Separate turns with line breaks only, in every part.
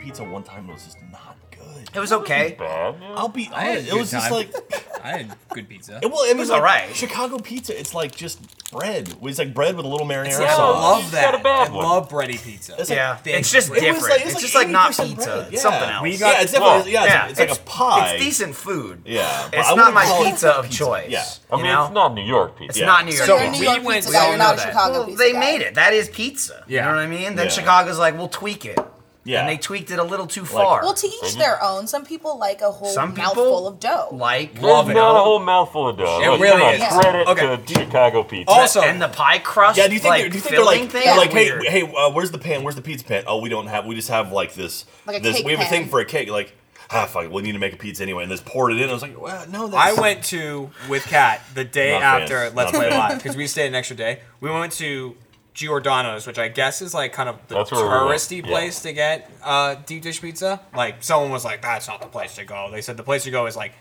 pizza one time was just not good.
It was okay.
I'll be
I had
honest.
a
It
good
was just
time.
like
I had good pizza.
it, well, it, was
was all
like
right.
Chicago pizza. It's like just bread. It's like bread with a little marinara
I
sauce.
love
It's not
that.
a bad
I
one.
love bready pizza.
It's like-
Yeah,
Thick
it's just
bread.
It
different.
was like- it was like
it's just like not
80%
pizza.
bread, yeah.
It's something else.
We got-
yeah, it's definitely yeah,
Yeah,
it's, it's like a pie.
It's decent food.
Yeah, but I
It's not
wouldn't
my
call it
pizza of choice.
Yeah.
I mean,
you know?
it's not New York pizza.
It's not New York.
So you're a
pizza.
New York
went-
pizza
we
guy,
all
you're not a
know that.
Chicago
Well,
pizza
they
guy.
made it. That is pizza. You
Yeah.
know what I mean? Then
Yeah.
Chicago's like, we'll tweak it.
Yeah.
And they tweaked it a little too far.
Well, to each their own. Some people like a whole
Some people
mouthful of dough.
like
Love
It's
it.
not a whole mouthful of dough.
It
Look,
really
come on,
is.
Credit
Okay.
to Chicago pizza.
Also-
and the pie crust.
Yeah, do you think,
like,
they're, do you think they're
filling
like,
thing?
they're like, hey,
Weird.
hey, uh, where's the pan? Where's the pizza pan? Oh, we don't have. We just have like this.
Like a
this
cake
we have a thing
pan.
for a cake. Like, ah, fuck, we need to make a pizza anyway, and just poured it in. I was like, well, no,
I
that's.
went to with Kat the day
Not fans.
after Let's
Not
Play
fans.
Live because we stayed an extra day. We went to Giordano's, which I guess is like kind of the
That's where we went,
touristy
yeah.
place to get uh, deep dish pizza. Like someone was like, "That's not the place to go." They said the place to go is like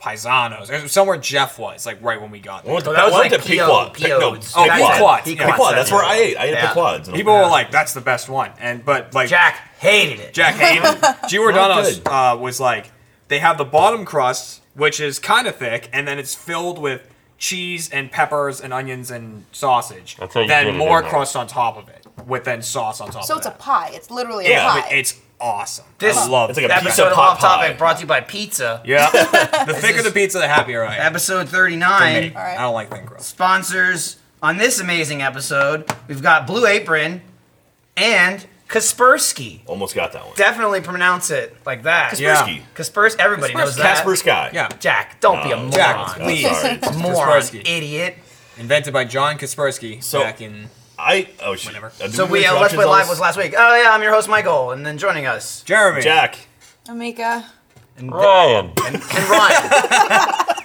Paisanos, or somewhere Jeff was, like right when we got
I
there.
went to,
that
I
was
went
like
to
P.O.
Pequod. Pequ- no,
P.O.'s.
Oh,
Pequod.
Pequod.
Pequod,
Yeah.
That's where I ate. I ate
Yeah.
at Pequod's. and I'm
People
like,
were like, "That's the best one," and but like
Jack hated it.
Jack Hayden. Giordano's
good.
uh, was like, they have the bottom crust, which is kind of thick, and then it's filled with cheese and peppers and onions and sausage.
That's how you
then
get it
more
in there.
crust on top of it, with then sauce on top
so
of
it's a
that.
pie. It's literally
Yeah,
a
but
pie.
It's awesome.
This-
I love
It's like a
that.
piece
Episode
of
of Off
pot pie.
Topic brought to you by Pizza.
Yeah. the thicker the pizza, the happier I am.
Episode
For
39.
me.
Alright.
I don't like thin crust.
Sponsors on this amazing episode, we've got Blue Apron and Kaspersky.
almost got that one.
Definitely pronounce it like that.
Yeah.
Kaspersky.
Kaspers, everybody knows that.
Casper Sky.
Yeah.
Jack, don't be a
No.
moron.
Jack,
Oh,
please.
sorry.
moron,
Kaspersky.
idiot.
Invented by John Kaspersky
So-
back in
I oh shit.
Whatever.
Uh, did
So
do
we uh, Let's
introductions
Play
on
Live
this?
was last week. Oh yeah, I'm your host Michael, and then joining us
Jeremy.
Jack.
Omega.
Ryan.
and Ryan.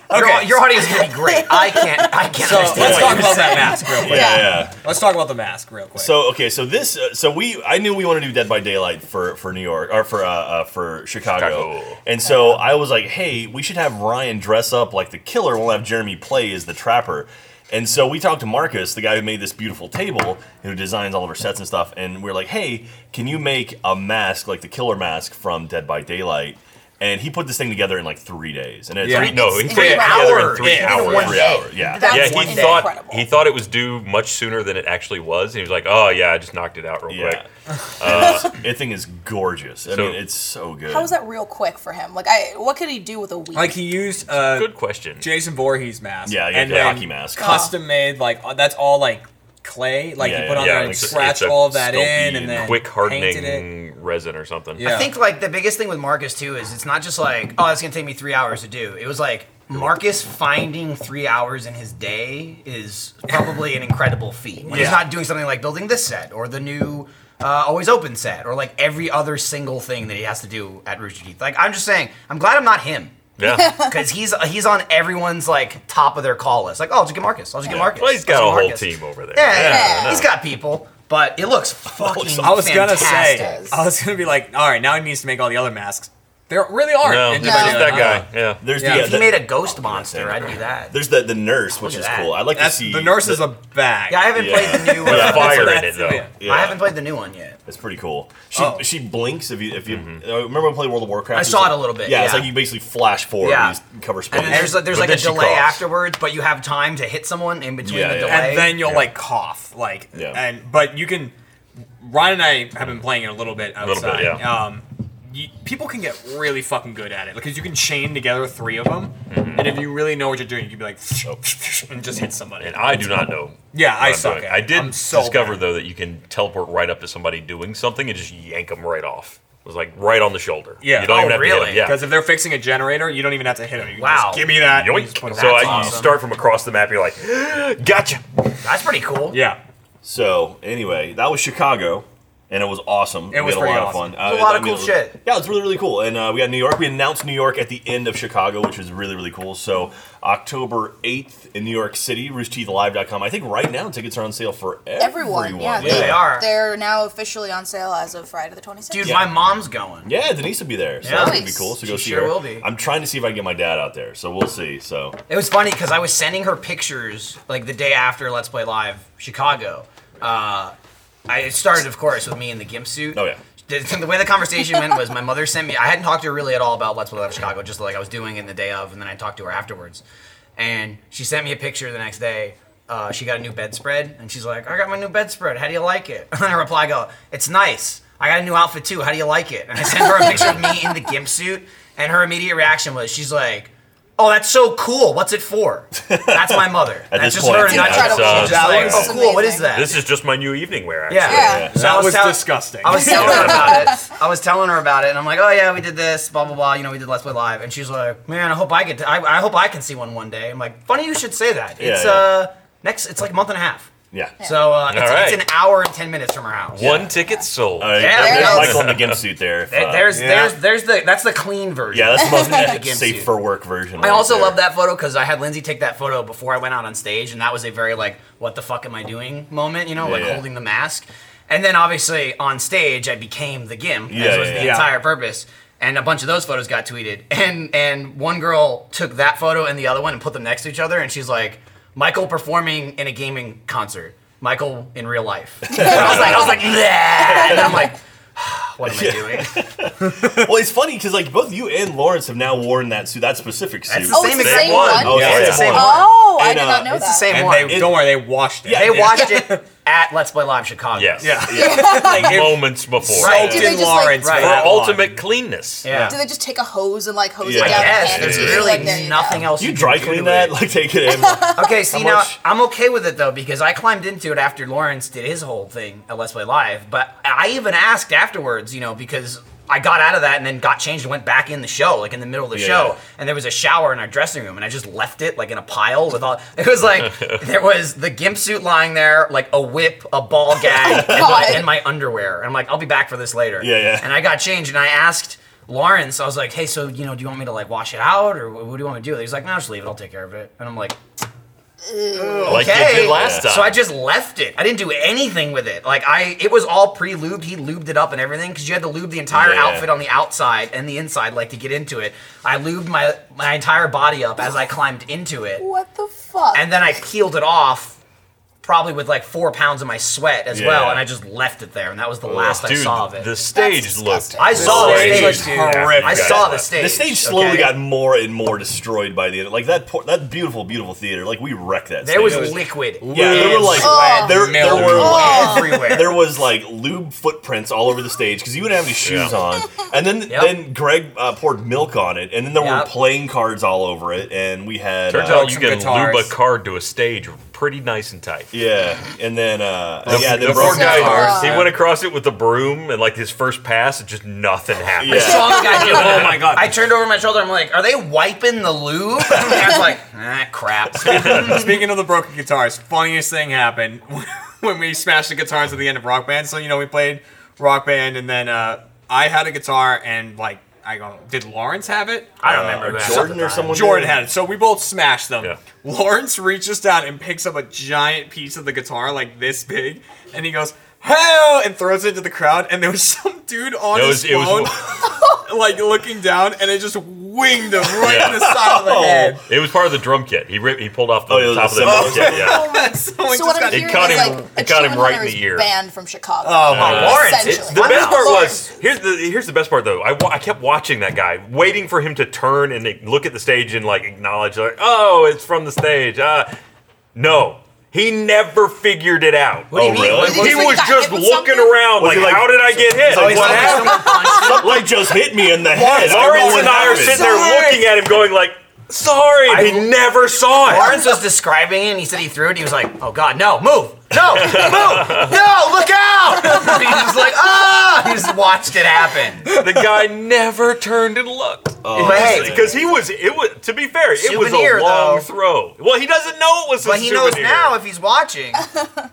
your,
Okay.
your audience is gonna be great. I can't. I can't.
so
understand
let's
what
talk
you're
about that
saying.
mask real quick.
Yeah.
Yeah.
yeah.
Let's talk about the mask real quick.
So okay, so this, uh, so we, I knew we wanted to do Dead by Daylight for for New York or for uh, uh for Chicago.
Chicago.
and so I was like, hey, we should have Ryan dress up like the killer. We'll have Jeremy play as the trapper. And so we talked to Marcus, the guy who made this beautiful table, who designs all of our sets and stuff. And we are like, hey, can you make a mask like the killer mask from Dead by Daylight? And he put this thing together in like three days. And it's
Yeah.
three, no, he
It's
put it
incredible.
together in three
Yeah,
hours.
one
three
day.
hours, yeah.
That's
yeah,
one
he
day.
thought
incredible.
he thought it was due much sooner than it actually was, and he was like, "Oh yeah, I just knocked it out real
Yeah.
quick."
That thing is gorgeous. I
So-
mean, it's so good.
How was that real quick for him? Like, I what could he do with a week?
like he used uh,
Good question.
Jason Voorhees mask.
Yeah, I got
and
the
then
hockey mask.
Custom made, like uh, that's all like clay. Like
Yeah,
you put on
yeah,
there and
like, it's-
scratched
a
all of that
sculpey
in, and then
quick
painted it.
hardening resin or something.
Yeah.
I think like the biggest thing with Marcus too is it's not just like oh that's gonna take me three hours to do. It was like Marcus finding three hours in his day is probably an incredible feat. When He's
Yeah.
not doing something like building this set or the new uh, always open set or like every other single thing that he has to do at Rooster Teeth. Like I'm just saying, I'm glad I'm not him
Yeah.
because he's he's on everyone's like top of their call list. Like oh, I'll just get Marcus. I'll just get Marcus.
Well, he's
I'll
got
just
a
get
whole
Marcus.
team over there.
Yeah, yeah,
Yeah.
yeah. he's got people, but it looks fucking.
I was gonna
fantastic.
say, I was gonna be like, all right, now he needs to make all the other masks. There really aren't.
No,
in
it's
the
just
video.
that guy. Yeah.
There's
Yeah.
the,
If
If he
the-
made a ghost
yeah.
monster, I'd do that.
there's the the nurse, which
Look
is
at that.
cool. I like
That's,
to see
the nurse is a bag.
Yeah, I haven't
Yeah.
played the new.
With
Uh,
fire in it
That's the
though.
bit.
yeah.
I haven't played the new one yet.
It's pretty cool. She
Oh.
she blinks if you if you uh, remember when we played World of Warcraft.
I
It's
saw
like-
it a little bit,
Yeah, it's
yeah.
like you basically flash forward
Yeah.
and you cover space.
And then there's like, there's
But
like a
then she
delay
coughs.
afterwards, but you have time to hit someone in between
Yeah,
the
yeah.
delay.
and then you'll
Yeah.
like cough like
Yeah.
and but you can ryan and i have been playing it a little bit
little bit,
outside
yeah.
um you, people can get really fucking good at it because you can chain together three of them
Mm-hmm.
and if you really know what you're doing you can be like and just hit somebody
And I do not know.
yeah i
Oh. what I'm
suck
doing.
at it.
I did
I'm so
discover
bad.
though that you can teleport right up to somebody doing something and just yank them right off. It was like right on the shoulder.
Yeah.
You don't even
Oh,
have to
really?
hit 'em. Yeah.
because if they're fixing a generator you don't even have to hit them you can
Wow.
just give me that and you just put
Yoink.
'em
So
out.
I, you
awesome.
start from across the map. You're like, gotcha.
That's pretty cool.
yeah
So anyway, that was Chicago, and it was awesome.
It was
we had a
pretty
lot
awesome.
of fun.
It was a lot
I
of
mean,
cool
it was-
shit.
Yeah, it's really really cool. And uh, we got New York. We announced New York at the end of Chicago, which is really really cool. So October eighth in New York City, roosterteethlive.com. I think right now tickets are on sale for everyone.
everyone. Yeah,
Yeah, they are.
They're now officially on sale as of Friday the 26th.
Dude,
Yeah.
my mom's going.
Yeah, Denise will be there. So
Yeah.
that's gonna be
Nice.
cool. So go
She
see
sure
her.
will be.
I'm trying to see if I can get my dad out there. So we'll see. So
It was funny because I was sending her pictures like the day after Let's Play Live Chicago. Uh, I it started, of course, with me in the gimp suit.
Oh, yeah.
the the way the conversation went was my mother sent me. I hadn't talked to her really at all about Let's Play Live Chicago, just like I was doing in the day of, and then I talked to her afterwards. And she sent me a picture the next day. Uh, she got a new bedspread, and she's like, "I got my new bedspread. How do you like it?" And I reply, I "Go, it's nice. I got a new outfit too. How do you like it?" And I sent her a picture of me in the gimp suit, and her immediate reaction was, "She's like." Oh, that's so cool. What's it for? That's my mother.
At
that's
this
just
point,
her
yeah,
not trying to
it's, uh,
she's just like,
it's
oh, cool. What is
amazing.
that?
This is just my new evening wear. Actually.
yeah.
Yeah.
So I
That was
tell-
disgusting.
I was telling her about it. I was telling her about it, and I'm like, "Oh yeah, we did this, blah blah blah. You know, we did Let's Play Live." And she's like, "Man, I hope I get. To, I, I hope I can see one one day." I'm like, "Funny you should say that.
Yeah,
It's
yeah.
uh next. It's like a month and a half.
Yeah.
So uh, it's,
All
it's
right.
an hour and ten minutes from her house.
One ticket sold.
All right,
Yeah,
there's
there it is.
Michael in the gimp suit there. if,
There-
uh,
There's
Yeah.
there's there's the that's the clean version.
yeah, that's the
gimp
most
suit.
safe for work version.
I
right
also
there.
love that photo because I had Lindsay take that photo before I went out on stage, and that was a very like, "What the fuck am I doing?" moment, you know, like
yeah.
holding the mask. And then obviously on stage, I became the Gim,
Yeah,
as was
yeah,
the
yeah.
entire purpose. And a bunch of those photos got tweeted, and and one girl took that photo and the other one and put them next to each other, and she's like, "Michael performing in a gaming concert, Michael in real life." And I was like, I was like, "Nah," and I'm like, "What am I doing?"
Well, it's funny because like both you and Lawrence have now worn that suit, that specific suit.
That's the
Oh,
same
it's the
exact
same
one.
one.
Oh, yeah,
it's the
yeah.
same one.
Oh, I
And,
did
uh,
not know
It's
that.
the same
and
one.
they don't worry, they washed it.
They
Yeah.
watched it at Let's Play Live Chicago.
Yes.
yeah.
Like, moments before.
Right.
Soaked
Did they
in
just, like-
Lawrence
Right.
for
For
that long.
ultimate cleanness.
Yeah.
Did they just take a hose and like hose
Yeah.
it
I
down?
guess
and
there's
just be
really
like, there you go.
nothing else.
You
can
dry
do
clean
to
that?
it.
Like take it in.
Okay, see now
much?
I'm okay with it though because I climbed into it after Lawrence did his whole thing at Let's Play Live, but I even asked afterwards, you know, because I got out of that and then got changed and went back in the show, like in the middle of the
Yeah,
show,
yeah.
and there was a shower in our dressing room, and I just left it like in a pile with all. It was like there was the gimp suit lying there, like a whip, a
Oh
ball gag, and, my,
God.
and my underwear. And I'm like, I'll be back for this later.
Yeah, yeah.
And I got changed and I asked Lawrence, I was like, hey, so, you know, do you want me to like wash it out or what do you want me to do? He's like, no, just leave it. I'll take care of it. And I'm like,
Like you
okay.
did last time.
So I just left it. I didn't do anything with it. Like I, it was all pre-lubed. He lubed it up and everything because you had to lube the entire
Yeah.
outfit on the outside and the inside, like to get into it. I lubed my my entire body up as I climbed into it,
What the fuck?
and then I peeled it off, probably with like four pounds of my sweat as well,
Yeah.
and I just left it there, and that was the last I
Dude,
saw of it.
the stage
That's
looked.
disgusting.
I saw the
crazy.
stage.
looked horrific.
I saw the stage.
The stage slowly
okay?
got more and more destroyed by the end. Like that, por- that beautiful, beautiful theater. Like we wrecked that.
There was
stage.
liquid.
Yeah, there were like
Oh.
there, there
Mildew
were like,
everywhere.
there was like lube footprints all over the stage because you wouldn't have any shoes
Yeah.
on. And then
Yep.
then Greg uh, poured milk on it, and then there
Yep.
were playing cards all over it, and we had
Turns
uh,
out you
some
can
guitars.
lube a card to a stage pretty nice and tight.
yeah, and then uh, yeah, then
the poor
broke
guy,
guitars,
he
yeah.
went across it with the broom, and like his first pass, and just nothing happened.
Yeah.
saw the guy doing
Oh
it.
my God.
I turned over my shoulder. I'm like, are they wiping the lube? And I was like, ah, crap.
Speaking of the broken guitars, funniest thing happened when we smashed the guitars at the end of Rock Band. So you know we played Rock Band, and then uh, I had a guitar, and like I don't did Lawrence have it? Uh,
I don't remember
or
that.
Jordan or someone.
Jordan
did.
had it, so we both smashed them.
Yeah.
Lawrence reaches down and picks up a giant piece of the guitar, like this big, and he goes, "Hell!" and throws it to the crowd. And there was some dude on
It
his
was- it was-
phone, like looking down, and it just winged him right
Yeah.
in the side of the
Oh.
head.
It was part of the drum kit. He ripped, he pulled off the
Oh, yeah,
top of
the
the drum kit. Yeah.
Oh Someone
so
just
what I'm
got-
hearing
caught
is
him-
like
it
a
caught
Troy
him right in
Hunter
the
is
ear.
banned from Chicago.
Oh my
Lawrence,
Essentially.
it's
Uh, The
Wow.
best part was
Lawrence.
here's the here's the best part though. I, wa- I kept watching that guy, waiting for him to turn and like, look at the stage and like acknowledge like, oh, it's from the stage. Uh, no, he never figured it out.
What do you
Oh,
mean?
really?
What-
Did
what-
He
He's like,
was
"Got
just
hit with
looking
something?"
around
Was
like,
he like-
how did I get hit?
like,
he's
what
like,
happened?
someone punched him?
Like just hit me in the head. I don't
Lawrence
know
and
what
I are
happened.
sitting there
Sorry.
looking at him, going like, "Sorry," and he never saw it.
Lawrence was describing it, and he said he threw it. And he was like, "Oh God, no! Move! No! Move! No! Look out!" And he was like, "Ah!" He just watched it happen.
The guy never turned and looked.
But hey,
Because he was, it was. To be fair, it was
Souvenir,
a long
though.
throw. Well, he doesn't know it was.
but
a
he
souvenir.
knows now if he's watching.
That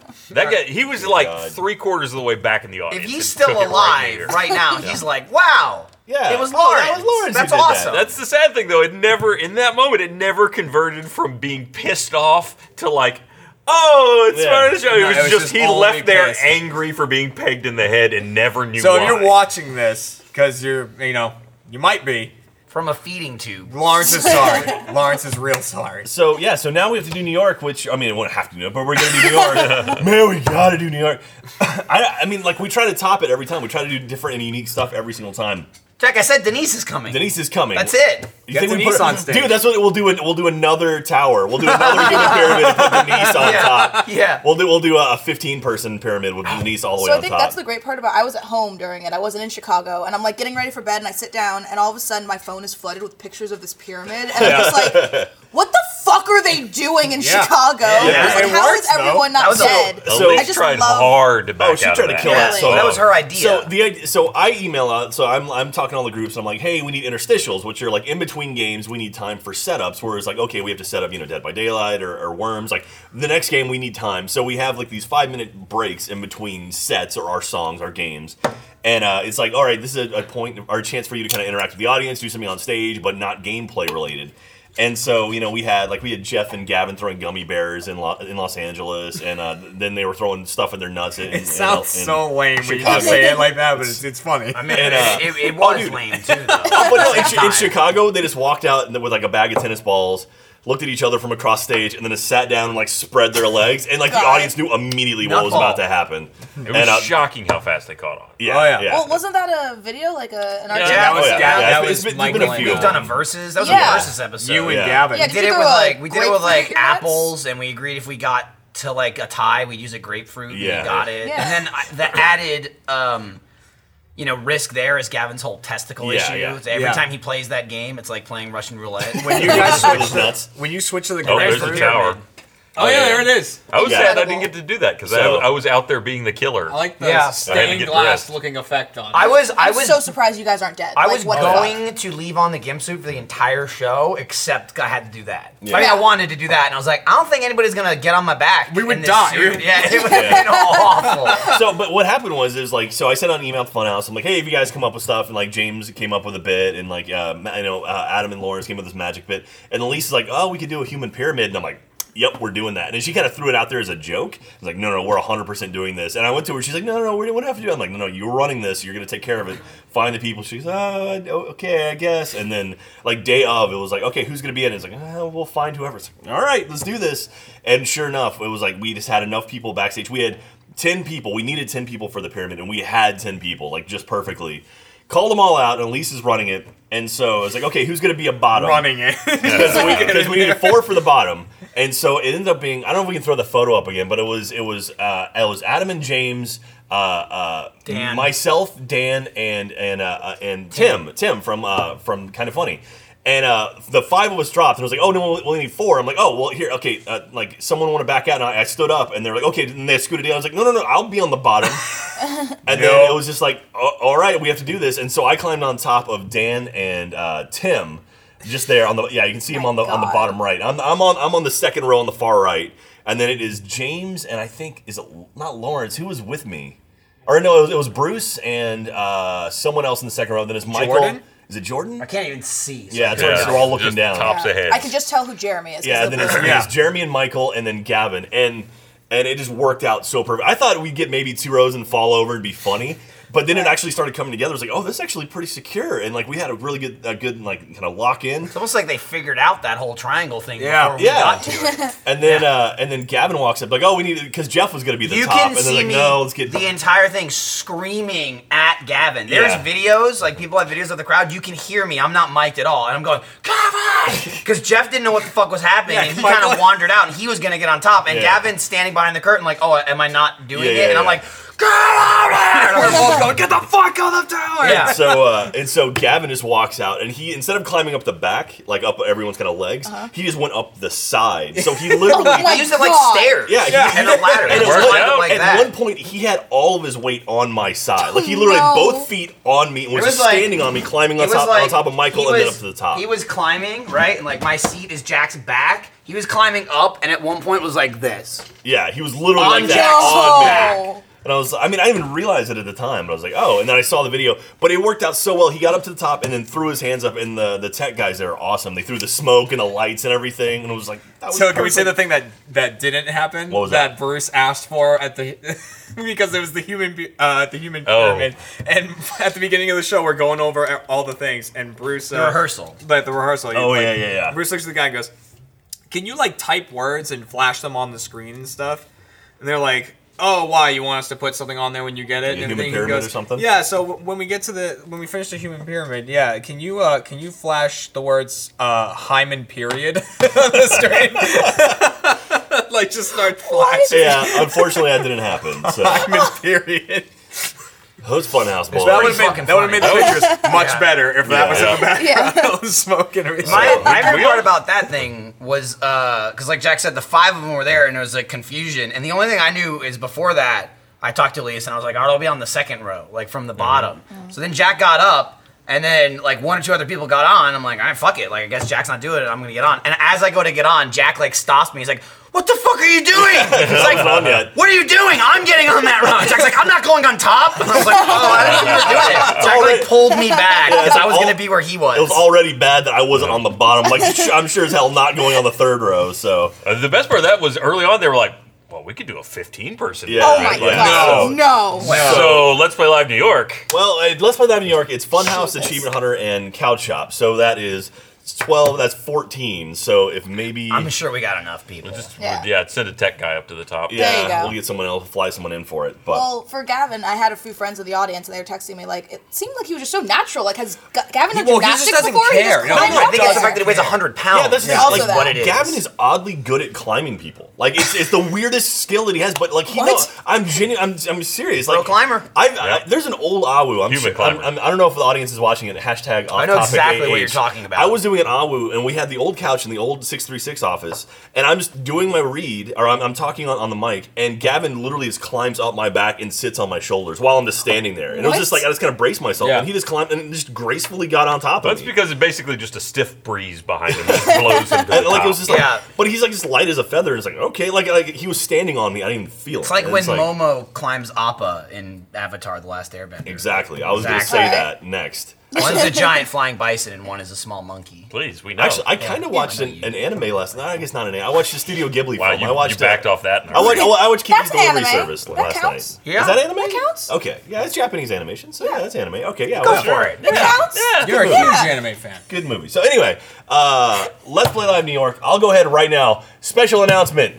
guy, he was like
God.
three quarters of the way back in the audience.
If he's
and
still
took it in
alive
the ear.
right now, he's like, "Wow,
Yeah.
it was
Oh, that
Lawrence.
was Lawrence who
That's
did that.
awesome."
That's the sad thing, though. It never, in that moment, it never converted from being pissed off to like, oh, it's
Yeah.
part of the show. It
No,
was,
it was
just,
just
he
only
left there
pissed.
angry for being pegged in the head and never knew
So
why.
if you're watching this, because you're, you know, you might be,
from a feeding tube.
Lawrence is sorry. Lawrence is real sorry.
So yeah, so now we have to do New York, which I mean, we don't have to do it, but we're gonna do New York. Man, we gotta do New York. I, I mean, like we try to top it every time. We try to do different and unique stuff every single time.
Jack, I said Denise is coming.
Denise is coming.
That's it.
You
Get
think we
Denise
put-
on stage.
dude? That's what we'll do. We'll do another tower. We'll do another human pyramid and put Denise on top.
Yeah.
We'll do we'll do a 15 person pyramid with Denise all the
So
way
I
on
think
top.
that's the great part about I was at home during it. I wasn't in Chicago, and I'm like getting ready for bed, and I sit down, and all of a sudden my phone is flooded with pictures of this pyramid, and I'm just like, what the fuck are they doing in
Yeah.
Chicago?
Yeah.
I was like,
It
how
works,
is everyone
That
not
was a-
dead?
So-
Elise
I just
tried
love-
hard to back
Oh, she
out
tried
of
to
that.
kill
Yeah.
that. So
That
was her idea.
So the idea, so I email out. So I'm I'm talking to all the groups. And I'm like, hey, we need interstitials, which are like in between games. We need time for setups. Where it's like, okay, we have to set up, you know, Dead by Daylight or, or Worms. Like the next game, we need time. So we have like these five minute breaks in between sets or our songs, our games. And uh, it's like, all right, this is a, a point or a chance for you to kind of interact with the audience, do something on stage, but not gameplay related. And so, you know, we had like we had Jeff and Gavin throwing gummy bears in, Lo- in Los Angeles, and uh, then they were throwing stuff in their nuts. in- in-
It sounds
in-
so lame when you
Chicago.
just say it like that, but it's, it's funny.
I mean,
And, uh,
it, it was lame too. Though.
But no, in, Chi- in Chicago, they just walked out and- with like a bag of tennis balls, looked at each other from across stage, and then just sat down and like spread their legs, and like the
God.
audience knew immediately what was
Knuckball.
about to happen. uh,
It was shocking how fast they caught on.
yeah,
Oh, yeah.
yeah.
Well, wasn't that a video like a an
Yeah,
archive?
that was-
yeah,
that-
yeah.
that
It's
was
been- it's
Michael
been a
and-
few.
We've done a verses. That was
Yeah.
a versus episode.
you and
Yeah.
Gavin.
Yeah,
We
Did
did
you
it
throw
with
a
like we did it with
grapefruit
like
in your nuts?
apples, and we agreed if we got to like a tie, we'd use a grapefruit. and
Yeah.
we got it.
Yeah.
And then I- the added, um, you know, risk there is Gavin's whole testicle
Yeah,
issue.
yeah.
Every
Yeah.
time he plays that game, it's like playing Russian roulette.
When you
It
guys
was- it was
switch,
nuts.
when you switch to the
Oh, there's
grapefruit-
a tower.
Oh yeah, there it is.
I was
Yeah.
sad I
Incredible.
didn't get to do that because
So-
I, I was out there being the killer.
I like the
Yeah.
I had to
stained
get
glass
dressed.
looking effect on it.
I was I
I'm
was
so surprised you guys aren't dead.
I
Like,
was
what the fuck?
going to leave on the gimp suit for the entire show, except I had to do that. I mean,
Yeah.
I wanted to do that, and I was like, I don't think anybody's gonna get on my back.
We would
in this
die.
suit. Yeah, it would have been awful.
so, but what happened was, is like, so I sent out an email to Funhouse. I'm like, hey, if you guys come up with stuff, and like James came up with a bit, and like, uh, Ma- you know, uh, Adam and Lawrence came up with this magic bit, and Elise's like, oh, we could do a human pyramid, and I'm like. Yep, we're doing that. And then she kind of threw it out there as a joke. I was like, no, no, we're 100% doing this. And I went to her. She's like, no, no, no, we don't have to do it. I'm like, no, no, you're running this. You're going to take care of it. Find the people. She's, oh, okay, I guess. And then, like, day of, it was like, okay, who's going to be in? It's like, "Ah, we'll find whoever. It's like, all right, let's do this. And sure enough, it was like, we just had enough people backstage. We had 10 people. We needed 10 people for the pyramid, and we had 10 people, like just perfectly. Called them all out, and Lisa's running it. And so it's like, okay, who's going to be a bottom?
Running it.
Because we, 'cause we needed four for the bottom. And so it ended up being, I don't know if we can throw the photo up again, but it was it was uh, it was Adam and James, uh, uh,
Dan.
myself, Dan, and and uh, uh, and Tim, Tim from uh, from Kind of Funny. And uh, the five of us dropped, and I was like, "Oh no, we only need four. I'm like, "Oh well, here, okay." Uh, like someone want to back out, and I, I stood up, and they're like, "Okay," and they scooted down. I was like, "No, no, no, I'll be on the bottom." And then it was just like, "A- all right, we have to do this. And so I climbed on top of Dan and uh, Tim, just there on the yeah, you can see him
My
on the on the
God.
bottom right. I'm, I'm on I'm on the second row on the far right, and then it is James and I think is it not Lawrence who was with me, or no, it was, it was Bruce and uh, someone else in the second row. Then it's Michael.
Jordan?
Is it Jordan?
I can't even see. so-
Yeah, it's right, so we're all looking
just
down.
Tops
Yeah.
ahead.
I can just tell who Jeremy is. 'cause
Yeah,
of
and then it's,
the-
it was Jeremy and Michael, and then Gavin, and and it just worked out so perfect. I thought we'd get maybe two rows and fall over and be funny, but then it actually started coming together. It was like, oh, this is actually pretty secure, and like we had a really good, a good like kind of lock in.
It's almost like they figured out that whole triangle thing
Yeah.
before we
Yeah.
got to it.
And then uh, and then Gavin walks up like, oh, we need because Jeff was going to be the
you
top,
can
and
see
then like,
me
no, let's get
the entire thing screaming at Gavin. There's
Yeah.
videos, like people have videos of the crowd. You can hear me. I'm not mic'd at all, and I'm going Gavin because Jeff didn't know what the fuck was happening,
Yeah,
and he
Michael-
kind of wandered out, and he was gonna get on top, and
Yeah.
Gavin's standing behind the curtain, like, oh, am I not doing
Yeah,
it?
yeah,
and I'm
yeah.
like, get out of here! And I'm like,
Get the fuck out of the tower.
yeah.
so uh, and so Gavin just walks out, and he instead of climbing up the back, like up everyone's kind of legs,
Uh-huh.
he just went up the side. So he literally
Oh my
I used it like
God.
stairs.
Yeah, he-
and a ladder.
And
It
at,
was
one,
worked
lined up
out.
like
at
that.
one point, he had all of his weight on my side. Like he literally had
No.
both feet on me and was,
was
just
like-
standing on me, climbing
It
on
was
top,
like
on top of Michael
he
and then up
was-
to the top.
He was climbing, right? And like my seat is Jack's back. He was climbing up and at one point was like this.
yeah, he was literally
On
like that
Jack's
on me.
back.
And I was, I mean, I didn't even realized it at the time, but I was like, oh. And then I saw the video, but it worked out so well. He got up to the top and then threw his hands up, and the, the tech guys there are awesome. They threw the smoke and the lights and everything, and it was like, that was
So can we say the
perfect.
thing that that didn't happen?
What was that?
Bruce asked for at the because it was the human be- uh, the human
Oh.
pyramid, and at the beginning of the show we're going over all the things, and Bruce uh,
The rehearsal.
like the rehearsal.
Oh,
like,
yeah, yeah, yeah.
Bruce looks at the guy and goes, "Can you like type words and flash them on the screen and stuff?" And they're like. Oh, why you want us to put something on there when you get it?
Yeah,
and
human
then he
pyramid
goes,
or something?
Yeah. So w- when we get to the when we finish the human pyramid, yeah, can you uh can you flash the words uh hymen period on the screen? like just start flashing.
Yeah, unfortunately, that didn't happen. So it
Period.
was Funhouse Ball.
That would have
fucking
been that would
funny.
have made the pictures much
Yeah.
better if that
Yeah,
was
yeah.
in the background
Yeah.
smoking or something.
My, my favorite
we all-
part about that thing was because, like Jack said, the five of them were there, and it was like confusion. And the only thing I knew is before that, I talked to Elise, and I was like, "All right, I'll be on the second row, like from the bottom." So then Jack got up, and then like one or two other people got on. I'm like, "All right, fuck it. Like I guess Jack's not doing it. I'm gonna get on." And as I go to get on, Jack like stops me. He's like, "What the fuck are you doing?" He's like,
on yet.
"What are you doing? I'm getting on that row." Jack's like, "I'm not going on top." And I was like, "Oh, I didn't know you were doing it." Jack like pulled me back because I was
all-
gonna be where he was.
It was already bad that I wasn't on the bottom. Like I'm sure as hell not going on the third row. So
Uh, the best part of that was early on. They were like, "Well, we could do a 15 person."
yeah.
Oh my
like,
god.
so-
No.
So let's play live New York.
Well, uh, let's play that in New York. It's Funhouse, Achievement Hunter, and Couch Shop. So that is twelve. That's fourteen. So if maybe
I'm sure we got enough people.
Yeah.
Yeah, send a tech guy up to the top.
yeah,
There you go.
we'll get someone else, fly someone in for it. But
Well, for Gavin, I had a few friends in the audience, and they were texting me like it seemed like he was just so natural. Like, has Ga- Gavin had
Well, he just
gymnastics
doesn't
before? He
care.
just
No,
climbed
no, I
up
I think it's the
there.
fact that it weighs 100 pounds.
yeah, that's
Yeah,
just,
also
like
that.
what it is.
Gavin is oddly good at climbing people. Like it's, it's the weirdest skill that he has. But like he
What?
knows. I'm genuine. I'm, I'm serious. Like
Pro climber.
I, I, there's an old Awu. I'm
Human
sure,
climber.
I'm, I'm, I do not know if the audience is watching it. Hashtag off
I know
topic
exactly what
AH.
you're talking about.
I was doing an Awu, and we had the old couch in the old 636 office, and I'm just doing my read, or I'm, I'm talking on, on the mic, and Gavin literally just climbs up my back and sits on my shoulders while I'm just standing there. And it was
What?
just like I just kind of braced myself,
Yeah.
and he just climbed and just gracefully got on top
That's
of me.
because it's basically just a stiff breeze behind him that blows him to the
And, like
top.
it was just like,
Yeah.
but he's like just light as a feather. And it's like okay, like like he was standing on me. I didn't even feel
It's
it.
like
And
when Momo climbs Appa in Avatar The Last Airbender.
Exactly. I was
Exactly.
going to say
Alright.
that next.
One's a giant flying bison and one is a small monkey.
Please, we know.
Actually,
Oh,
I kind of watched
I know
an,
you-
an anime last night. I guess not an anime. I watched the Studio Ghibli
wow,
film.
you,
I watched.
you backed
uh,
off that.
I watched. I wa- I watched Kiki's
That's an
Delivery
anime.
Service
That
last
counts.
night.
Yeah.
Is that anime?
That counts.
Okay. Yeah, it's Japanese animation. So yeah, that's anime. Okay. Yeah.
Go
whatever.
for it.
It counts.
You're a huge
Yeah.
anime fan.
Good movie. So anyway, uh, let's play live New York. I'll go ahead right now. Special announcement.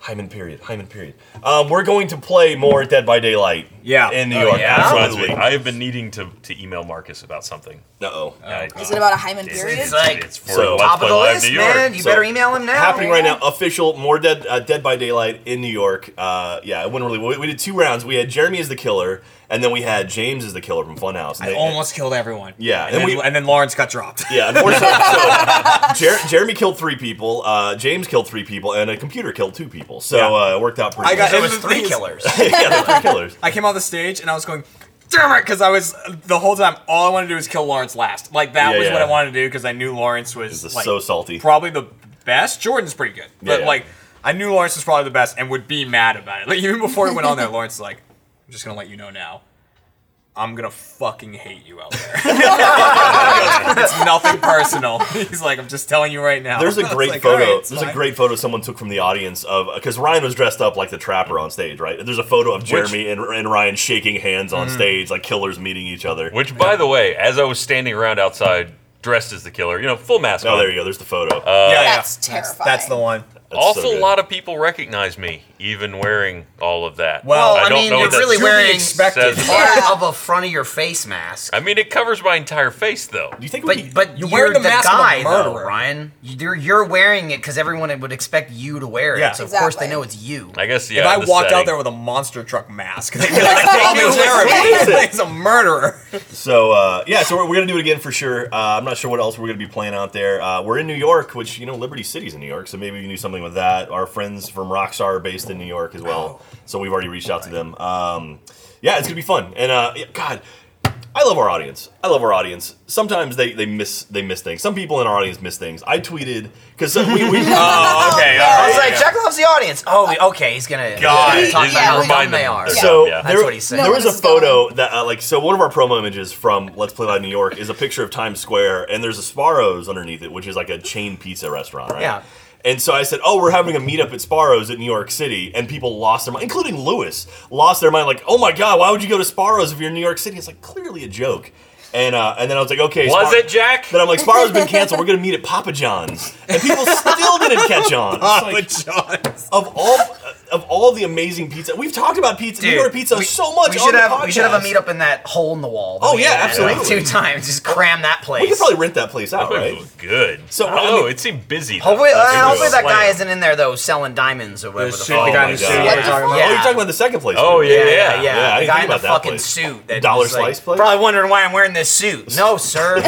Hyman period. Hyman period. Um, we're going to play more Dead by Daylight.
Yeah.
In New
Oh,
York.
yeah?
Reminds me,
Absolutely.
I have been needing to, to email Marcus about something.
Uh oh.
I-
Is it about a hymen
it's-
period?
It's,
It's like-
it's for
So-
Let's
Top
Play
of the
Live
list,
New York.
man. You
So,
better email him now.
happening right now. Official, more dead, uh, dead by daylight in New York. Uh, yeah, it went really. We, we did two rounds. We had Jeremy as the killer, and then we had James as the killer from Funhouse. And
I
they-
almost killed everyone.
Yeah,
and,
and
then,
we-
and then Lawrence got dropped.
Yeah, unfortunately. so, Jer- Jeremy killed three people. Uh, James killed three people, and a computer killed two people. So uh, it worked out pretty.
I got-
There
well.
was
And the
three
thing is-
killers.
yeah, they're three killers.
I came off the stage and I was going, damn it, because I was the whole time all I wanted to do was kill Lawrence last. Like that
Yeah,
was
yeah.
what I wanted to do because I knew Lawrence was
This is
like,
so salty.
probably the best. Jordan's pretty good, but
Yeah.
like I knew Lawrence was probably the best and would be mad about it. Like even before he went on there, Lawrence was like, I'm just gonna let you know now. I'm gonna fucking hate you out there. it's nothing personal. He's like, I'm just telling you right now.
There's
I
a
was
great
like,
photo.
"Alright, it's
there's a
fine."
great photo someone took from the audience of because Ryan was dressed up like the trapper on stage, right? There's a photo of Jeremy and, and Ryan shaking hands
Mm.
on stage, like killers meeting each other.
Which, by the way, as I was standing around outside dressed as the killer, you know, full mask
Oh,
on,
there you go. There's the photo.
Yeah, yeah.
That's
That's, that's the
terrifying.
one.
That's so
awful
good.
lot of people recognize me, even wearing all of that.
Well,
I
don't
mean,
know
you're
what that
really
says.
wearing
expected.
says.
part of a front of your face mask.
I mean, it covers my entire face, though.
Do you think? we,
But but
You're
you're,
wearing
the,
the mask of a
guy though,
murderer.
Ryan. You're you're wearing it because everyone would expect you to wear it.
Yeah.
so of course
Exactly.
they know it's you.
I guess, yeah.
if I
the
walked out
setting.
there with a monster truck mask, they'd be like, "Hey,
knew it was
Jeremy, he's a murderer.
So uh, yeah, so we're, we're gonna do it again for sure. Uh, I'm not sure what else we're gonna be playing out there. Uh, we're in New York, which you know Liberty City's in New York, so maybe you knew something with that. Our friends from Rockstar are based in New York as well, so we've already reached out to them. Um, yeah, it's gonna be fun. And uh, yeah, God, I love our audience. I love our audience. Sometimes they, they miss they miss things. Some people in our audience miss things. I tweeted because we, we uh,
Oh, okay, all
I
right.
was like, Jack loves the audience. Oh, we- okay, he's gonna
God.
he's gonna talk
Yeah,
about how
we-
dumb they
them.
are.
Yeah.
So
Yeah.
there,
That's what he's saying.
there
No,
was a
this is
photo that uh, like so one of our promo images from Let's Play Live New York is a picture of Times Square and there's a Sparrows underneath it, which is like a chain pizza restaurant, right?
Yeah.
And so I said, "Oh, we're having a meetup at Sparrows at New York City," and people lost their mind, including Lewis, lost their mind. Like, "Oh my God, why would you go to Sparrows if you're in New York City?" It's like clearly a joke. And uh, and then I was like, "Okay,
Was
Spar-
it, Jack?
Then I'm like, "Sparrows been canceled. We're gonna meet at Papa John's," and people still didn't catch on. It's like,
Papa John's.
of all of all the amazing pizza we've talked about pizza New
Dude,
York pizza
we-
so much.
We should
on
have
the
we should have a
podcast.
meetup in that hole in the wall. that
Oh,
we
yeah,
had, Like
absolutely.
two times, just cram that place.
We could probably rent that place out,
That place
right?
was good.
So,
So I don't
I
know.
mean-
It seemed busy. though.
Hopefully,
That's
uh,
what
hopefully
it
that
was.
guy isn't in there though selling diamonds or
The
whatever the
shit
fuck.
the guy
my
in the
God.
studio
What
we're
the
Oh,
talking
fuck?
about.
you're
Yeah.
talking about the second place.
Oh,
we were
yeah,
at.
yeah, yeah.
Yeah, I
the
didn't
guy
think
in the
about that
fucking
place.
suit. That
Dollar
was like,
Slice place?
Probably wondering why I'm wearing this suit. No, sir.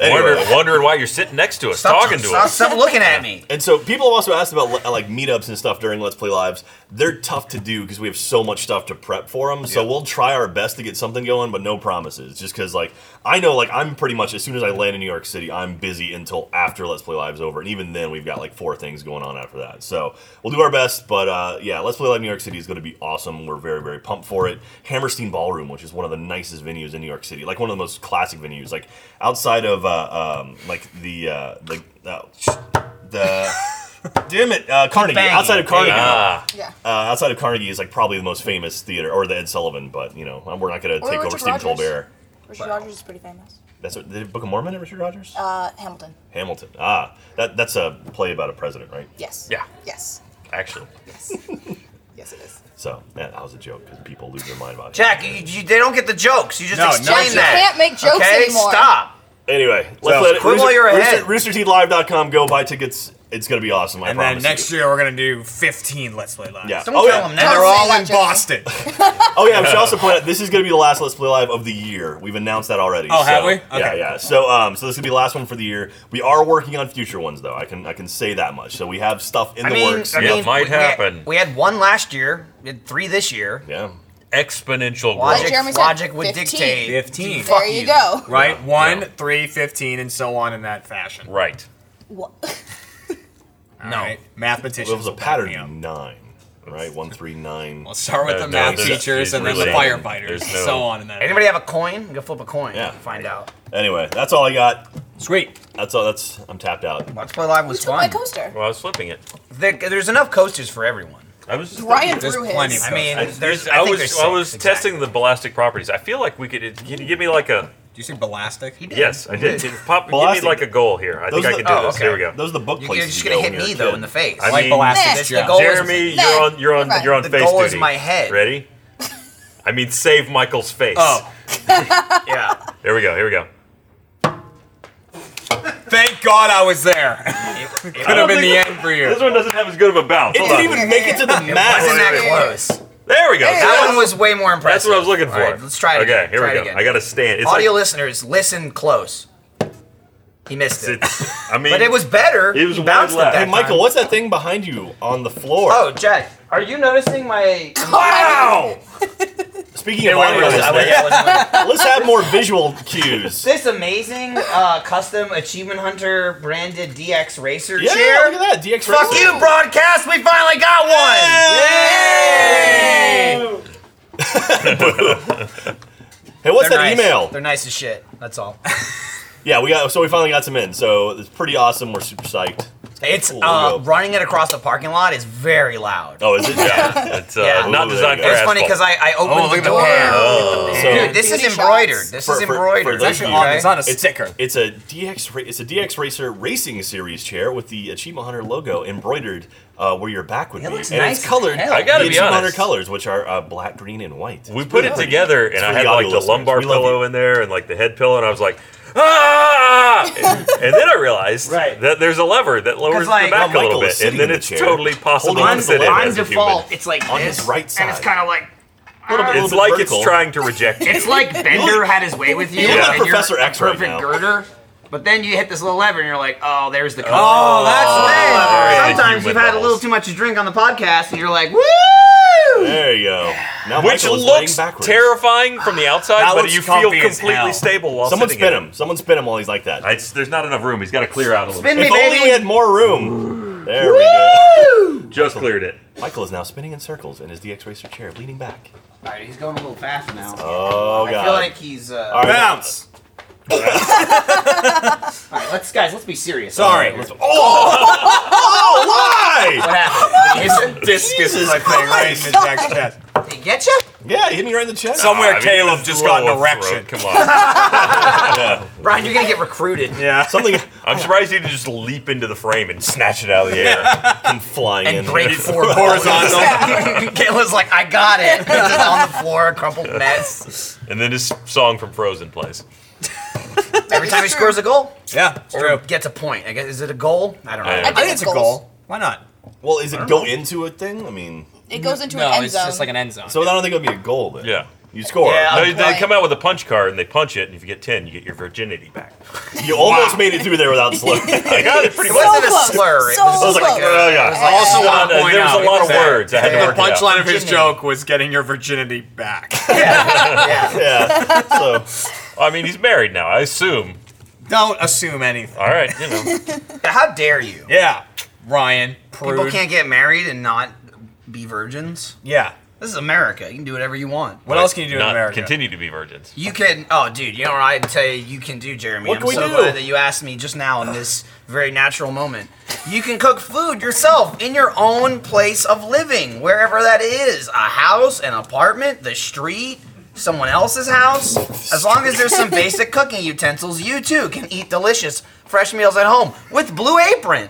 Anyway.
Wondering, wondering why you're sitting next to us,
Stop
talking to
stop,
us.
Stop looking at me.
And so people have also asked about like meetups and stuff during Let's Play Lives. They're tough to do because we have so much stuff to prep for them. So we'll try our best to get something going, but no promises. Just because like I know like I'm pretty much as soon as I land in New York City, I'm busy until after Let's Play Lives over, and even then we've got like four things going on after that. So we'll do our best, but uh, yeah, Let's Play Live New York City is going to be awesome. We're very very pumped for it. Hammerstein Ballroom, which is one of the nicest venues in New York City, like one of the most classic venues, like outside of uh, um, like the uh, like. Oh, sh- the damn it uh, Carnegie
banging.
outside of Carnegie
Ah,
Yeah.
uh, outside of Carnegie is like probably the most famous theater or the Ed Sullivan but you know we're not gonna
Or
take
Richard
over Stephen
Rogers.
Colbert
Richard Rogers is pretty famous.
that's what did Book of Mormon and Richard Rogers
Uh, Hamilton.
Hamilton ah that that's a play about a president right
Yes.
Yeah.
Yes.
actually.
Yes. yes, it is.
so yeah, that was a joke because people lose their mind about it
Jack, you, you, they don't get the jokes. You just
No, no
explain
jokes.
that.
You can't make jokes
okay?
anymore.
Stop.
anyway let's let it
quit while you're ahead.
Rooster, roosterteethlive.com go buy tickets it's gonna be awesome I
And
promise
then next
you.
year we're gonna do 15 Let's Play Lives.
yeah.
Don't
oh,
tell
yeah.
him
And
now.
they're
Don't say
all
that,
in
Jason.
Boston.
Oh yeah, we should also point out this is going to be the last Let's Play Live of the year. We've announced that already.
Oh, have
so-
we?
Yeah,
Okay.
yeah. So um, so this will be the last one for the year. We are working on future ones though. I can I can say that much. So we have stuff in
I
the
mean,
works.
I
Yeah, it
mean,
might
we- we had-
happen.
We had one last year. We had three this year.
yeah.
Exponential
Like
growth.
Logic,
Jeremy said,
logic would
15.
dictate.
15.
Fuck
there you, go.
Right?
Yeah.
One, three, 15, and so on in that fashion.
Right.
What?
All
No.
right?
Well,
Mathematicians.
it was a
will back me up.
pattern nine, right? One three nine.
We'll start with
No,
the
no,
math
there's-
teachers
there's
and then the
really-
firefighters,
there's
and
no-
so on in that.
Anybody have a coin? Go flip a coin.
Yeah.
Find out.
Anyway, that's all I got.
Sweet.
That's all. That's I'm tapped out.
Let's Play Live
You
was
took my
fun.
coaster.
Well, I was flipping it.
There- there's enough coasters for everyone.
I was just
Ryan
There's
threw his.
plenty of
I
Coasters.
mean,
I,
there's.
I,
think
was
there's
I
six,
was
exactly.
testing the ballistic properties. I feel like we could. Can you give me like a?
Do you say ballistic?
Yes, I did. Can Pop, give me
Ballistic.
like a goal here. I
Those
think I
are
can
the-
do
oh,
this.
okay.
Here we go.
Those are the book
You're
places
just
you go
gonna hit
when
me
you're a
though
kid.
in the face.
I
like
mean-
ballistic
That's the
Joe.
goal.
Jeremy,
Nah,
you're on. You're on.
right.
You're on
The
face
goal is
duty.
my head.
Ready? I mean, save Michael's face.
Oh,
yeah.
Here we go. Here we go.
thank God I was there.
It,
Could
it
have been the end for
This
you.
one doesn't have as good of a bounce.
It
Hold
didn't
on.
even make it to the
wasn't
map.
that close.
There we go. See,
That
that's-
one was way more impressive.
That's what I was looking for.
All right, let's try it.
Okay,
again.
here
Try
we
it
go.
again.
I got to stand. It's
Audio
like,
listeners, listen close. He missed it.
it's, I mean,
But it was better.
It was
he
wide
bounced it
left.
that
Hey, Michael,
time.
what's that thing behind you on the floor?
Oh, Jack, are you noticing my?
Oh,
Wow!
speaking of
went
audio,
really
I
listeners,
wasn't- I wasn't looking.
let's have more visual cues.
this amazing uh, custom achievement hunter branded DX racer
Yeah,
chair.
look at that. DX
Fuck
Racing.
you, broadcast. We finally got one.
Hey, what's
They're
that
nice.
email?
They're nice as shit. That's all.
Yeah, we got so we finally got some in. So it's pretty awesome. We're super psyched.
It's
Cool
uh,
logo.
running it across the parking lot is very loud.
Oh, is it? Yeah.
It's uh,
Yeah.
not
Ooh, there
designed
you go.
for
It's
asphalt.
funny because I, I
Oh,
opened
Oh, look at
the
the
door.
pan.
so
Dude, this is
Beauty shots.
embroidered. This
For-
is
for- for
embroidered.
those
It's actually on, it's not a
it's
sticker.
It's a DX. ra- It's a DX Racer Racing Series chair with the Achievement Hunter logo embroidered uh, where your back would
It
be,
looks
and
nice
it's
as
colored.
hell. I
gotta
the
be
Achievement Hunter
honest.
colors, which are uh, black, green, and white.
we put it together, and I
for
had
the
like
audio
the lumbar
listeners. We love
pillow
you.
in there and like the head pillow, and I was like, ah! and then I realized
Right.
that there's a lever that lowers
like-
the back
Well,
a little
Michael is
bit,
sitting
and then
in the
it's
chair.
totally possible
Holding on
to
to
sit
the
in
line.
as a human.
it's like
On his right side.
of like
It's like it's
trying.
trying to reject you.
it's like Bender had his way with you.
look like
and you're
Professor
a
X right now.
girder. But then you hit this little lever and you're like, oh, there's the color.
Oh, that's
Oh,
it.
right.
Sometimes
The
you've
human
had a little
levels.
too much to drink on the podcast and you're like, woo!
There you go. Now
Which
Michael is laying
looks
backwards.
terrifying from the outside,
That
but
looks
you feel
comfy as hell.
completely stable while
Someone
sitting in
spin
it.
him. Someone spin him while he's like that.
I- it's- there's not enough room. He's got to clear out a little. bit.
if only we had more room. There we go.
Just cleared it.
Michael is now spinning in circles in his DX Racer chair, leaning back.
Alright, he's going a little fast now.
Oh
I
god.
feel like he's. Uh,
All
Alright,
right.
Bounce.
let's, guys, let's be serious.
Sorry.
What
Oh,
Oh, why?
happened? Did he hit
Discus is my thing right in his next chest.
you? Did he get you?
Yeah, he hit me right in the chest.
Somewhere
I mean,
Caleb
it's
just got an
low throat.
erection.
Come on.
Brian, you're gonna get recruited.
Yeah.
Something
I'm surprised he didn't just leap into the frame and snatch it out of the air.
I'm flying
And
in.
break four
Horizontal.
Kayla's like, I got it. Just on the floor, a crumpled mess.
And then his song from Frozen plays.
Every time he scores a goal,
Yeah, it's
or
true.
gets a point. I guess is it a goal? I don't know.
I-
I
I think it's a goal. Why not?
Well, is it go into a thing? I mean,
It goes into
No,
an end
Oh, it's
zone.
just like an end zone.
so I don't think it would be a goal then.
Yeah.
You score.
Yeah.
No,
Good
they
point.
come out with a punch card and they punch it, and if you get 10, you get your virginity back.
You almost made it through there without slurring.
I got it pretty
It
So
much.
wasn't a
close.
slur. It
So
was
I was like,
close.
like
oh,
a,
yeah.
it was like
Also,
a-
I wanna point
Uh, there was
out,
a lot of
that
words. I had to
the
The
work it out.
punchline of his
Virginity.
joke was getting your virginity back.
yeah. So
I mean, he's married now, I assume.
Don't assume anything.
All right, you know.
How dare you?
Yeah, Ryan.
People
Prude.
can't get married and not be virgins.
Yeah.
This is America. You can do whatever you want.
What else can you do in
Not
America?
Continue to be virgins.
You can. Oh, dude, you know what I'd say you can do, Jeremy.
What
I'm
can we
so
do?
glad that you asked me just now in this very natural moment. You can cook food yourself in your own place of living, wherever that is—a house, an apartment, the street, someone else's house. As long as there's some basic cooking utensils, you too can eat delicious fresh meals at home with Blue Apron.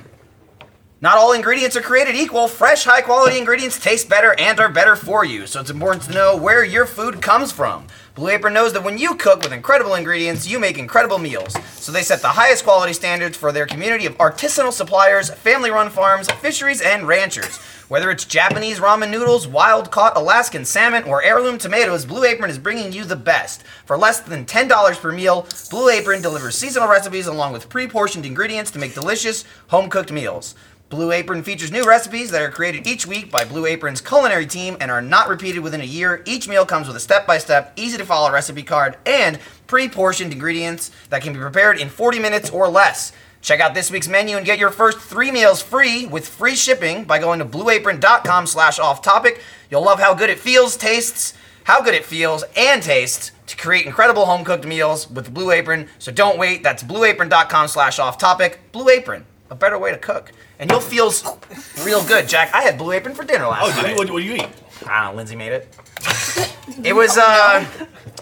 Not all ingredients are created equal. Fresh, high quality ingredients taste better and are better for you, so it's important to know where your food comes from. Blue Apron knows that when you cook with incredible ingredients, you make incredible meals. So they set the highest quality standards for their community of artisanal suppliers, family run farms, fisheries, and ranchers. Whether it's Japanese ramen noodles, wild caught Alaskan salmon, or heirloom tomatoes, Blue Apron is bringing you the best. For less than $10 per meal, Blue Apron delivers seasonal recipes along with pre portioned ingredients to make delicious, home cooked meals. Blue Apron features new recipes that are created each week by Blue Apron's culinary team and are not repeated within a year. Each meal comes with a step by step, easy to follow recipe card and pre portioned ingredients that can be prepared in 40 minutes or less. Check out this week's menu and get your first three meals free with free shipping by going to blueapron.com slash off topic. You'll love how good it feels, tastes, how good it feels, and tastes to create incredible home cooked meals with Blue Apron. So don't wait. That's blueapron.com slash off topic. Blue Apron, a better way to cook. And you'll feel s- real good, Jack. I had Blue Apron for dinner last
oh, did
night.
you, what, what do you eat?
I don't know, Lindsay made it. it was uh,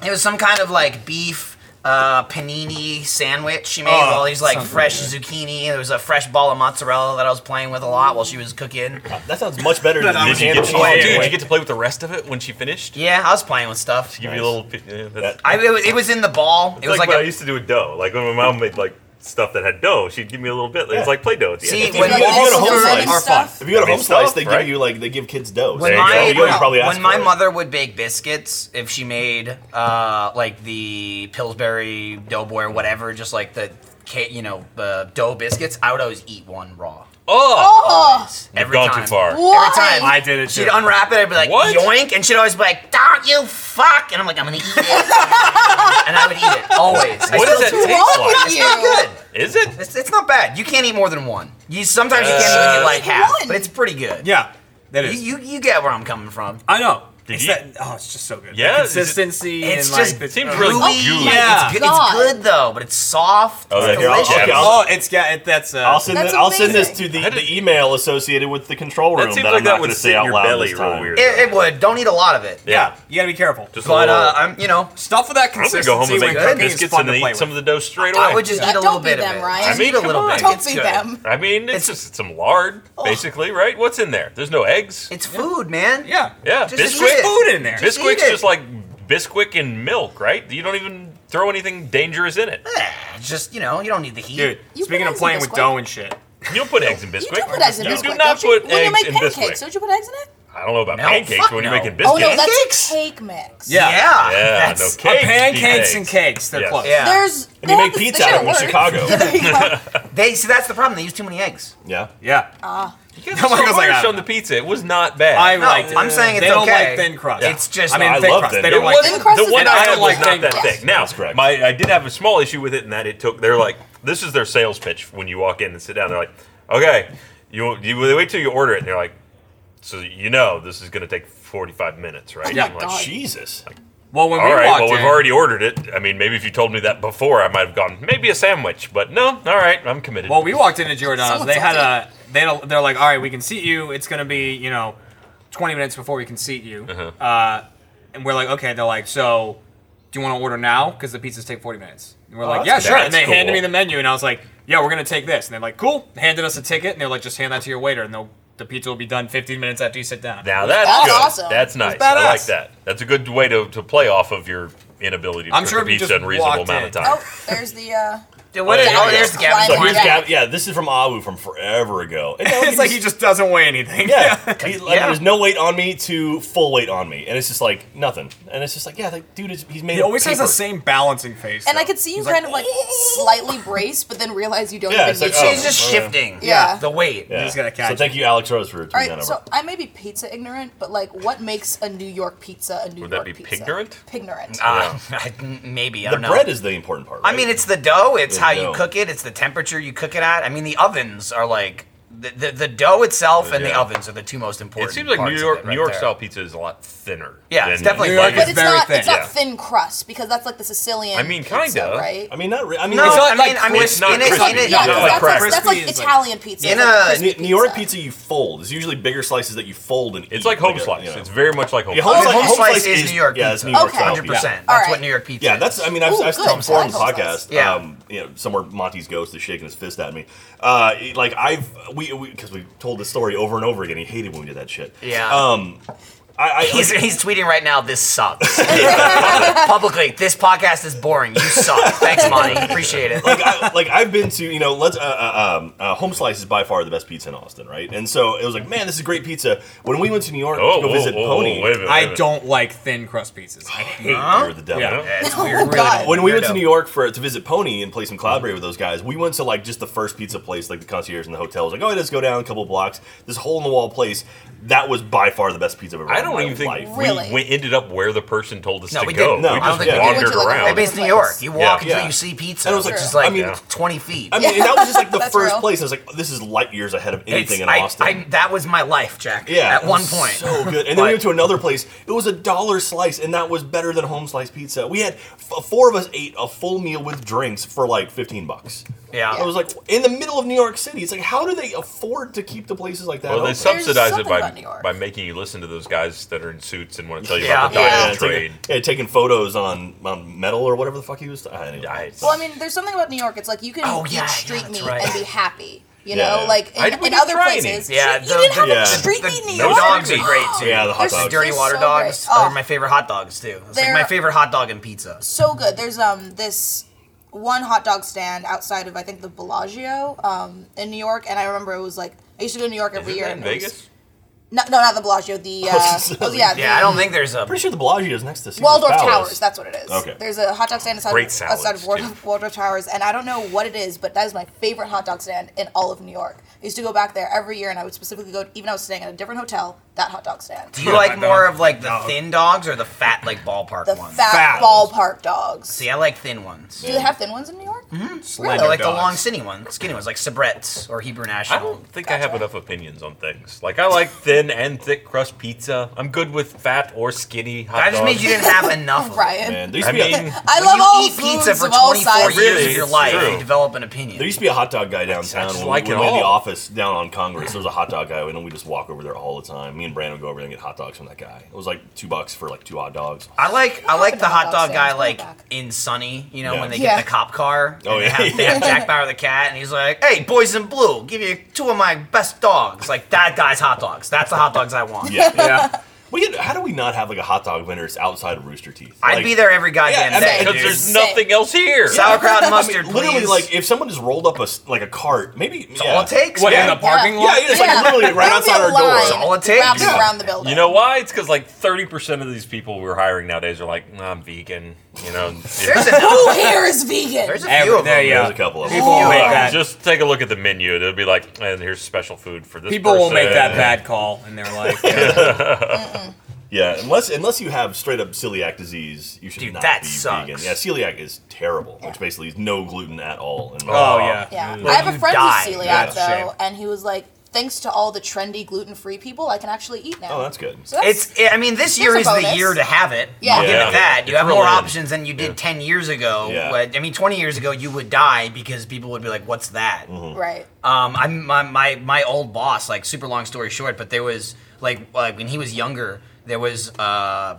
it was some kind of like beef uh, panini sandwich she made with
Oh,
all these like fresh zucchini. There was a fresh ball of mozzarella that I was playing with a lot while she was cooking.
That sounds much better than
I
the
was
Did you,
ham
get
and
to
cheese.
play,
wait,
dude,
anyway.
did you get to play with the rest of it when she finished?
Yeah, I was playing with stuff.
Give me a little. Yeah, that's,
I, it, was, it was in the ball. It
It's
was like,
like, what I
a,
used to do with dough. Like when my mom made like stuff that had dough, she'd give me a little bit. It was like play dough at the
See,
end.
If you
when
go- if you go to
also
home
lemon
slice,
are fun.
stuff.
if you go to
I mean,
home slice,
stuff,
they
right?
give you like they give kids dough.
when
So
There
my,
you go, you probably ask
when my
for it.
mother would bake biscuits, if she made uh, like the Pillsbury Doughboy or whatever, just like the ca- you know uh, dough biscuits, I would always eat one raw.
oh,
Oh,
you've
every
gone
time.
too far.
why?
time
I did it
She'd
too.
unwrap it. I'd be like,
What?
yoink, and she'd always be like, "Don't you fuck!" And I'm like, "I'm gonna eat it," and I would eat it always. I
What
still
does that
do it.
wrong with
taste
you?
It's good.
like? Is it?
It's, it's not bad. You can't eat more than one. You sometimes you can't even get like half,
One.
but it's pretty good.
Yeah, that
You,
is.
you you get where I'm coming from.
I know. It's
you-
that- oh, it's just so good.
Yeah,
The
is it-
consistency
It's
and
just-
like the-
Seems
uh,
really
Gooey,
gooey.
like,
Yeah.
It's, good,
God.
it's good though, but it's soft.
Oh,
it's
here, I'll-
delicious.
okay, I'll-
Oh, it's got it, that's uh,
I'll send,
That's
th- I'll send this to
amazing.
the,
I didn't-
the email associated with the control room
seems
that,
like
I'm
that
not
would
going to
sit
say
in
out
your
loud
belly
this
real
time.
weird.
it, it would. Don't eat a lot of it.
yeah. You gotta be careful.
Just a
But
little-
uh, I'm you know
Stuff with that
I'm gonna go home
consistency
and
when
make
cooking is
biscuits
fun
and
to
then
play
eat
with.
some of the dough straight away.
I would just
Yeah,
eat a
don't
little
be
bit of
them,
it.
Ryan.
Just
I mean,
eat a
come
little
on.
bit.
Don't
It's
be
good.
them.
I mean, it's just some lard, basically, right? What's in there? There's no eggs.
It's food, man.
yeah.
yeah,
just
Bisquick.
eat it.
Food in there.
Just-
Bisquick's
eat it.
just like Bisquick and milk, right? You don't even throw anything dangerous in it.
It's Just you know, you don't need the heat.
Dude,
You
speaking of
put eggs in
playing with
Bisquick.
dough and shit.
You don't put eggs in
You
Bisquick.
do put eggs in
You
biscuit.
do not
don't you?
put
when you
eggs
make
in
pancakes,
Bisquick.
don't you put eggs in it?
I don't know about
No,
pancakes
fuck
when you're
no.
making biscuits.
Oh no,
Pancakes?
that's a cake mix.
Yeah.
Yeah.
Yeah,
that's,
no kidding. Cakes,
pancakes
deep
and
eggs.
cakes. They're
Yes.
close.
Yeah.
There's
And you
no,
make
they
pizza out of them in
don't work.
Chicago.
There you go.
They see that's the problem. They use too many eggs.
yeah.
Yeah.
You guys
No,
are so
Michael's like,
harsh
I don't
on the pizza. It was not bad.
I
No,
liked it.
I'm saying it's
they don't
okay.
like thin crust.
It's just-
I mean,
No,
I
thin
love
crust.
thin
They don't
crust.
like
Thin
wasn't-
crust
the
is
one
not
I
good.
had was
Yes.
not that
Yes.
thick. Now,
That's correct.
my I did have a small issue with it in that it took. They're like, this is their sales pitch when you walk in and sit down. They're like, okay, you, you they wait till you order it, and they're like, so you know this is going to take 45 minutes, right?
Oh my
I'm like,
God.
Jesus.
Well, when
All
we
right.
walked
Well, we've
in-
already ordered it. I mean, maybe if you told me that before, I might have gone maybe a sandwich. But no. All right, I'm committed.
Well, we walked into Giordano's.
Someone
They had
said
a they don't- they're like, all right, we can seat you. It's gonna be you know, twenty minutes before we can seat you. uh and we're like, okay. They're like, so do you want to order now? Because the pizzas take forty minutes. And we're like, yeah,
that's-
sure. And
that's
they handed
cool.
me the menu, and I was like, yeah, we're gonna take this. And they're like, cool. Handed us a ticket, and they're like, just hand that to your waiter, and they'll, the pizza will be done fifteen minutes after you sit down.
now that's,
That's
good.
awesome.
That's nice.
It's
I like
badass.
that. That's a good way to, to play off of your inability to
I'm
cook
sure
a
if you
pizza
just
in a reasonable
walked
amount
in.
of time.
Oh, there's the. Uh,
what is,
yeah,
oh,
yeah.
there's the Gavin's
So
So
line.
here's
Yeah.
Gav- yeah, this is from Awu from forever ago. And now
it's like he just doesn't weigh anything.
Yeah, he, like,
Yeah.
there's no weight on me to full weight on me, and it's just like nothing. And it's just like, yeah, like, dude, is, he's made.
He
of
always has the
paper.
same balancing face.
and I
though.
could see you
He's
kind of like slightly brace, but then realize you don't
Yeah,
even
it's
need
like,
to.
oh.
She's just shifting.
Yeah.
The weight.
Yeah.
He's gotta catch
So thank you, Alex Rose, for tweeting
All
that
right,
over.
so I may be pizza ignorant, but like, what makes a New York pizza a New
Would that
York
be
pizza?
pignorant?
Pignorant.
Uh, maybe I
the
don't know.
bread is the important part.
I
right?
mean, it's the dough. It's
The
how
dough.
you cook it. It's the temperature you cook it at. I mean, the ovens are like the the, the dough itself and the
Yeah.
ovens are the two most important.
It seems like
parts
New
of
York
it right
New York
there.
style pizza is a lot thinner.
Yeah, it's definitely
New York
but
It's
it's,
very
not.
thin.
It's not
Yeah.
thin crust because that's like the Sicilian.
I mean,
pizza,
kinda.
right?
I mean, not. Re- I mean,
No,
it's not
I mean,
like
I mean,
crispy.
in a,
It's not
in a,
crispy.
yeah,
No,
because
like
that's, like,
crispy
that's like
is like-
Italian pizza.
In
it's like
a-
New,
crispy
New York
pizza.
pizza you fold. It's usually bigger slices that you fold and eat.
It's like home
a,
slice.
you know.
It's very much like home
Yeah,
slice.
Oh,
Home
home
slice-
slice
home
is, New York
yeah, it's
pizza.
New York
Okay.
style.
100%. That's
Alright.
what New York pizza
Yeah,
is.
that's. I mean, I've,
Ooh,
I've
good.
told before on the
I like those
podcast.
Yeah.
Um, you know, somewhere Monty's ghost is shaking his fist at me. Uh, it- like I've we because we, told this story over and over again. He hated when we did that shit.
Yeah.
Um, I, I
He's,
like-
he's tweeting right now, this sucks. Publicly, this podcast is boring. You suck. Thanks, Monty. Appreciate it.
like, I, like I've been to you know let's uh, uh, um, uh, Home Slice is by far the best pizza in Austin, right? And so it was like, man, this is great pizza. When we went to New York
Oh,
to go
whoa,
visit
whoa, whoa,
Pony,
wait a minute, wait a
I
minute.
don't like thin crust pizzas. I hate
you're the devil.
Yeah.
Yeah.
It's
Oh God.
When we went to
Weirdo.
New York for to visit Pony and play some collaborate with those guys, we went to like just the first pizza place, like the concierge in the hotel was like, oh, let's go down a couple blocks. This hole in the wall place, that was by far the best pizza I've ever.
I
had in
don't
my
even think
life.
we,
Really?
we ended up where the person told us
No,
to
we
go.
didn't.
No,
we
I
just
don't think we
wandered
went to, like, a
around.
big-
Maybe it's New York. You walk
Yeah.
until you see pizza.
And it was
which
like-
is like
I mean-
20 feet.
I mean, and that was just like the
That's
first
real.
place. I was like, this is light years ahead of
It's-
anything in
I-
Austin.
I- that was my life, Jack.
Yeah,
At
it
one
was
point.
so good. And then
But-
we went to another place. It was a dollar slice, and that was better than home slice pizza. We had f- four of us ate a full meal with drinks for like fifteen bucks.
Yeah.
I was like in the middle of New York City. It's like how do they afford to keep the places like that?
Well, they
open?
subsidize it
something about New
by
York.
by making you listen to those guys that are in suits and want to tell you about the
Yeah.
yeah,
diamond
it's like-
trade.
yeah, Ah, taking photos on, on metal or whatever the fuck he was. I don't know.
Yeah, it's-
Well, I mean, there's something about New York. It's like you can
Oh, yeah,
eat street
yeah, that's
meat
right.
and be happy. You
Yeah.
know, like
I
in,
didn't
in
even
other
try any.
places.
Yeah,
Street-
the-
you didn't
the-
have
yeah.
a street
The-
meat in New
those
York.
dogs are great too.
Yeah, the hot
There's
dogs.
dirty
They're
water
so
dogs
great. Oh.
are my favorite hot dogs too. It's like
They're-
my favorite hot dog and pizza.
so good. There's um this one hot dog stand outside of I think the Bellagio um in New York, and I remember it was like I used to go to New York every
Isn't
year.
that in
and it was-
Vegas?
No, no, not the Bellagio. The uh,
Oh,
oh, yeah,
Yeah,
the
I don't think there's a.
pretty sure the Bellagio is next to Caesar's
Waldorf
Palace.
Towers. That's what it is.
Okay.
There's a hot dog stand outside,
Great
of,
salads,
outside of
too.
Waldorf, Waldorf Towers, and I don't know what it is, but that is my favorite hot dog stand in all of New York. I used to go back there every year, and I would specifically go. Even I was staying at a different hotel. That hot dog stand.
Do you like more of like the
Dog.
thin dogs or the fat like ballpark
The
ones?
fat
Fat.
ballpark dogs.
See, I like thin ones.
Do they have thin ones in New York? Mm-hmm.
Slender.
I like the
dogs.
long, skinny ones, skinny ones like Sabrettes or Hebrew
I
National.
don't think I have enough opinions on things. Like I like thin and thick crust pizza. I'm good with fat or skinny hot
That just
dogs.
means you didn't have enough. of it.
Ryan.
Man, there used
I
to be a-
mean,
I
When
love
you
all
eat
foods
pizza for
of all
24
sizes.
years
Really,
of your
it's
life.
true.
You develop an opinion.
There used to be a hot dog guy downtown.
just
When
like
we,
it
when we had the
all.
office down on Congress, there was a hot dog guy, and we just walk over there all the time. Me and Brandon would go over there and get hot dogs from that guy. It was like two bucks for like two hot dogs.
I like I like the
happened to
hot dog
Hot Dog
guy
Sam's?
like
Bring it back.
in Sunny, you know,
Yeah.
when they
Yeah.
get the cop car.
Oh,
and
yeah.
They have, they have Jack Bauer the cat, and he's like, "Hey, boys in blue, give you two of my best dogs." Like that guy's hot dogs. That's the hot dogs I want.
Yeah.
Yeah.
We had, how do we not have like a hot dog vendor that's outside of Rooster Teeth?
I'd
Like,
be there every goddamn
Yeah, I mean,
day.
because
dude.
there's
Sick.
nothing else here.
sauerkraut and mustard,
Literally,
please.
like if someone just rolled up a s- like a cart, maybe it's
all it takes,
What in
man.
the parking
Yeah.
Yeah,
lot?
it's like literally right
There'll be
outside
a
our door.
line
That's all it takes.
wrapped
Yeah.
around the building.
You know why? It's because like 30% of these people we're hiring nowadays are like, "Nah, I'm vegan. You know,
There's a,
Who here is vegan?
there's a
Every-
few of
there
them.
you
There's a
go.
couple of them.
People will make
Uh,
that.
just take a look at the menu. It'll be like, and here's special food for this.
people will make that
person."
bad call in their life. Yeah.
Yeah, unless unless you have straight up celiac disease, you should
Dude,
not
that
be
sucks.
vegan. Yeah, celiac is terrible, which basically is no gluten at all. And
oh yeah.
Yeah,
Well,
I have a
you
friend
die.
who's celiac
Yeah, it's a
though,
shame.
and he was like, "Thanks to all the trendy gluten-free people, I can actually eat now."
Oh, that's good.
so that's,
It's. I mean, this year
There's a
is the
bonus.
year to have it.
Yeah.
I'll give
Yeah.
it that. You
It's
have
real
more
in.
options than you did ten years ago.
Yeah.
What- I mean, twenty years ago, you would die because people would be like, "What's that?"
Mm-hmm.
right.
Um, I'm my, my my old boss. Like, super long story short, but there was like like when he was younger, there was uh, I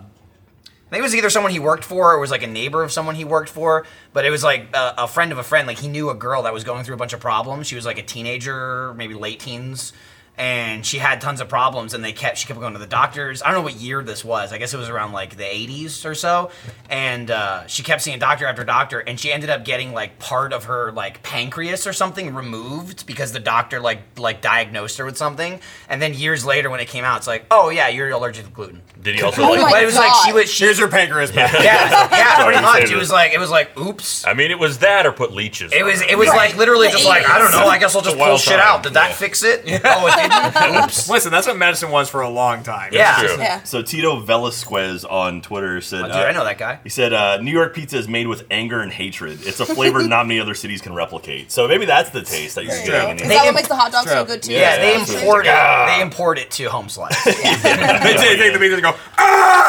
think it was either someone he worked for or it was like a neighbor of someone he worked for. But it was like a, a friend of a friend. Like he knew a girl that was going through a bunch of problems. She was like a teenager, maybe late teens, and she had tons of problems. And they kept she kept going to the doctors. I don't know what year this was. I guess it was around like the 80s or so. And uh, she kept seeing doctor after doctor, and she ended up getting like part of her like pancreas or something removed because the doctor like like diagnosed her with something. And then years later, when it came out, it's like, oh yeah, you're allergic to gluten.
Did he also?
Oh
like,
my
but it was like she
God.
was she
Here's your pancreas back.
yeah, yeah, pretty
you
much.
said
It
it.
was like it was like, oops.
I mean, it was that or put leeches.
It
on
was
it.
it was like literally
The
just like I don't know. I guess I'll just
wild
pull shit
time.
out. Did that fix it? Oh, it didn't. Oops.
Listen, that's what medicine was for a long time.
Yeah.
true.
Yeah.
So Tito Velasquez on Twitter said,
Oh, dude,
uh,
I know that guy.
He said, uh, "New York pizza is made with anger and hatred. It's a flavor not many other cities can replicate. So maybe that's the taste that you're
There you
getting."
go.
in
Is
here.
that what
imp-
makes the hot dogs so
True.
good too?
Yeah, they
yeah,
absolutely.
import it. They import it to home slice.
They take take the meat and go.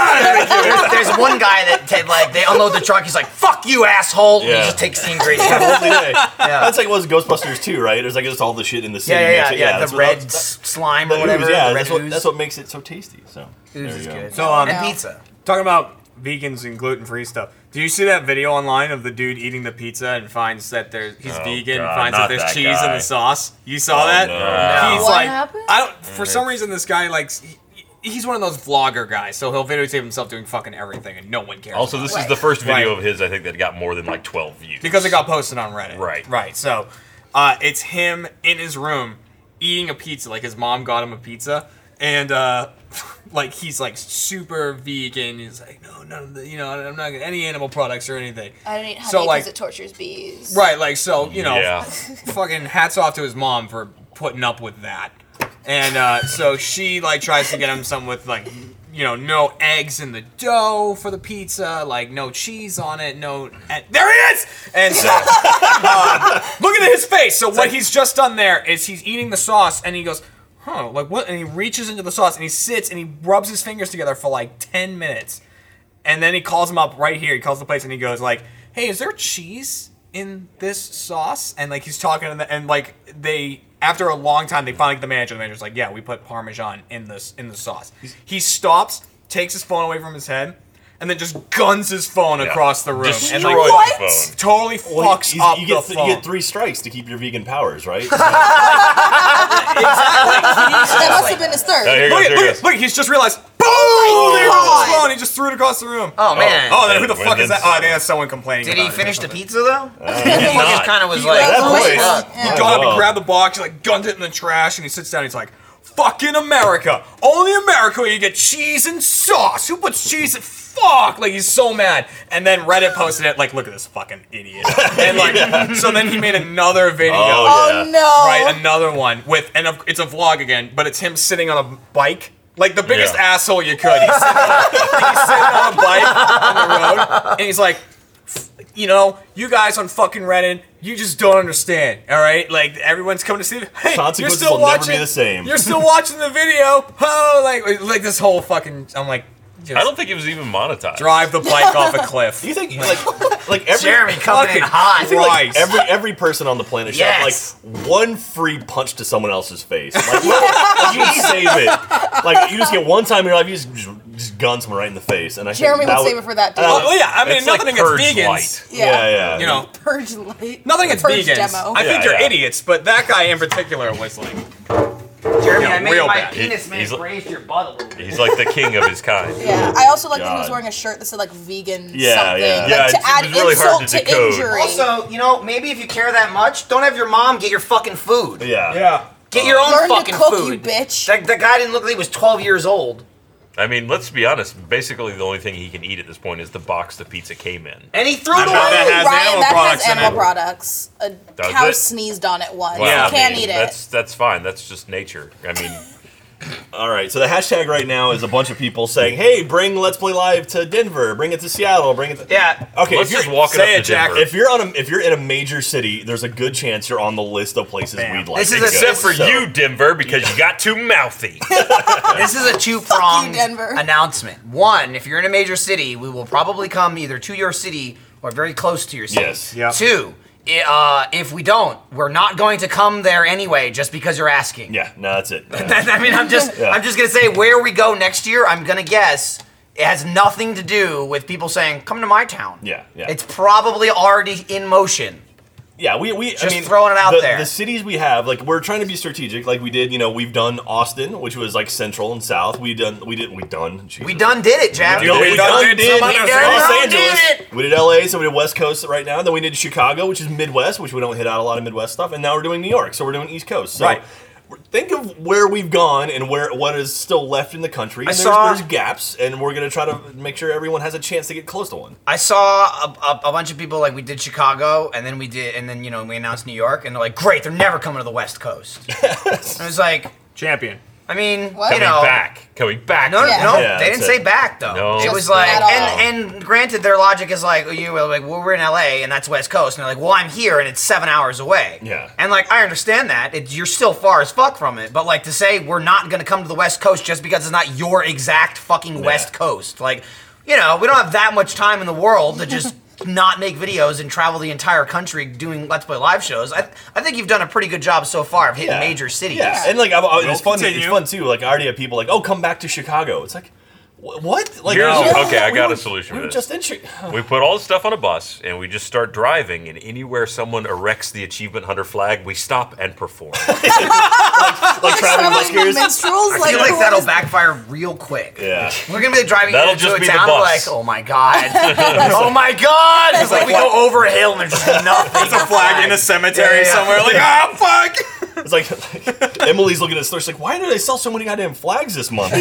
there's, there's one guy that ta- like they unload the truck. He's like, "Fuck you, asshole!" And
Yeah.
he just takes the ingredients.
Totally right. That's like it was Ghostbusters too, right? It was like just all the shit in the city.
Yeah, yeah, yeah,
mixed-
yeah.
that's
the
what-
red
that-
s- slime
that
or
ooze,
whatever.
yeah,
the red
that's what,
ooze.
that's what makes it so tasty. So
Ooze
there
is
you go.
good.
So um,
and
No.
pizza.
Talking about vegans and gluten free stuff. Do you see that video online of the dude eating the pizza and finds that there's he's vegan
Oh, God,
and finds that
not
there's
that
cheese in
guy. Oh,
the sauce? You saw that?
no.
He's
What
like,
happened?
I don't. For some reason, this guy likes. he- He's one of those vlogger guys, so he'll videotape himself doing fucking everything, and no one cares.
Also,
about
this
Right.
is the first video
Right.
of his I think that got more than like 12 views.
it. because it got posted on Reddit.
Right.
Right. So, uh, it's him in his room eating a pizza. Like his mom got him a pizza, and uh, like he's like super vegan. He's like, no, none of the, you know, I'm not gonna any animal products or anything.
I don't eat honey because
So, like-
it tortures bees.
Right, like so, you know,
Yeah.
fucking hats off to his mom for putting up with that. And uh, so she like tries to get him something with like, you know, no eggs in the dough for the pizza, like no cheese on it, no. And there he is. And so, uh, look at his face. So what he's just done there is he's eating the sauce, and he goes. Huh, like what? And he reaches into the sauce and he sits and he rubs his fingers together for like 10 minutes. And then he calls him up right here. He calls the place and he goes like, "Hey, is there cheese in this sauce?" And like he's talking and, the, and like they after a long time they finally get the manager. The manager's like, "Yeah, we put parmesan in this in the sauce." He stops, takes his phone away from his head, and then just guns his phone across the room and like
Destroyed
What?
the phone.
totally
Well,
fucks
he's-
up
you get
the
th-
phone.
you get three strikes to keep your vegan powers, right?
That must have been his
Oh, here
third.
it goes,
Look, at, look,
here it
at,
goes.
look, at- he's just realized, boom! there goes his
God.
phone. He just threw it across the room.
Oh man.
Oh, then who the
Hey,
fuck is that?
Wyndham's-
Oh, I think that's someone complaining.
Did he
about it or
finish the
something.
pizza though?
not.
kind of was
He grabbed
that
the
like.
voice.
waist. Yeah.
He got up
Wow.
and grabbed the box, he, like gunned it in the trash, and he sits down. he's like, "Fucking America! Only America where you get cheese and sauce. Who puts cheese? In- Fuck!" Like he's so mad. And then Reddit posted it, like, "Look at this fucking idiot." And like, so then he made another video.
Oh,
Oh
Yeah.
no!
Right, another one with, and of- it's a vlog again, but it's him sitting on a bike. Like the biggest
Yeah.
asshole you could. He's sitting, on, he's sitting on a bike on the road, and he's like, you know, you guys on fucking Reddit, you just don't understand. All right, like everyone's coming to see. Hey, you're
Consequences
still
will never
watching.
be the same.
You're still watching the video. Oh, like like this whole fucking. I'm like, just
I don't think it was even monetized.
drive the bike off a cliff.
Do you think like like every
Jeremy coming in
Fucking
hot.
think, like,
like, every every person on the planet should
Yes.
have like one free punch to someone else's face. Like, like, you just save it. Like you just get one time in your life, you just, just, just gun someone right in the face. And I think
Jeremy would
that
save it for that dude.
Oh, yeah, I mean
It's
nothing
like purge
against vegans.
light.
Yeah, yeah.
You know,
purge light.
Nothing against
purge
vegans.
Demo.
I think
Yeah,
you're
yeah.
idiots, but that guy in particular was like,
Jeremy,
Yeah,
I made
real
my
bad.
penis
He-
man
he's-
raised your butt a little bit.
He's like the king of his kind.
yeah, I also like that he was
God.
wearing a shirt that said like vegan
Yeah,
something,
yeah.
like
Oh, Yeah,
to
it
add
was really hard
insult
to
to,
decode.
injury.
Also, you know, maybe if you care that much, don't have your mom get your fucking food.
yeah.
yeah.
Get your own
Learn to
fucking
cook,
food.
you bitch.
That, that guy didn't look like he was 12 years old.
I mean, let's be honest. Basically, the only thing he can eat at this point is the box the pizza came in.
And he threw it
I'm
away.
not that has
Ryan,
animal
that
products
has
in
animal
it.
products. A
Does
cow
it?
sneezed on it once.
Wow,
you can't
I mean,
eat it.
That's that's fine. That's just nature. I mean,
All right, so the hashtag right now is a bunch of people saying, "Hey, bring Let's Play Live to Denver. Bring it to Seattle. Bring it." to...
Yeah.
Okay,
let's
if you're,
just walk it up
say
to
it, Jack.
Denver.
if you're on a if you're in a major city, there's a good chance you're on the list of places we'd like.
This
to
is
go.
a-
Except for
So-
you, Denver, because you got too mouthy.
This is a two pronged
Denver.
announcement. One, if you're in a major city, we will probably come either to your city or very close to your city.
Yes.
Yep.
Two, i- uh, if we don't, we're not going to come there anyway, just because you're asking.
Yeah, no, that's it.
I mean, I'm just,
Yeah.
I'm just gonna say where we go next year. I'm gonna guess it has nothing to do with people saying, "Come to my town."
Yeah, yeah.
It's probably already in motion.
Yeah, we, we I
Just
mean,
throwing it out
the,
there.
The cities we have, like we're trying to be strategic, like we did. You know, we've done Austin, which was like central and south. We done, we did, we done. Jesus.
We done did it, Jack.
You know, we,
We
done,
done
did,
did some
Los
other things.
We done
Angeles.
did
We did LA, so we did West Coast right now. Then we did Chicago, which is Midwest, which we don't hit out a lot of Midwest stuff. And now we're doing New York, so we're doing East Coast. So
Right.
Think of where we've gone and where what is still left in the country. And there's,
saw-
there's gaps, and we're gonna try to make sure everyone has a chance to get close to one.
I saw a, a, a bunch of people like we did Chicago and then we did and then you know we announced New York and they're like great they're never coming to the West Coast. I was like
Champion.
I mean
What?
you
Coming
know
back. Coming back.
no no,
Yeah.
no
Yeah,
they didn't
that's
say
it.
back though
No.
it
Just
was like
at all.
and and granted their logic is like you were like well, we're in L.A. and that's West Coast and they're like well I'm here and it's seven hours away
Yeah.
and like I understand that it, you're still far as fuck from it but like to say we're not gonna come to the West Coast just because it's not your exact fucking West Coast like you know we don't have that much time in the world to just not make videos and travel the entire country doing let's play live shows I, I think you've done a pretty good job so far of hitting
Yeah.
major cities
Yeah, and like I, I, it's
We'll
fun. It's
continue.
fun too. Like I already have people like, oh, come back to Chicago. It's like, wh- what? Like,
Here's-
no.
okay, I
We
got
were-
a solution
We
for
were
this.
just in. Chi-
We put all the stuff on a bus and we just start driving, and anywhere someone erects the Achievement Hunter flag, we stop and perform.
like traveling
Traveling
buskers.
minstrels,
I
like,
feel like
what
that'll
is-
backfire real quick.
Yeah.
We're gonna be driving
That'll
into
just
a
be the
town
bus.
like, oh my god, oh my god. It's like we go over a hill and there's just nothing.
It's a flag in a cemetery
Yeah, yeah.
somewhere. Like, ah, fuck.
It's like, Emily's looking at the store. She's like, why do they sell so many goddamn flags this month?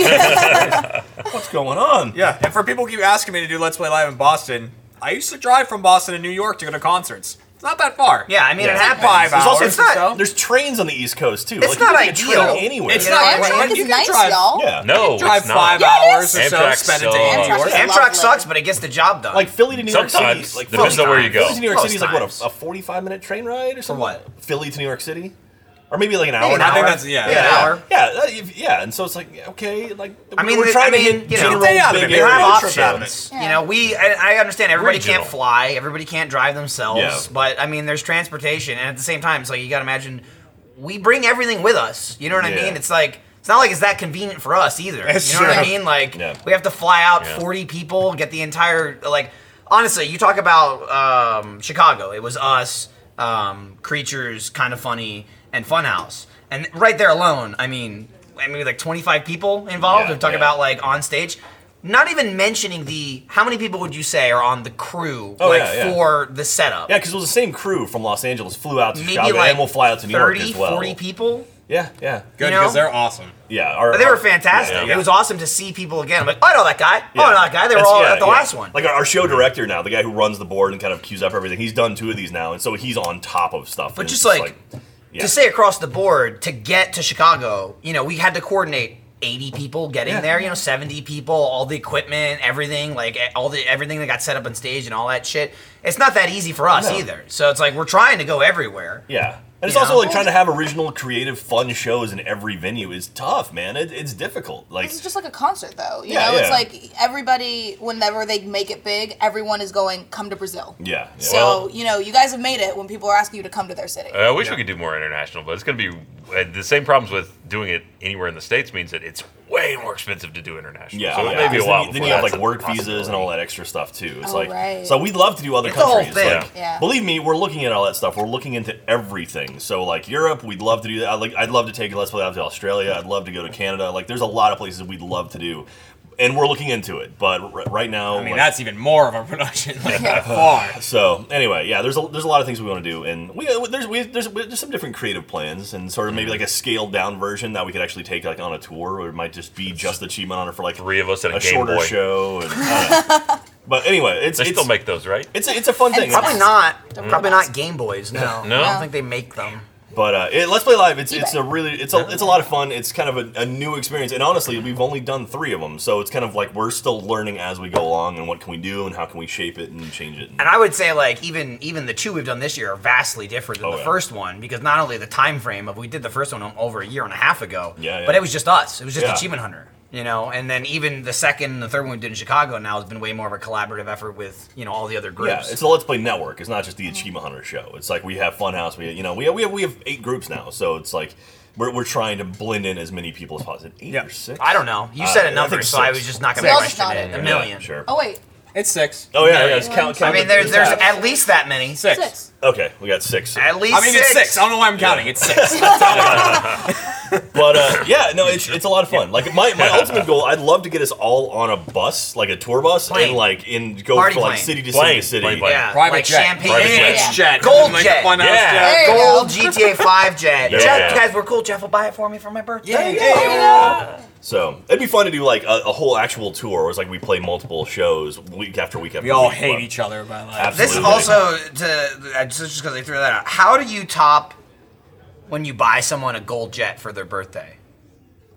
What's going on?
Yeah. And for people who keep asking me to do Let's Play Live in Boston, I used to drive from Boston to New York to go to concerts. It's not that far.
Yeah, I mean
Yeah.
it happens.
Five
There's also
hours or
not-
so.
There's trains on the East Coast too.
It's
like, you
not
can take a
ideal.
train anywhere.
It's
You know,
not
Amtrak
right.
Amtrak
You
is
can
nice,
drive-
y'all.
yeah.
No, it's
Drive
not.
five
Yeah, it
hours or
is.
so,
Amtrak
spend it to
sucks.
New York.
Amtrak
Amtrak
Lovely.
sucks, but it gets the job done.
Like Philly to New York
Sometimes,
City. Like
depends
Philly-
on where you go.
Philly to New York
Most
City is like what
times.
a, a 45 minute train ride or something.
what?
Philly to New York City, or maybe like an
Maybe
hour.
an
and a
I
half.
think
hour.
that's- yeah.
Maybe an
Yeah,
hour.
yeah, that- yeah, and so it's like okay, like
I mean,
we're
the-
trying to
I mean,
hit
you know,
general
Stay out of
big
it,
You
area
have
trip out of it.
options. You know, we I, I understand everybody
Regional.
can't fly, everybody can't drive themselves,
Yeah.
but I mean there's transportation and at the same time it's like you gotta imagine we bring everything with us. You know what I
Yeah.
mean? It's like it's not like it's that convenient for us either.
That's
you know what I
true.
mean? Like
Yeah.
we have to fly out
Yeah.
40 people, get the entire like honestly, you talk about um, Chicago. It was us, um, creatures, kind of funny, and Funhouse. And right there alone, I mean, maybe like 25 people involved.
Yeah,
Yeah, talk
yeah.
about like on stage. Not even mentioning the how many people would you say are on the crew
Oh,
like
yeah, yeah.
for the setup?
Yeah, because it was the same crew from Los Angeles flew out to
maybe
Chicago
like
and we'll fly out to New
30,
York as well.
40 people.
Yeah, yeah,
Good,
You know?
because they're awesome.
yeah. our-
But they
our-
were fantastic.
yeah,
It
yeah.
was awesome to see people again. I'm like, oh, I know that guy. Oh, I
Yeah.
know that guy. They were
That's-
all
yeah,
at the
yeah.
last one.
Like our, our show director now, the guy who runs the board and kind of queues up everything, he's done two of these now, and so he's on top of stuff.
But
And
just
it's
like-
yeah.
to say across the board to get to Chicago, you know, we had to coordinate 80 people getting there, you know, 70 people, all the equipment, everything, like eh, all the everything that got set up on stage and all that shit. It's not that easy for us
No.
either. So it's like we're trying to go everywhere.
yeah. And it's
You
also
know?
like trying to have original, creative, fun shows in every venue is tough, man. It, it's difficult. Like,
This is just like a concert, though. You
Yeah,
know, it's
yeah.
like everybody, whenever they make it big, everyone is going, come to Brazil.
yeah, yeah.
So, you know, you guys have made it when people are asking you to come to their city.
I wish we could do more international, but it's going to be uh, the same problems with doing it anywhere in the states means that it's way more expensive to do international.
yeah,
so
yeah.
it may be a
Because
while
Then, you-
before
then you have
that's
like
a
work visas and
possibility.
all that extra stuff too. It's
Oh,
like
right.
so we'd love to do other
It's a whole
countries.
thing.
Like,
Yeah.
Believe me, we're looking at all that stuff. We're looking into everything. So like Europe, we'd love to do that. I, like I'd love to take a let's play out to Australia. I'd love to go to Canada. Like there's a lot of places we'd love to do. and we're looking into it. But r- right now,
I mean,
like-
that's even more of a production, like by far.
so anyway, yeah, there's a, there's a lot of things we want to do, and we uh, there's we, there's there's some different creative plans, and sort of maybe like
Mm-hmm.
a scaled down version that we could actually take like on a tour, or it might just be just achievement on it for like
Three of us and a
a
Game
shorter
Boy.
show. And, I don't know. but anyway, it's
They
it's,
still make those, right?
it's a, it's a fun thing.
Probably
Probably not.
Don't
Probably
relax.
not Game Boys. No.
No?
I don't think they make them.
But uh, it, let's play live. It's it's
eBay.
a really it's a it's a lot of fun. It's kind of a, a new experience, and honestly, we've only done three of them, so it's kind of like we're still learning as we go along, and what can we do, and how can we shape it and change it.
And I would say like even even the two we've done this year are vastly different than
Oh,
the
yeah.
first one because not only the time frame of we did the first one over a year and a half ago,
Yeah, yeah.
but it was just us. It was just
Yeah.
Achievement Hunter, you know. And then even the second and the third one we did in Chicago now has been way more of a collaborative effort with you know all the other
Yeah,
groups. Mm-hmm.
it's a Let's Play network. It's not just the Achievement Hunter show. It's like we have Funhouse. We you know we have, we have we have eight groups now, so it's like we're, we're trying to blend in as many people as possible. Eight
Yeah.
or six?
I don't know. You
Uh,
said
I
a number,
think
so I
six.
was just not going to
Six.
question
I'll
it.
just
A
nod.
million.
Yeah, sure.
Oh wait,
It's six.
Oh yeah, yeah.
One,
Just count,
two,
count
I mean,
the-
there's
the
there's
tabs.
at least that many.
Six.
six.
okay. We got six.
At least
I mean, it's six. I don't know why I'm counting. It's six.
But uh, yeah, no, it's, it's a lot of fun. Like my, my ultimate goal, I'd love to get us all on a bus, like a tour bus,
Plane.
and like in go
Party
from like
plane.
city to
Plane,
city to
plane,
city.
plane.
Yeah,
Private
like
jet.
champagne,
Private jet.
Yeah.
Yeah.
Jet.
Gold
Like
jet.
Funhouse
Yeah.
jet.
There you
Gold
go.
GTA 5 jet.
Yeah.
Jeff, guys, we're cool. Jeff will buy it for me for my birthday.
So it'd be fun to do like a, a whole actual tour, where it's like we play multiple shows week after week after.
We all
week.
hate each other by life.
Absolutely.
This also to uh, just because they threw that out. How do you top when you buy someone a gold jet for their birthday?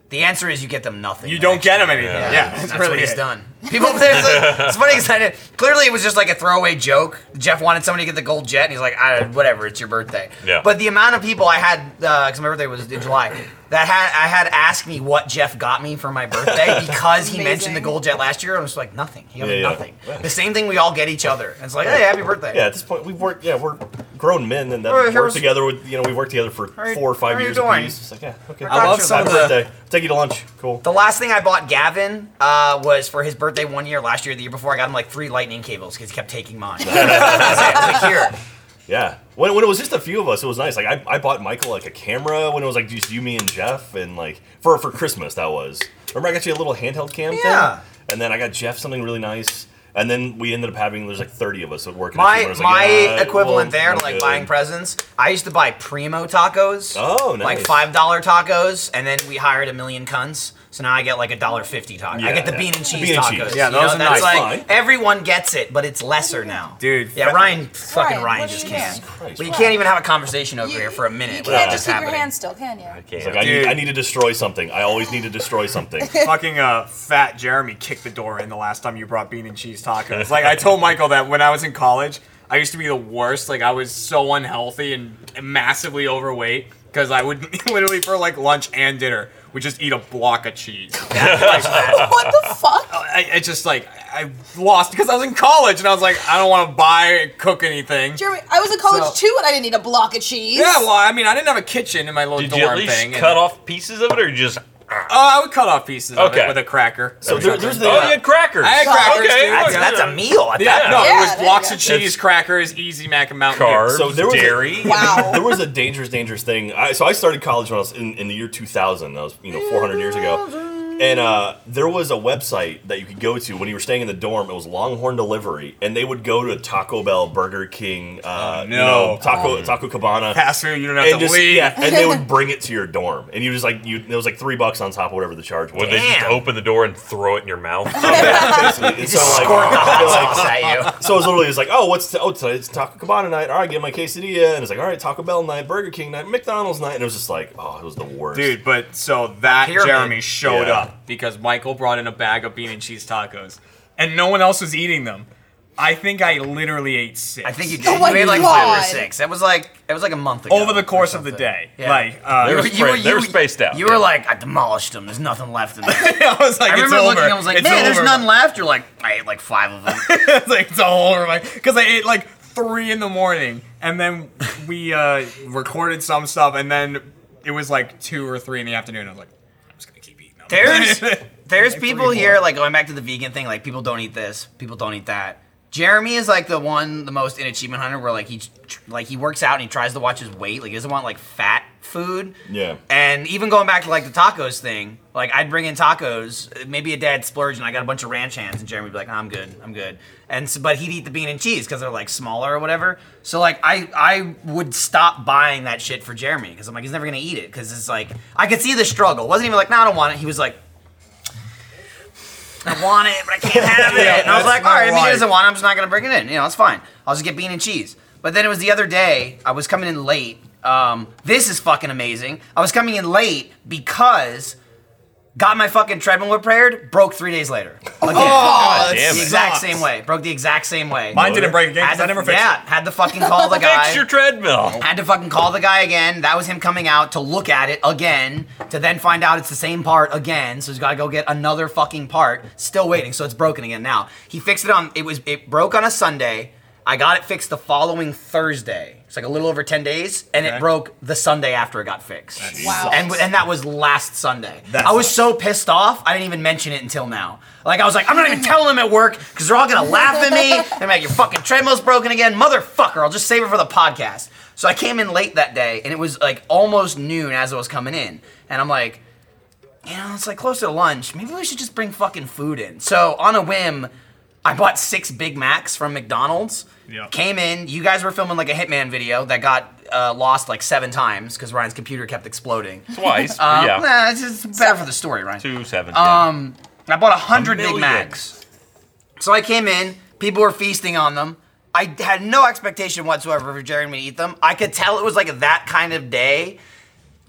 The answer is you get them nothing.
You
the
don't
next
get
year.
him anything. Yeah,
that's
that's
what
really
he's
it.
done. People, there's a, it's funny because I did. Clearly, it was just like a throwaway joke. Jeff wanted somebody to get the gold jet, and he's like, I, "Whatever, it's your birthday."
Yeah.
But the amount of people I had, because my birthday was in July, that had I had asked me what Jeff got me for my birthday because he mentioned the
Amazing.
gold jet last year, and I was like, nothing. He got
Yeah,
me
yeah.
nothing. The same thing we all get each other. And it's like, hey, happy birthday.
Yeah, at this point we've worked. Yeah, we're grown men, and that
Alright,
worked
here's-
together with you know we worked together for
you-
four or five
how are you
years.
doing?
apiece. It's like yeah, okay.
I love some
Happy
of the-
birthday. Take you to lunch. Cool.
The last thing I bought Gavin uh, was for his birthday one year, last year, the year before. I got him like three lightning cables because he kept taking mine. I was like, here.
Yeah. When, when it was just a few of us, it was nice. Like I, I bought Michael like a camera when it was like just you, me, and Jeff, and like for for Christmas that was. Remember I got you a little handheld cam
Yeah.
thing, and then I got Jeff something really nice, and then we ended up having there's like thirty of us at work. and
My
I was like,
my
"Yeah,
equivalent
well,
there
I'm
to like
good."
buying presents. I used to buy primo tacos.
Oh,
Like
nice.
five dollar tacos, and then we hired a million cunts. So now I get like a dollar fifty taco. I
Yeah,
get the
yeah.
bean and cheese
Bean and
tacos.
cheese.
Yeah,
you
those
know,
are
that's
nice.
like
Fine.
everyone gets it, but it's lesser now.
Dude,
Yeah,
fa-
Ryan fucking Ryan,
Ryan, what
just
are you
can't.
doing?
Christ.
We can't even have a conversation over
You-
here for a minute.
You
without
can't just
this
keep your
happening.
hands still, can you?
It's
Can't.
like I need,
Dude.
I need to destroy something. I always need to destroy something.
Fucking uh, fat Jeremy kicked the door in the last time you brought bean and cheese tacos. Like I told Michael that when I was in college, I used to be the worst. Like I was so unhealthy and massively overweight because I would literally for like lunch and dinner would just eat a block of cheese.
What the fuck?
I, I just like I lost because I was in college and I was like I don't want to buy and cook anything.
Jeremy, I was in college
So-
too, and I didn't need a block of cheese.
Yeah, well, I mean, I didn't have a kitchen in my little
Did
dorm
you at least
thing. and-
cut off pieces of it, or you just?
Oh, I would cut off pieces of
Okay.
it with a cracker.
so there, there's the.
Oh, you had crackers.
I had crackers,
Okay,
dude.
okay.
That's, that's a meal. at
Yeah,
that
no,
Yeah,
it was
there
blocks
you
of
go.
cheese, crackers, Easy Mac and Mountain
carbs,
Dew.
So there was a-
dairy.
Wow.
there was a dangerous, dangerous thing. I, so I started college when I was in, in the year 2000. That was you know 400 years ago. And uh, there was a website that you could go to when you were staying in the dorm. It was Longhorn Delivery, and they would go to Taco Bell, Burger King, uh, you
Oh, no.
know, Taco Taco Cabana,
Fast food, you don't have
and
to
just
leave.
yeah, and they would bring it to your dorm, and you just like you. It was like three bucks on top of whatever the charge was.
Would they just
Damn.
open the door and throw it in your mouth? Oh,
Basically, it's so like,
Hot
they're like,
sauce at you.
So it's literally just like, oh, what's t- oh today it's Taco Cabana night. All right, get my quesadilla, and it's like, all right, Taco Bell night, Burger King night, McDonald's night, and it was just like, oh, it was the worst.
Dude, but so that
Pyramid.
Jeremy showed
Yeah.
up because Michael brought in a bag of bean and cheese tacos, and no one else was eating them. I think I literally ate six.
I think you did.
Oh my
you made like five or
God.
six. That was like it was like a month ago.
over the course of the day, like uh,
They were spread- they were spaced out.
You were like, I demolished them. There's nothing left in there.
I was like,
I remember
it's
looking.
over.
I was like,
it's
man,
over.
there's none left. You're like, I ate like five of them.
it's like it's all over my because I ate like three in the morning and then we uh recorded some stuff and then it was like two or three in the afternoon. I was like, I'm just gonna keep eating them.
There's there's
Like three
people
or
here
four.
like going back to the vegan thing. Like people don't eat this. People don't eat that. Jeremy is like the one, the most in achievement hunter, where like he, tr- like he works out and he tries to watch his weight. Like he doesn't want like fat food.
Yeah.
And even going back to like the tacos thing, like I'd bring in tacos. Maybe a dad splurge, and I got a bunch of ranch hands, and Jeremy would be like, "I'm good, I'm good." And so, but he'd eat the bean and cheese because they're like smaller or whatever. So like I I would stop buying that shit for Jeremy because I'm like he's never gonna eat it because it's like I could see the struggle. It wasn't even like no, I don't want it. He was like. I want it, but I can't have it. and I was
that's
like, all
not
right, if he
right.
doesn't want it, I'm just not going to bring it in. You know, it's fine. I'll just get bean and cheese. But then it was the other day, I was coming in late. Um, this is fucking amazing. I was coming in late because got my fucking treadmill repaired, broke three days later. Again.
Oh,
the
that
exact
sucks.
same way. Broke the exact same way.
Mine didn't break again
Had
because I
to-
never fixed it.
Yeah, had to fucking call the guy.
Fix your treadmill.
Had to fucking call the guy again. That was him coming out to look at it again, to then find out it's the same part again. So he's got to go get another fucking part. Still waiting, so it's broken again now. He fixed it on. It was it broke on a Sunday. I got it fixed the following Thursday. It's like a little over ten days, and it
Okay.
broke the Sunday after it got fixed.
Wow.
And and that was last Sunday.
That
I was
sucks.
so pissed off. I didn't even mention it until now. Like I was like, I'm not even telling them at work because they're all gonna laugh at me. They're like, your fucking treadmill's broken again, motherfucker. I'll just save it for the podcast. So I came in late that day, and it was like almost noon as I was coming in, and I'm like. You know, it's like close to lunch. Maybe we should just bring fucking food in. So on a whim, I bought six Big Macs from McDonald's.
Yeah.
Came in. You guys were filming like a Hitman video that got uh, lost like seven times because Ryan's computer kept exploding.
Twice.
Um,
yeah.
Nah, it's just better for the story, right?
Two seven.
Um, I bought a hundred Big
million.
Macs. So I came in. People were feasting on them. I had no expectation whatsoever for Jeremy to eat them. I could tell it was like that kind of day.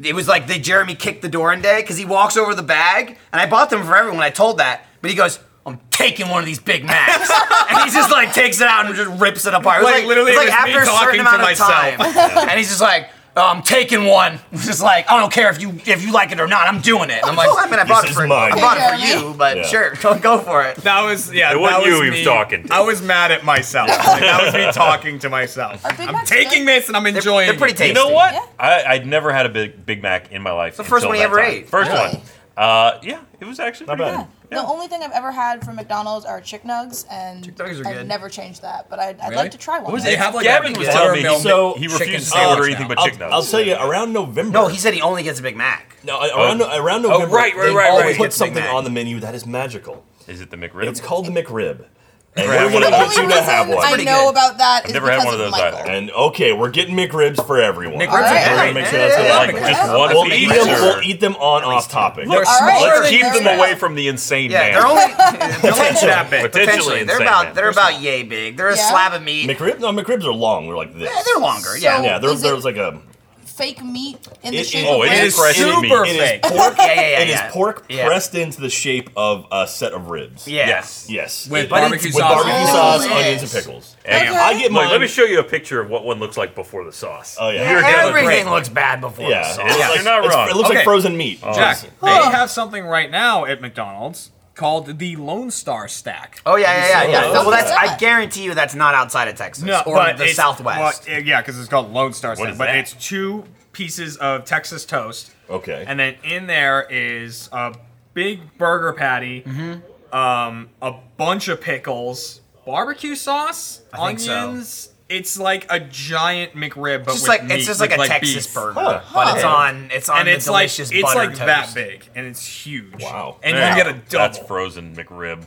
It was like the Jeremy kicked the door in day because he walks over the bag, and I bought them for everyone. I told that, but he goes. I'm taking one of these Big Macs, and he just like takes it out and just rips it apart. It was
Like,
like
literally,
it was
it
like
was me
after a certain
talking to
amount of
myself.
time, and he's just like, "Oh, "I'm taking one." Just like I don't care if you if you like it or not, I'm doing it. And I'm like, "I mean, I bought
This
it
is
for
mine.
I bought it for
Yeah.
you, but
Yeah.
sure, go, go for it."
That was yeah.
It wasn't
that was
you he was
me.
talking to.
I was mad at myself. Like, that was me talking to myself.
Are Big
I'm
Macs
taking
good?
this and I'm enjoying.
they're pretty
it.
tasty.
You know what?
Yeah.
I, I'd never had a big Big Mac in my life.
the first
until
one he
that
ever
time.
ate.
First
Really?
one. Uh, yeah, it was actually not
bad.
bad.
The only thing I've ever had from McDonald's are chick nugs, and
nugs are
I've
good.
never changed that. But I'd, I'd
Really?
like to try one.
What was it? They have like
Gavin
a
was telling me he,
buttermilk
so-
he
chicken
refused to
sandwich
order
now.
anything but
I'll,
chicken nuggets.
I'll tell you, around November.
No, he said he only gets a Big Mac.
No, around,
Oh.
around November.
right, right,
they
right,
always
right.
Put
It's Big
something
Mac.
on the menu that is magical.
Is it the McRib?
It's called the McRib. And
Right.
we're going to
The
get
only
you to have
reason I
one.
Pretty
know
good.
about that is
never had
because
one of
of
those either.
Michael.
And okay, we're getting McRibs for everyone.
McRibs
All right.
We're going to make sure that's
Yeah,
what happens.
yeah,
like just
Yeah.
one
We'll
of
eat
these.
them.
or-
We'll eat them on off topic.
They're
All right.
smaller
Let's keep
They're
them
very
away
nice.
from the insane
Yeah,
man.
they're only potentially
that big.
Potentially
Potentially, they're
insane,
about
man.
they're about yay big. They're a
Yeah.
slab of meat.
McRib? No, McRibs are long. They're like this.
Yeah, they're longer.
So-
Yeah.
Yeah, there,
Is
there
it-
was like a.
Fake meat in the
It-
shape
it-
of
oh, it
ribs.
It is
Fresh
super
meat.
It is
fake.
pork.
Yeah, yeah, yeah,
It is
yeah.
pork
Yeah.
pressed into the shape of a set of ribs.
Yeah.
Yes.
Yes.
With
It-
barbecue
with
sauce.
barbecue
Oh,
sauce,
yes.
onions, and pickles.
And
Okay.
I get
Look,
mine.
let me show you a picture of what one looks like before the sauce.
Oh yeah.
You're never
Everything
great.
looks bad before
Yeah.
the
It
sauce.
looks like-
You're not
it's-
wrong.
It looks
Okay.
like frozen meat.
Jack, they
Huh.
have something right now at McDonald's called the Lone Star Stack.
Oh yeah, yeah, yeah, yeah.
those?
well, that's I
Yeah.
guarantee you that's not outside of Texas or the
it's-
Southwest.
well, yeah, because it's called Lone Star Stack.
is
But
that?
it's two pieces of Texas toast,
Okay.
and then in there is a big burger patty,
Mm-hmm.
um, a bunch of pickles, barbecue sauce,
I think so.
onions. It's like a giant McRib, but
It's just
with
like
meat,
it's just
with,
like a Texas
beef.
burger,
Huh.
but it's
Huh.
on it's on
and
the
it's like
delicious
it's
butter
like that
toast.
big, and it's huge.
Wow.
And
Yeah.
you get a double.
That's frozen McRib.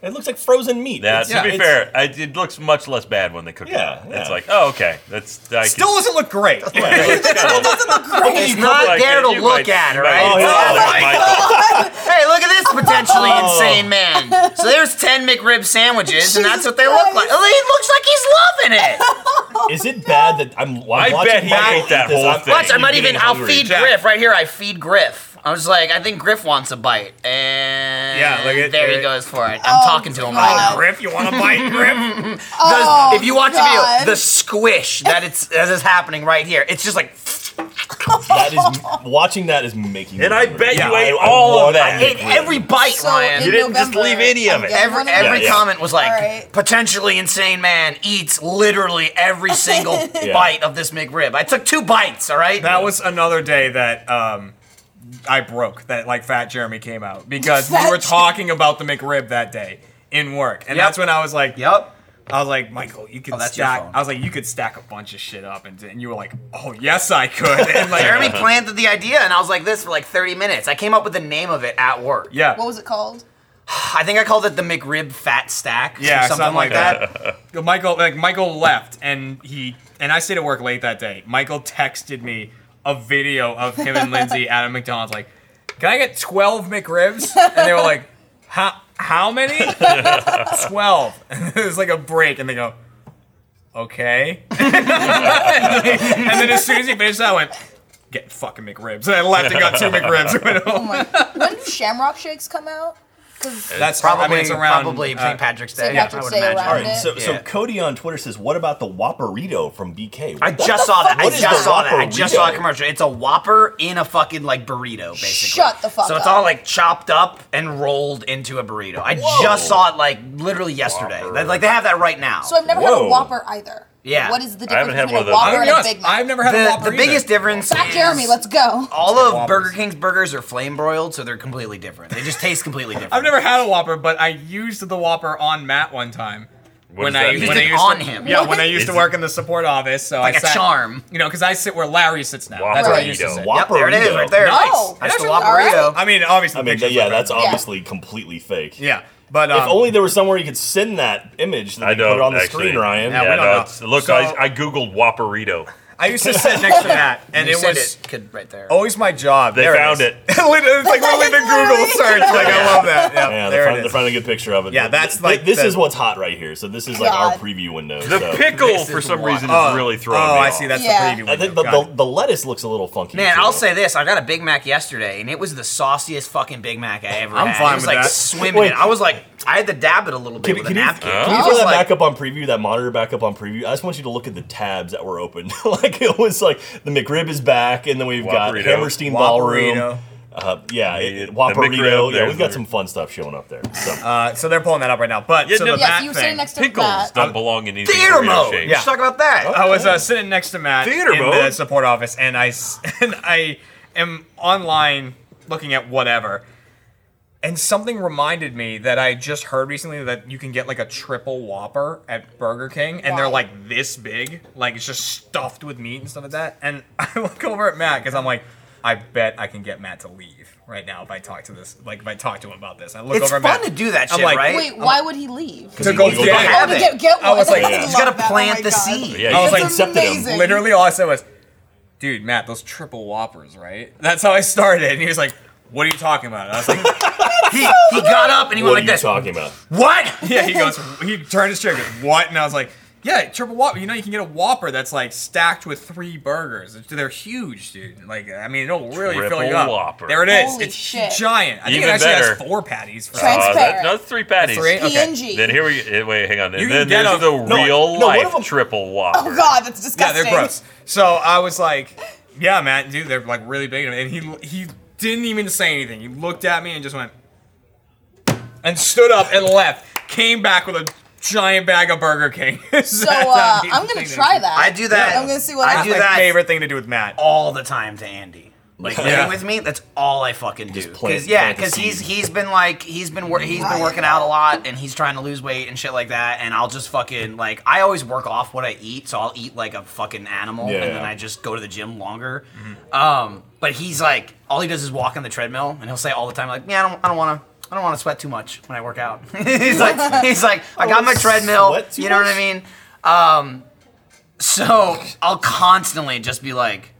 It looks like frozen meat.
That
It's-
Yeah,
to be
it's-
fair, I, it looks much less bad when they cook
Yeah,
it.
yeah.
It's like, oh okay, that's I
Still doesn't look great.
It's not
like
there
it.
to
You
look
might-
at,
you
right?
might-
Oh, yeah.
you might-
Hey, look at this potentially insane man. So there's 10 McRib sandwiches, and that's what they look like. He looks like he's loving it.
Is it bad that I'm, I'm
I
watching
bet he
Michael
ate
eat
that
this?
whole
I'm-
thing.
Watch, I
I'm
might
You're
even,
getting
I'll
hungry.
feed
Jack.
Griff. Right here, I feed Griff. I was like, I think Griff wants a bite. And
Yeah, look at-
there he
uh,
goes for it. I'm
Oh,
talking to him
God.
right now.
Griff, you want to bite Griff?
Does-
Oh,
if you watch the
God.
video, the squish that it's that is happening right here, it's just like
That is watching that is making. me
And I
hungry.
bet you
I-
ate
I
all of
want-
that.
I hate
it,
McRib.
every bite,
So
Ryan.
in
You didn't just
November,
leave any of
I'm
it.
getting
Every
one of
every
these.
yeah.
comment was like,
All right.
potentially insane man eats literally every single
Yeah.
bite of this McRib. I took two bites, all right?
That was another day that um, I broke. That like Fat Jeremy came out because we
Fat
were
Jer-
talking about the McRib that day in work, and
Yep.
that's when I was like,
yep.
I was like, Michael, you could
Oh, that's your
stack.
phone.
I was like, you could stack a bunch of shit up, and, and you were like, oh yes, I could. And like,
Jeremy planted the idea, and I was like this for like 30 minutes. I came up with the name of it at work.
yeah,
What was it called?
I think I called it the McRib Fat Stack.
Yeah,
or something, like that.
Michael, like Michael left, and he and I stayed at work late that day. Michael texted me a video of him and Lindsay at a McDonald's, like, "Can I get twelve McRibs?" And they were like, "How how many?" twelve. And it was like a break, and they go, "Okay." and then as soon as he finished that, I went, "Get fucking McRibs." And I left and got two McRibs.
Oh my. when do Shamrock Shakes come out? Because
That's
Probably,
I mean, it's around
probably
uh,
St. Patrick's Day.
St.
yeah, I
Patrick's
would
Day
imagine.
around
All right,
it.
so so
Yeah.
Cody on Twitter says, "What about the Whopperito from BK?"
I
What the
just saw that. I
What is
just
the
saw that. I
Whopperito?
just saw a commercial. It's a Whopper in a fucking like burrito, basically.
Shut the fuck
So it's
up.
all like chopped up and rolled into a burrito. I
Whoa.
just saw it like literally yesterday.
Whopper.
That- like they have that right now.
So I've never had
Whoa.
a Whopper either.
Yeah.
What is the
I haven't
difference
had
between
one
a
of those. I'm
Whopper
I'll
and
be
a
honest,
Big Mac?
I've never had a
the,
Whopper
the biggest
either.
difference
Fat
is
Jeremy, let's go.
all of
Whoppers.
Burger King's burgers are flame broiled, so they're completely different. They just taste completely different.
I've never had a Whopper, but I used the Whopper on Matt one time.
What
when
does
I when
that mean?
I
Used it
used
on
to,
him.
Yeah, when I used to
Is
work in the support office, so
Like
I
a
sat,
charm.
You know, because I sit where Larry sits now. That's where I used to
Whopperito.
sit.
Yep, there it is, right there.
Nice.
Oh,
That's the
actually, all right.
Whopperito.
I mean, obviously,
I mean,
pictures
yeah,
look
that's
better.
obviously completely fake.
yeah, but um,
If only there was somewhere you could send that image that
I
they put it
don't
on the
actually.
screen, Ryan.
Yeah, we
Yeah,
don't
no,
know.
it's- look,
So-
I, I googled Whopperito.
I used to sit next to Matt, and
You
it
said
was
kid right there.
always my job.
They
There
found
is.
it.
it's like literally the Google search. Like I love that. Yeah,
Yeah,
there
they're,
it
find,
is.
they're finding a good picture of it.
Yeah, that's
Th-
like
this
the-
is what's hot right here. So this is like our
God.
preview window.
The
so.
pickle,
This
for
is
some
wild.
reason,
oh,
is really throwing
Oh,
me
I
off.
see. That's
Yeah.
the preview.
I think the,
window. Got it.
the, the lettuce looks a little funky.
Man,
too.
I'll say this: I got a Big Mac yesterday, and it was the sauciest fucking Big Mac I ever
I'm
had.
fine
it was
with
like
that.
swimming.
Wait.
in it. I was like, I had to dab it a little bit
Can,
with
can
a
you,
napkin.
can you
I
throw
was
that
like-
back up on preview, that monitor back up on preview? I just want you to look at the tabs that were open. like it was like the McRib is back, and then we've got
Whopperito.
Hammerstein Ballroom.
Whopperito.
Uh, yeah, it,
The-
it,
the
Whopperito.
McRib,
Yeah,
there's
we've got
the-
some fun stuff showing up there. So.
Uh, so they're pulling that up right now. But
Yeah,
so
no,
the
Yes,
Yes,
Matt
you were
thing.
sitting next to
Pickles
Matt.
don't belong in anything.
Theater mode.
shape.
Let's talk about that.
I was uh, sitting next to Matt
Theater
in the
mode.
support office, and I s- and I am online looking at whatever, and something reminded me that I just heard recently that you can get like a triple Whopper at Burger King, and they're
Wow.
like this big, like it's just stuffed with meat and stuff like that. And I look over at Matt because I'm like, I bet I can get Matt to leave right now if I talk to this, like if I talk to him about this. I look
It's
over.
fun
at Matt.
to do that
I'm
shit,
like,
right?
Wait, why would he leave?
to go
Illegal
get it.
Oh,
have
to
it.
get, get one.
I was like,
Love
you
just gotta
that. Oh
plant
my
the
God.
seed.
Yeah,
I was
you-
That's
like,
accepted him.
amazing.
Literally, all I said was, "Dude, Matt, those triple whoppers, right?" That's how I started, and he was like, "What are you talking about?" And I was like,
he, he got up and he
what are
went
you
like this.
talking about?
What?
"Yeah." He goes, he turned his chair, goes, "What?" And I was like, "Yeah, triple whopper. You know, you can get a whopper that's like stacked with three burgers. They're huge, dude. Like, I mean, it'll really
Triple
fill you up.
Whopper.
There it is.
Holy
it's
shit.
giant. I think
Even
it actually has
better.
four patties. For
Trans-
Uh,
Transparent.
that, no, it's three patties.
Three? Okay.
PNG.
Then here we eh, wait. Hang on.
You
And
can
then
get
there's
a-
the
no,
real
no, one of
life
them-
triple whopper.
Oh God, that's
yeah,
disgusting.
they're gross. So I was like, "Yeah, man, dude, they're like really big." And he he didn't even say anything. He looked at me and just went and stood up and left. Came back with a giant bag of Burger King.
So uh, I'm gonna try that.
I do that.
I'm gonna see what
I
happens.
do
My
that.
favorite thing to do with Matt.
all the time to Andy. Like
Yeah.
living with me, that's all I fucking do.
plant-
Cause yeah,
plant the
because he's
seed.
he's been like he's been wor- he's been
Right.
working out a lot and he's trying to lose weight and shit like that. And I'll just fucking like I always work off what I eat, so I'll eat like a fucking animal
Yeah.
and then I just go to the gym longer. Um, but he's like all he does is walk on the treadmill and he'll say all the time like, yeah, I don't I don't want to. I don't want to sweat too much when I work out. he's like, he's like, I got my treadmill.
sweat too
You know what
much?
I mean? Um, so I'll constantly just be like,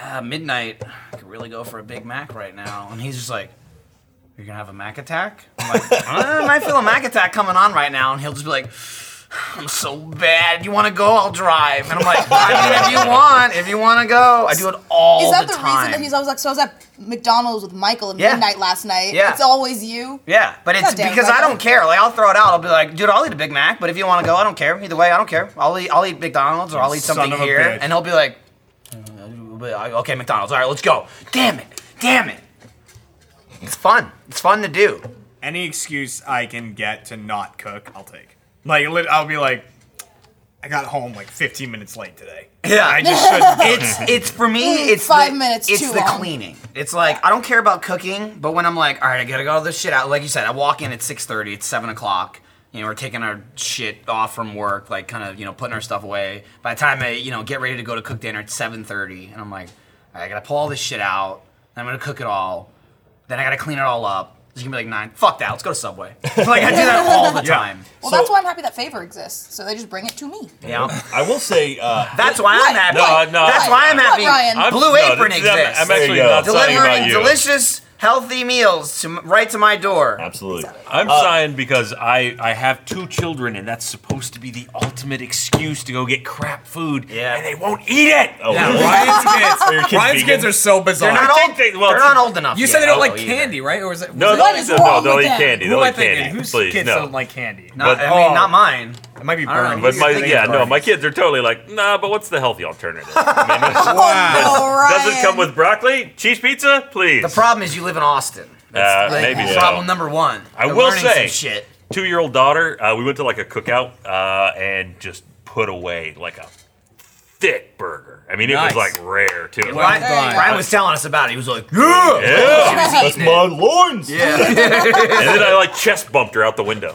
uh, midnight, I could really go for a Big Mac right now. And he's just like, You're gonna have a Mac attack? I'm like, "Uh, I might feel a Mac attack coming on right now. And he'll just be like, I'm so bad. You wanna go? I'll drive. And I'm like, I mean, if you want, if you wanna go, I do it all
Is that
the
the,
time.
reason that he's always like? So I was at McDonald's with Michael at
Yeah.
midnight last night.
Yeah.
It's always you.
yeah, but it's
God damn it,
because I
Michael.
don't care. Like I'll throw it out. I'll be like, dude, I'll eat a Big Mac, but if you want to go, I don't care. Either way, I don't care. I'll eat, I'll eat McDonald's or I'll eat
Son
something
of a
here,
bitch.
and he'll be like, "Uh, okay, McDonald's. All right, let's go. Damn it, damn it. It's fun. It's fun to do.
Any excuse I can get to not cook, I'll take. Like lit- I'll be like, I got home like 15 minutes late today.
Yeah.
I just shouldn't.
It's it's for me.
Mm,
It's
five
the,
minutes
It's
too
the
long.
cleaning. It's like I don't care about cooking, but when I'm like, all right, I gotta get all this shit out. Like you said, I walk in at six thirty. It's seven o'clock. You know, we're taking our shit off from work, like kind of you know putting our stuff away. By the time I you know get ready to go to cook dinner, it's seven thirty, and I'm like, "All right, I gotta pull all this shit out. and I'm gonna cook it all. Then I gotta clean it all up. It's gonna be like nine. Fuck that. Let's go to Subway. like I do that all the time.
Well,
So-
that's why I'm happy that favor exists. So they just bring it to me.
Yeah.
I will say, uh,
That's why
What?
I'm happy.
What?
No, no.
That's
What?
why I'm
What,
happy.
Ryan?
Blue Apron
this- I'm-
exists.
I'm
There
actually
you go.
not signing
delivering
about you.
delicious, healthy meals to, m- right to my door.
absolutely.
I'm signed because I, I have two children, and that's supposed to be the ultimate excuse to go get crap food.
Yeah.
And they won't eat it.
Oh,
Yeah.
really?
Ryan's kids.
your kids
Ryan's
vegan?
kids are so
They're
bizarre.
not
think
old.
they- well,
they're not old enough.
you
yet.
said they don't
Oh,
like
either.
candy, right? Or was it?
No,
was it-
What
no,
is
no,
wrong
no, don't
with
eat
them?
candy.
Who am
Don't
I
eat
thinking?
candy.
Whose
Please,
kids
no.
don't like candy?
Not,
But-
I mean,
Oh.
not mine.
It might be
I don't know.
Bernie.
But my
Who's
yeah,
thinking
no,
Bernie?
my kids are totally like, nah. But what's the healthy alternative? I mean,
Oh, no, Ryan.
does it come with broccoli, cheese pizza, please?
The problem is you live in Austin.
Uh,
like,
maybe so.
problem number one.
I
They're
will
learning
say-
some shit.
Two-year-old daughter. Uh, we went to like a cookout uh, and just put away like a thick burger. I mean, it
Nice.
was like rare too. It was
Ryan,
done.
Ryan was telling us about it. He was like,
like,
yeah.
yeah.
That's my loins.
and then I like chest bumped her out the window.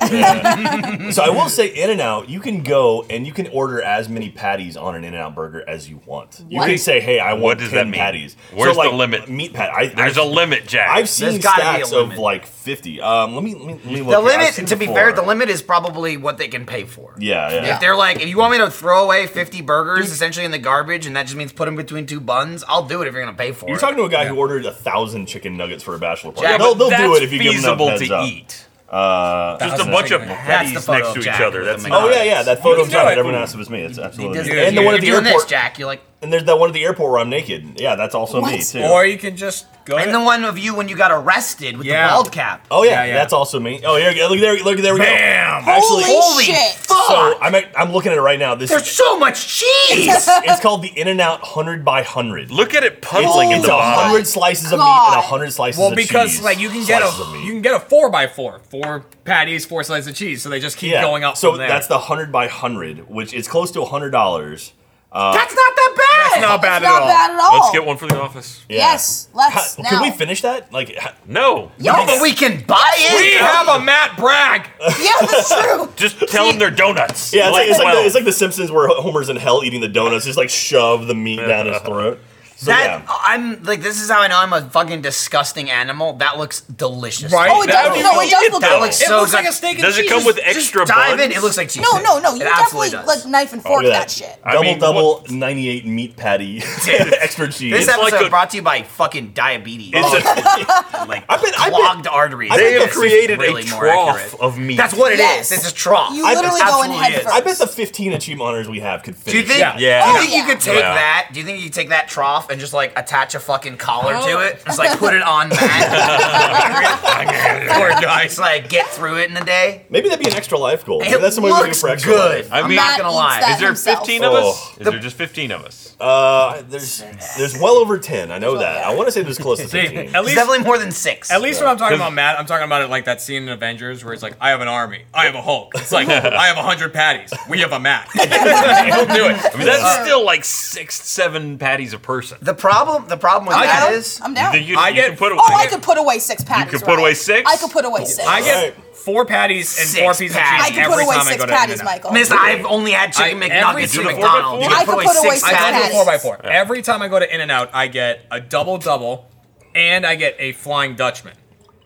So I will say, In and Out, you can go and you can order as many patties on an In and Out burger as you want. You
What?
can say, "Hey, I want
What does
10
that mean?
patties."
Where's
so, like,
the limit?
Meat pat. I,
There's
I've,
a limit, Jack.
I've seen
There's gotta be a
stacks of
limit.
like 50. Um, let me let me, let me look.
The
here. I've seen
limit, to be
before.
fair, the limit is probably what they can pay for.
Yeah, yeah.
If they're like, if you want me to throw away 50 burgers essentially in the garbage, and that just means put them between two buns, I'll do it if you're gonna pay for
You're
it.
talking to a guy who ordered a thousand chicken nuggets for a bachelor party.
Yeah,
they'll
but
they'll do
That's
it if you give them enough
feasible
heads
to
up. Uh,
eat.
Just a
Thousand
bunch of
chicken
That's the
patties
photo
next
of
to
Jack
each other.
with
That's
the
Oh yeah, yeah. That photo
can
of
do it.
Everyone asked it was me. It's absolutely
Does-
me. and the one
you're
at the
doing this,
airport.
Jack. You're like,
and there's that one at the airport where I'm naked. Yeah, that's also me
What?
too.
Or you can just go.
and the one of you when you got arrested with
Yeah.
the bald cap.
Oh yeah,
Yeah, yeah.
that's also me. Oh here, we go. look there, look there we go.
Holy,
Actually,
Holy
shit.
fuck!
so I'm at, I'm looking at it right now. This
There's
is,
so much cheese.
it's called the In and Out Hundred by Hundred.
Look at it puddling in
it's
the
a
bottom.
hundred slices of meat and
God.
a hundred slices
well,
of
because
cheese.
like you can get
Slices of
a
meat.
you can get a four by four, four patties, four slices of cheese. So they just keep
yeah.
going up.
So
from there.
that's the hundred by hundred, which is close to hundred dollars.
That's not that bad.
That's not bad
It's
at
not
all.
bad at all.
Let's get one for the office.
Yes, let's
How-
now.
Can we finish that? Like, ha-
No.
no, but we can buy
We
it.
have a Matt Bragg.
Yeah, that's true.
Just tell them they're donuts.
yeah, it's like, it's, like the,
well,
it's like the Simpsons where Homer's in hell eating the donuts, just like shove the meat down his throat. So
That
yeah,
I'm like, this is how I know I'm a fucking disgusting animal. That looks delicious.
Right?
Oh, it
That
does.
would
No,
be
it does
good,
look
though.
good.
It
It
so
looks like
good.
a steak and
does it
cheese.
come with
Just-
extra
Dive
buns?
in. It looks like cheese.
No, no, no. You
It
definitely
absolutely
like
does.
knife and fork
Look at
that shit.
Double
mean,
double 98 meat patty, extra cheese.
This
like
episode
a-
brought to you by fucking diabetes.
It's
like
I bet- I bet-
clogged arteries.
a, they
This
have
is
created
really
a
more
trough
accurate.
of meat.
That's what it is.
Yes.
It's a trough.
You literally go in
Absolutely
head
is.
first.
I bet the 15 achievement honors we have could finish.
Do you think?
Yeah.
Yeah.
Do you think
Oh,
you could take
yeah.
that? Do you think you could take that trough and just like attach a fucking collar to it? Just like put it on that. Poor guy. Just like get through it in a day.
Maybe that'd be an extra life goal. Maybe
It
that's something we do
looks
for extra
good.
life.
I
I'm
mean-
not gonna
Matt
lie.
eats that
Is there
himself.
15 of us?
Oh.
Is there just 15 of us?
Uh, there's there's well over 10. I know that. I want to say there's close to
See,
15.
at
It's
least
definitely more than six.
At least when I'm talking
Cause-
about Matt, I'm talking about it like that scene in Avengers where it's like, I have an army, I have a Hulk. It's like, I have a hundred patties, we have a Matt. He'll do it.
I mean, that's still like six, seven patties a person.
the problem, the problem with
I'm
that
down.
is
I'm down.
You, you,
I
you
get-
can put,
oh, I,
get-
could put away six patties.
could put
Ryan.
away six?
I could put away six.
I get
Alright.
four patties and
Six
four pieces of
patties.
I
cheese
could
every
put away
time I
six
go to
patties,
In-N-Out.
Michael.
Miss, I've only had chicken
I-
McNuggets
every
from
single-
McDonald's. You
I
can
could
put away
put away
six
I
six
go
patties.
patties.
four by four. Every time I go to In-N-Out, I get a double double, and I get a flying Dutchman.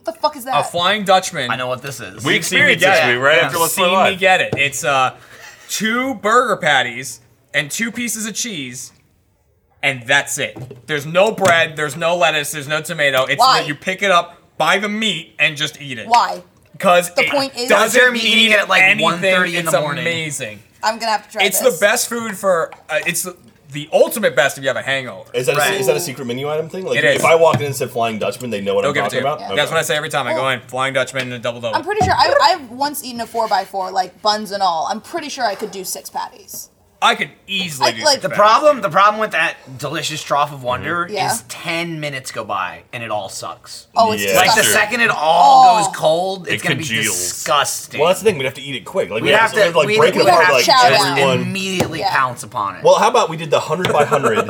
What the fuck is that?
A flying Dutchman.
I know what this is.
we experienced this
Yeah.
week right
Yeah.
after Let's Play
See me
Live.
get it. It's uh, two burger patties and two pieces of cheese, and that's it. There's no bread. There's no lettuce. There's no tomato. It's
Why?
that you pick it up, buy the meat, and just eat it.
Why?
Because
The point is-
doesn't
Jeremy
need
eating it at, like,
anything.
1:30 in
It's
the morning.
Amazing.
I'm gonna have to try
It's
this.
the best food for. Uh, it's the, the ultimate best if you have a hangover.
Is that, a,
Right.
is that a secret menu item thing? Like,
It
if
is.
I walk in and said Flying Dutchman, they know what
They'll
I'm
give it to
talking
you.
about?
Yeah.
That's
Okay.
what I say every time I go in. Flying Dutchman and a double double.
I'm pretty sure I, I've once eaten a four by four, like buns and all. I'm pretty sure I could do six patties.
I could easily
I-
do
like-
six
The
The
patties.
problem, the problem with that delicious trough of wonder
Yeah.
is ten minutes go by and it all sucks.
Oh, it's
Yeah.
like the
disgusting.
true.
second it all
Oh.
goes cold, it's gonna be
congeals.
disgusting.
Well, that's the thing. We'd have to eat it quick. Like,
we have to
like
we,
break
we
it apart.
have
Like,
to
chow
just
down.
everyone.
immediately
Yeah.
pounce upon it.
Well, how about we did the 100 by 100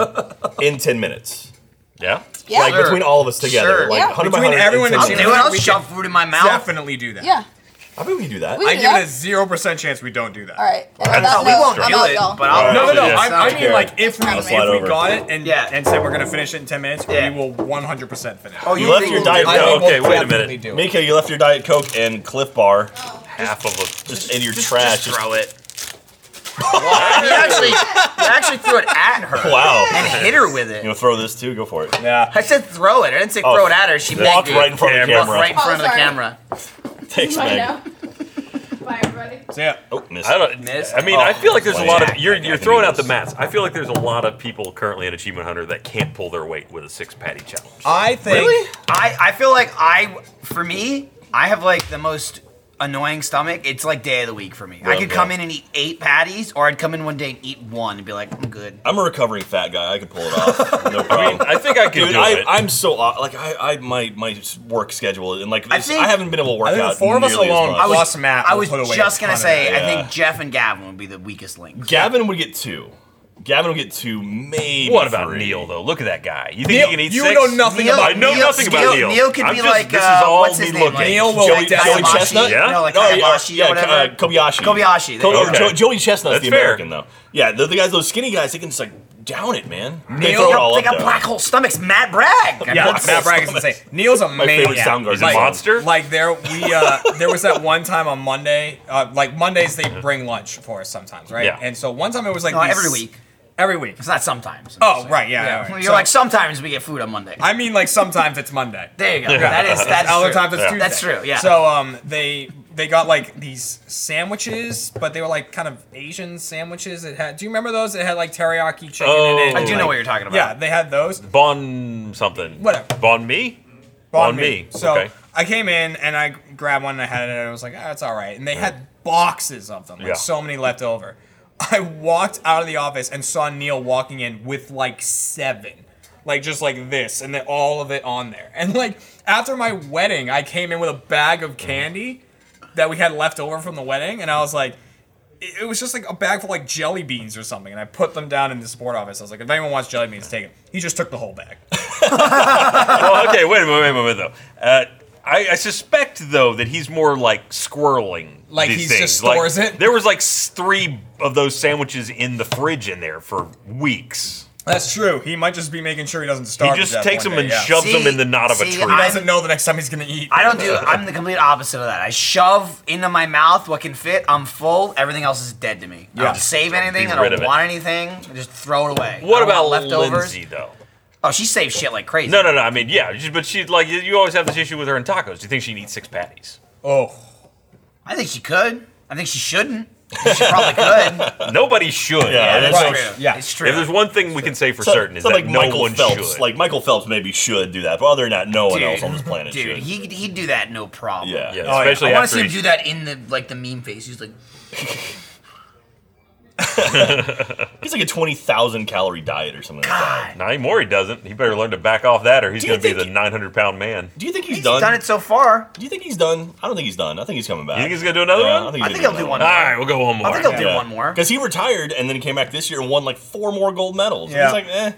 in 10 minutes?
Yeah.
Yeah.
Like,
Sure.
between all of us together.
Sure.
Like,
Yeah.
100
Between
by 100
everyone
in
in
10
I'll
the
do
minutes.
it. I'll
We
shove
can
food in my mouth.
Definitely do that.
yeah.
I mean, we can do that.
We
I
can do
give it
that.
a zero percent chance we don't do that.
All right. And on that
No, we
note,
won't
I'm
kill
out,
it,
y'all.
but I'll.
No, no, no.
Yeah.
I, I mean, like, if we,
Kinda
if
slide
we
over.
got it and,
Yeah.
and said we're going to finish it in 10 minutes,
Yeah.
we will 100% finish.
Oh,
You left
think
your
we'll do
diet.
it.
No,
okay, wait a minute.
Mika, you left your Diet Coke and Cliff Bar
Half of them.
just in your trash.
Just throw it. he actually, he actually threw it at her
wow.
and hit her with
You
it.
know, throw this too. Go for it.
Yeah.
I said throw it. I didn't say
Oh,
throw it at her. She
Walk
meant it.
right in front of the
Camera.
camera.
Walked right in front
Oh,
of the camera.
sorry.
Thanks,
Bye
Meg.
now. Bye, everybody.
So, yeah.
Oh, missed.
I don't.
Missed.
I mean, I feel like there's a
Oh,
lot
yeah.
of you're
I can
you're
do
throwing out the
this.
mats. I feel like there's a lot of people currently in Achievement Hunter that can't pull their weight with a six patty challenge.
I think.
I, I feel like I, for me, I have like the most annoying stomach. It's like day of the week for me. I
Yeah,
could
yeah.
come in and eat eight patties, or I'd come in one day and eat one and be like, I'm good.
I'm a recovering fat guy. I could pull it off. No problem.
I think I can
Dude,
do
I,
it.
I'm so off. Like I, I, my, my work schedule and like
I
this, I,
think-
haven't been able to work
I think the
out.
four of us
nearly as
alone-
much.
I was- Plus Matt
I
will
was
put away
just
a
gonna
ton of
say,
it,
I
yeah.
think Jeff and Gavin would be the weakest link.
Gavin would get two. Gavin would get two, maybe.
What about
three.
Neil though? Look at that guy. You think
Neil,
he can eat
you
six?
know nothing
Neil-
I
about
know
Neil-
nothing about
Neil-
Neil.
Neil could
I'm
be
just-
like,
This
uh,
is all
what's
me
his name,
looking.
like-
Neil will
Joey,
definitely-
Joey
Kobayashi.
Chestnut?
Yeah.
No, like
yeah,
Kobayashi or
yeah,
whatever.
uh, Kobayashi.
Kobayashi, there
Ko-
you go.
Jo- Joey Chestnut's
That's
the
fair.
American, though. Yeah, the, the guys, those skinny guys, they can just like down it, man. they throw it
They
Neil-
got,
all
they
up
got
there.
black hole stomachs. Matt Bragg.
Yeah,
That's
Matt Bragg is
so much.
insane. Neil's a
My favorite
maniac.
Soundgarden
He's a monster?
Like there, we uh, there was that one time on Monday. Uh, like Mondays, they bring lunch for us sometimes, right?
Yeah.
And so one time it was like
No,
these-
every week.
Every week.
It's not sometimes. I'm just
Oh
saying.
right, yeah. yeah.
You're
right. So,
like sometimes we get food on Monday.
I mean, like sometimes it's Monday.
there you go. That is that's
Other
true.
times it's Tuesday.
That's true, yeah.
So um, they they got like these sandwiches, but they were like kind of Asian sandwiches. It had. Do you remember those? It had like teriyaki chicken in it.
Oh.
I do know what you're talking about.
Yeah, they had those.
Bon something.
Whatever.
Bon me.
Bon
Bon
me.
mi.
So
Okay.
I came in and I grabbed one and I had it and I was like, ah, it's all right. And they had boxes of them, like
Yeah.
so many left over. I walked out of the office and saw Neil walking in with like seven, like just like this, and then all of it on there. And like after my wedding, I came in with a bag
Mm-hmm.
of candy that we had left over from the wedding, and I was like, it it was just like a bag full of like jelly beans or something, and I put them down in the support office. I was like, if anyone wants jelly beans, take it. He just took the whole bag.
well, okay, wait a minute, wait a minute though. Uh, I, I suspect though that he's more like squirreling.
Like,
these
he
things.
just
Like,
stores it?
There was like s- three of those sandwiches in the fridge in there for weeks.
That's true. He might just be making sure he doesn't
He
starve. to
just
death
takes
one day,
them and
yeah.
shoves
See-
them in the knot of a
see,
tree.
He
I-
doesn't know the next time he's gonna eat.
I don't do. I'm the complete opposite of that. I shove into my mouth what can fit. I'm full. Everything else is dead to me. I
Yeah.
don't save anything. I
rid of
don't
it.
want anything. I just throw it away. I
what
don't
about
want Oh, leftovers?
Lindsay though?
Oh, she saves shit like crazy.
No, no, no. I mean, yeah, she- but she's like you- you always have this issue with her in tacos. Do you think she needs six patties?
Oh,
I think she could. I think she shouldn't. I think She probably could.
Nobody should.
Yeah,
If
that's
Right.
like-
Yeah.
It's true.
there's one thing we can say for
so-
certain is
so
that
like
no
Michael
one
Phelps.
should.
Like Michael Phelps maybe should do that, but other than that, no one
Dude.
else on this planet
Dude,
should.
he he'd do that no problem.
yeah.
yeah,
Oh, yeah.
especially
I want to
after
see him
he's-
do that in the like the meme face. He's like,
he's like a twenty thousand calorie diet or something like that.
Nah, anymore he doesn't. He better learn to back off that, or he's
Do you
going to be
think-
the 900 pound man.
Do you think he's,
he's
done?
done it so far.
Do you think he's done? I don't think he's done. I think he's coming back.
You think he's gonna do another one?
he's
I
gonna
think he'll do
another
one.
All right, we'll go one more.
I think I'll do one more.
Because he retired and then he came back this year and won like four more gold medals.
Yeah.
Yeah. He's like, eh,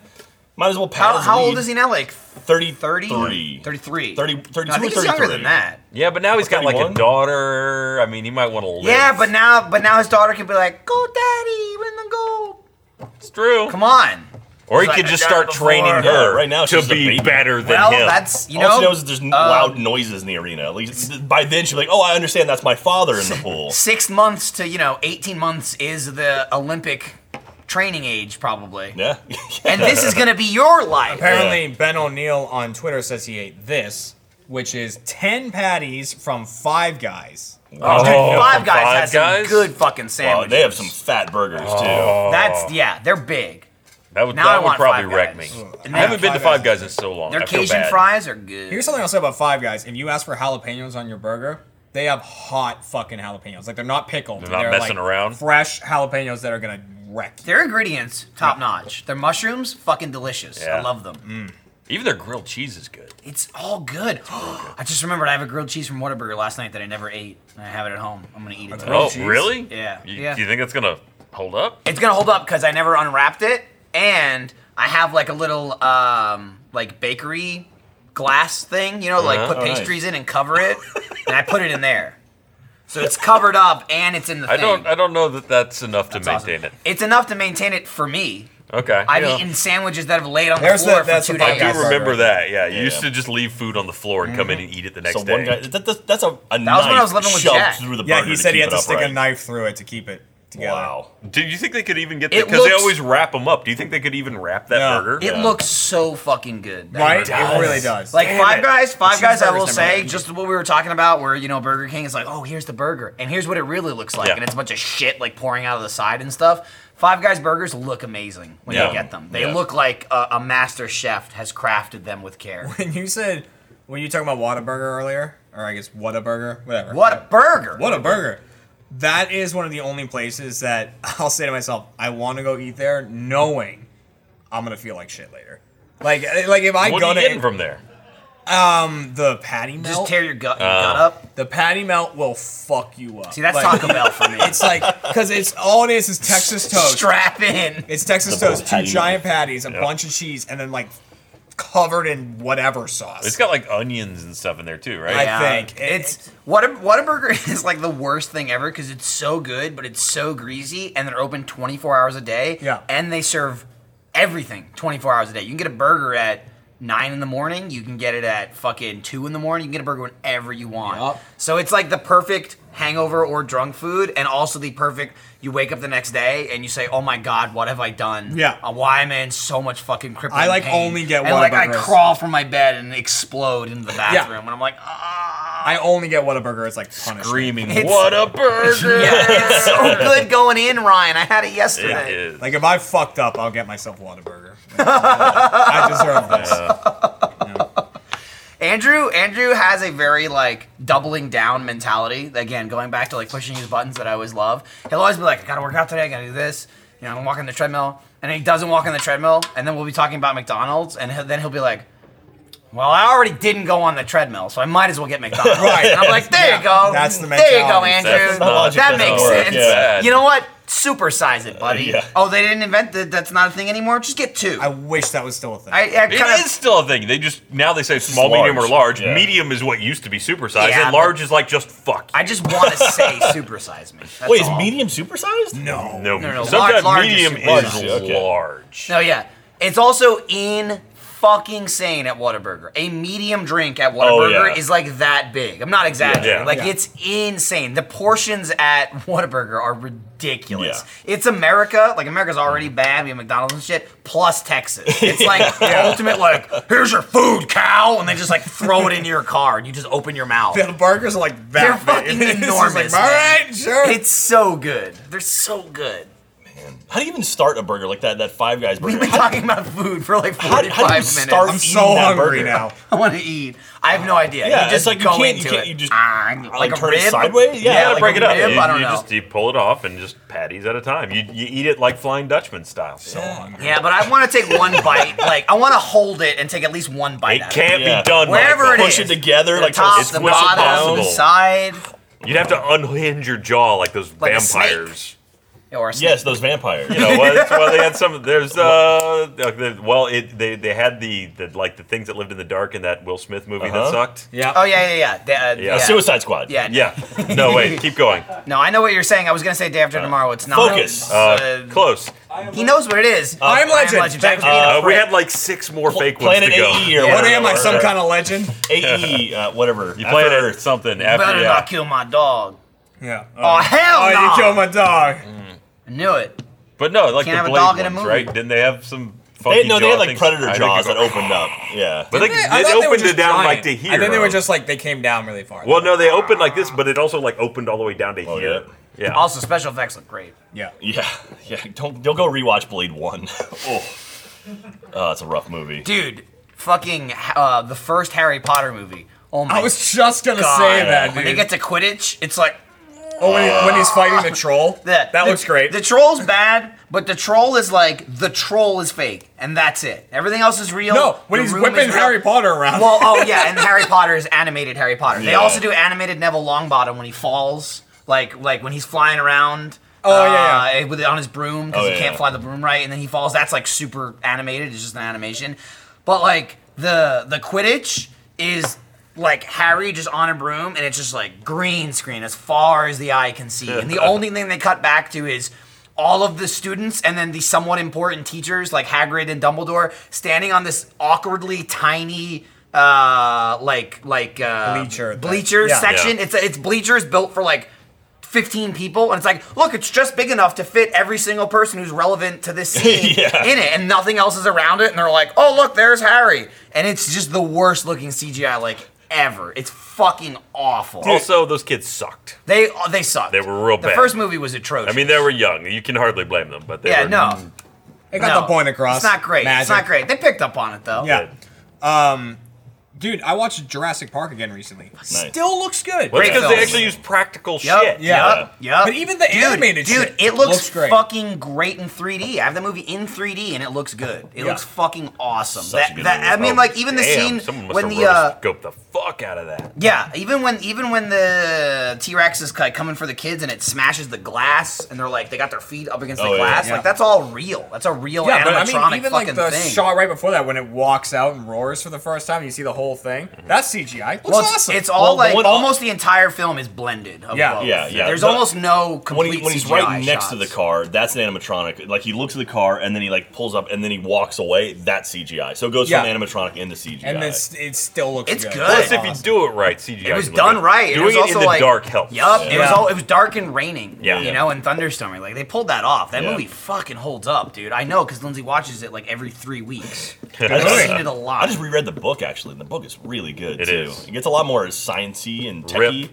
might as well
How,
pass.
how old is he now? Like
30,
30?
30,
33.
30, 32
No, I think
or
he's younger
33.
than that.
yeah, but now he's got like
31?
a daughter. I mean, he might want to live.
Yeah, but now, but now his daughter could be like, "Go, daddy, win the gold."
it's true.
Come on.
Or he
He's
could
like,
just
"I
start
done it
training
before."
her
Yeah, right now
to
she's a
be
baby.
better than
Well,
him.
that's you
All
know. Um, uh,
she knows is there's loud noises in the arena. At least by then she'll be like, oh, I understand that's my father in the pool.
Six months to you know, eighteen months is the Olympic training age probably.
yeah.
And this is gonna be your life.
apparently Ben O'Neill on Twitter says he ate this, which is ten patties from Five Guys.
Oh,
Five Guys
Five
has some
Guys?
good fucking
Wow, Oh,
sandwiches. Oh.
they have some fat burgers too.
That's yeah, they're big.
Oh. that would,
Now I
that would
want
probably
Five
wreck me.
Guys.
I haven't been to
Five
Five Guys in so long.
Their
I feel
Cajun
bad.
fries are good.
Here's something I'll say about Five Guys: if you ask for jalapenos on your burger, they have hot fucking jalapenos. Like they're not pickled. They're
not messing
like,
around?
Fresh jalapenos that are gonna wreck. you.
Their ingredients top notch. Their mushrooms fucking delicious. I
Yeah. Mm.
love them.
Even their grilled cheese is good.
It's all good. I just remembered I have a grilled cheese from Whataburger last night that I never ate. And I have it at home. I'm gonna eat it. Today.
Oh,
cheese?
really?
Yeah,
You,
yeah.
Do you think that's gonna hold up?
It's gonna hold up because I never unwrapped it, and I have like a little um like bakery glass thing, you know, like
Uh-huh.
put
Oh, nice.
pastries in and cover it, and I put it in there. So it's covered up and it's in the
I
thing.
don't. I don't know that that's enough to
It's awesome.
maintain
It's enough to maintain it for me.
it. Okay.
I've
Yeah.
eaten sandwiches that have laid on
There's
the floor
that- that's
for two
the
I
days.
podcast.
do remember that. Yeah, you
Yeah.
used to just leave food on the floor and come in and eat it the next
so
day.
one guy, that, that, that's a, a
was
knife
when I was living with
shoved
Jack.
through the
Yeah,
burger
he said he
keep
had to
it
stick
upright.
a knife through it to keep it together.
Wow.
Do you think they could even get
It
because they
looks-
always wrap them up? Do you think they could even wrap that
No.
burger?
It looks so fucking good. that
Right?
burger.
It really does.
Like
Damn
Five
it.
Guys, Five Guys, I
cheeseburger's
will
never
say,
that
just what we were talking about, where you know Burger King is like, oh, here's the burger, and here's what it really looks like,
Yeah.
and it's a bunch of shit like pouring out of the side and stuff. Five Guys burgers look amazing when
Yeah.
you get them. They
Yeah.
look like a, a master chef has crafted them with care.
And you said, were you talking about Whataburger earlier? Or I guess Whataburger? Whatever.
What a burger!
What a burger. That is one of the only places that I'll say to myself, I want to go eat there knowing I'm going to feel like shit later. Like, eh, like if I
what
go
are
to
you getting from there?
the patty melt,
Just tear your gut, your
Oh.
gut up.
the patty melt will fuck you up.
See, that's
like,
Taco Bell for me.
It's like, because it's all it is is Texas toast.
Strap in.
It's Texas
The
toast, two
patty
giant patties, a
Yeah.
bunch of cheese, and then like covered in whatever sauce.
It's got like onions and stuff in there too, right?
I think It-
it's what a Whataburger is like the worst thing ever because it's so good, but it's so greasy, and they're open 24 hours a day.
Yeah.
and they serve everything 24 hours a day. You can get a burger at nine in the morning. You can get it at fucking two in the morning. You can get a burger whenever you want.
Yup.
So it's like the perfect hangover or drunk food, and also the perfect. You wake up the next day and you say, "Oh my god, what have I done?
Yeah.
Uh, why am I in so much fucking crippling
I, like,
pain?"
only get
and like I
Whataburgers.
crawl from my bed and explode into the bathroom, and I'm like, ah.
I only get Whataburger. It's like punishment.
Screaming,
It's-
what a burger!
Yeah, it's so good going in, Ryan. I had it
It
yesterday.
is.
Like if I fucked up, I'll get myself Whataburger. Like, I deserve this.
Andrew, Andrew has a very like doubling down mentality. Again, going back to like pushing his buttons that I always love. He'll always be like, I gotta work out today. I gotta do this. You know, I'm walking the treadmill, and he doesn't walk on the treadmill. And then we'll be talking about McDonald's, and he'll, then he'll be like. Well, I already didn't go on the treadmill, so I might as well get McDonald's.
Right.
And I'm like, there
Yeah,
you go.
that's the
There you go,
mentality.
Andrew.
That's the logic Oh,
that
that
makes
works.
sense.
Yeah.
You know what? Supersize it, buddy.
Yeah.
Oh, they didn't invent that. That's not a thing anymore. Just get two.
I wish that was still a thing.
I, I
It
kind
is
of.
still a thing. They just now they say small, medium, or
large.
large.
Yeah.
Medium is what used to be supersized,
Yeah,
and large is like just fuck.
I just want to say supersize me. That's
Wait, is
all.
medium supersized?
no.
no,
no, no, large-
sometimes
large is
medium
super-
is
large, okay.
large.
No, yeah. It's also in fucking sane at Whataburger. A medium drink at Whataburger
Oh, yeah.
is like that big. I'm not exaggerating.
Yeah.
Like
Yeah.
it's insane. The portions at Whataburger are ridiculous.
Yeah.
It's America. Like America's already bad. We have McDonald's and shit. Plus Texas. It's like the ultimate like, here's your food, cow, and they just like throw it into your car and you just open your mouth.
The burgers are like that.
They're
big.
fucking
It's just
enormous.
Like, All
man.
right, sure.
It's so good. They're so good.
How do you even start a burger like that? That Five Guys burger.
We've been
How-
talking about food for like
how do
45
you
minutes.
start-
I'm
eating
so
that
hungry
burger.
now.
I want to eat. I have no idea.
Yeah,
you just
it's like you
go
can't- you
into
can't-
it.
you just-
Ah,
like,
like, a
turn it
rib
sideways? Yeah,
yeah,
gotta
like
break
a
it up.
rib?
You,
I don't
you
know.
just you pull it off and just patties at a time. You you eat it like Flying Dutchman style.
yeah, but I want to take one bite. Like I want to hold it and take at least one bite.
It
out of
can't
Yeah.
be done.
Wherever
like
it
that.
Push
is.
it together
The
like
top,
those-
the
squish it
bottom, the
possible.
side,
You'd have to unhinge your jaw like those
Like a snake.
vampires.
or a
Yes, those vampires.
You know, well, that's why they had some. There's uh, like the- well, it they they had the, the like the things that lived in the dark in that Will Smith movie
Uh-huh.
that sucked.
snake. Oh yeah, yeah, yeah. The, uh,
Yeah.
yeah.
Suicide Squad.
Yeah.
Yeah. No, wait. Keep going.
No, I know what you're saying. I was gonna say day after tomorrow. It's not.
Uh, Focus. Uh,
Uh, close.
he knows what it is.
I am legend.
Jack
Thank
Petito.
Uh, we had like six more fake ones
Planet
to
AE
go.
or
Yeah.
What
whatever.
am I, some kind of legend?
AE, uh, whatever.
You played
After
it
Earth.
something
Better
after
not
yeah.
kill my dog.
Yeah.
Oh, hell
Oh,
no!
you killed my dog.
I knew it.
But no,
Can't
like the
have a
Blade
dog
ones,
in a movie.
right? Didn't they have some?
They,
Funky
no, they
jaw
had like
things? I
predator
think
jaws
it
that
go-
opened up. Yeah.
But they,
I
they,
thought were
opened it
just
down
giant.
like to here.
I think they were
right?
just like they came down really far.
Well, no, they opened like this, but it also like opened all the way down to
Oh,
here. Yeah.
Also, special effects look great.
yeah.
Yeah, yeah. Don't don't go rewatch Blade One. oh, oh, that's a rough movie.
dude, fucking uh, the first Harry Potter movie. Oh my
I was just gonna
god!
say that,
when they
dude.
get to Quidditch, it's like
oh, when, he- when he's fighting the troll,
the,
that
the-
looks great.
The troll's bad, but the troll is like the troll is fake, and that's it. Everything else is real.
no, when
The
he's
room is
whipping
real.
Harry Potter around.
Well, oh yeah, and Harry Potter is animated Harry Potter. They
Yeah.
also do animated Neville Longbottom when he falls, like like when he's flying around.
Oh, yeah,
uh, with it on his broom because
Oh,
he
yeah,
can't
yeah.
fly the broom right, and then he falls. That's like super animated. It's just an animation, but like the the Quidditch is like Harry just on a broom, and it's just like green screen as far as the eye can see. And the only thing they cut back to is all of the students and then the somewhat important teachers like Hagrid and Dumbledore standing on this awkwardly tiny uh like like uh
Bleacher thing.
bleacher
Yeah.
section
Yeah.
it's it's bleachers built for like 15 people and it's like look it's just big enough to fit every single person who's relevant to this scene
Yeah.
in it and nothing else is around it and they're like oh look there's harry and it's just the worst looking cgi like ever it's fucking awful
Also, those kids sucked.
they oh, they sucked
They were real
the
bad.
first movie was atrocious
I mean, they were young. You can hardly blame them, but they
yeah
were Mm.
no
It got
no.
the point across.
it's not great it's not
Magic.
great they picked up on it though
Yeah.
Dude, I watched Jurassic Park again recently.
Nice.
Still looks good.
Well,
Great
because they
films.
actually used practical
Yep,
shit.
Yeah.
yep, yep.
But even the
dude,
animated
dude,
shit
it looks,
looks great.
fucking great in 3D. I have the movie in 3D and it looks good. It looks fucking awesome.
Such a
That-
good
that- I
movie. Oh,
mean, like even the
oh, Damn,
scene
someone must
when
have
the uh,
scoped the fuck out of that.
yeah, even when even when the T Rex is like, coming for the kids and it smashes the glass and they're like they got their feet up against
Oh,
the
yeah.
glass.
Yeah.
Like that's all real. That's a real
Yeah, but I
animatronic
mean, even like
fucking
the
thing.
shot right before that when it walks out and roars for the first time, you see the whole thing. That's CGI. Looks
well, it's,
awesome.
it's all
Well, the
like
one-
almost the entire film is blended. Of
Yeah,
both.
yeah, yeah.
There's
The-
almost no complete
when, he, when he's
CGI
right next to the
shots.
car, that's an animatronic. Like he looks at the car and then he like pulls up and then he walks away. That's CGI. So it goes
Yeah.
from animatronic into CGI.
and it's, it still looks
It's
good.
good.
Plus, if you do it right, CGI.
It was
can look
done
good.
right.
Doing
it was also
in the
like,
dark helps.
Yup. It was
Yeah.
all. It was dark and raining.
Yeah.
You know, and thunderstorming. Like they pulled that off. That
Yeah.
movie fucking holds up, dude. I know because Lindsay watches it like every three weeks.
I
I've
just-
seen it a lot.
I just reread the book actually, and the book is really good
It
too.
is.
It gets a lot more sciencey and
Rip.
techy.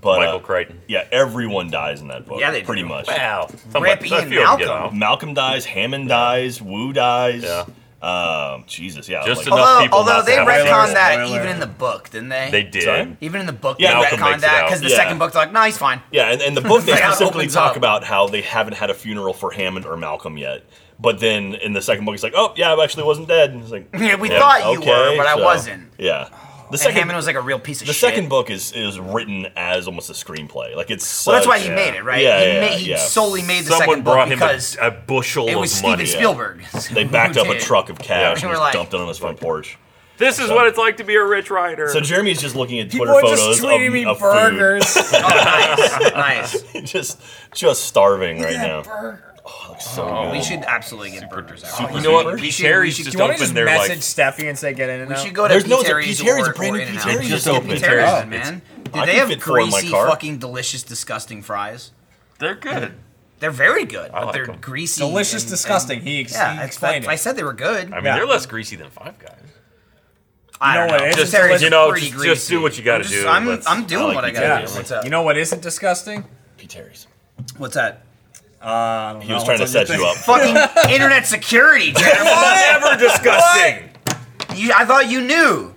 But
Michael
uh,
Crichton.
yeah, everyone dies in that book.
Yeah, they do.
pretty much.
Wow.
Rip
Somebody- a
Ian
few of them get
Malcolm.
off.
Malcolm dies, Hammond dies, Wu dies.
Yeah.
Um, Jesus, yeah.
Just enough-
although,
people
although
not to
they
have
retconned
spoilers.
that
Spoiler.
even in the book, didn't they?
They did.
Sorry?
Even in the book,
Yeah,
they
Malcolm
retconned
makes it
that
out.
because the
Yeah.
second book's like, no, he's fine.
Yeah, and, and the book they
Right, it
specifically
opens
talk
up.
about how they haven't had a funeral for Hammond or Malcolm yet. But then in the second book, it's like, oh yeah, I actually wasn't dead. And it's like,
Yeah, we thought you were, but I wasn't.
Yeah. The
And
second
Hammond was like a real piece of
the
shit.
second book is is written as almost a screenplay. Like it's
Well, that's
such-
why he made it, right?
Yeah,
he
yeah,
ma- he
yeah.
solely made the
Someone
second book
brought him a,
because
a bushel
it was
of
Steven
money.
Spielberg.
They backed up a truck of cash
They
and
were
just
like-
dumped it on his front porch.
This is what it's like to be a rich writer.
So Jeremy's just looking at Twitter
People are
photos
just
of,
tweeting me
of
burgers.
Oh, nice, nice.
food, just just starving right
Yeah,
now. Oh,
burger.
So
Oh.
good.
We should absolutely get burgers. out.
you know what?
We
Pete
should- we
Terry's
should-
just
Do you want to
open
just
their
message
like.
Steffi and say get in and
We
out?
should go to
There's
Pete
no- it's a
Terry's.
Pete Terry's,
or-
a brand
or
new Pete
In-N-Out.
Terry's
Just
just
get
opened.
Pete Terry's,
Yeah.
man.
I
Dude, they
can
have
fit four in my
greasy,
car.
fucking, delicious, disgusting fries.
They're good.
They're very good, but
like
they're
'em.
greasy.
Delicious,
and-
disgusting.
and-
he, ex-
yeah,
he
I-
explained
I
it.
said they were good.
I mean,
Yeah.
they're less greasy than Five Guys.
I
You know
don't
what
know.
is?
Pete
It's
Terry's
You know,
pretty
just-
greasy.
just do what you gotta
I'm just-
do.
I'm,
Let's-
I'm doing
I like
what I
Pete
gotta
Terry's.
do. What's up?
You know what isn't disgusting?
Pete Terry's.
What's that?
He was trying to set you up.
Fucking internet security, Jeremy.
Never disgusting.
You, I thought you knew.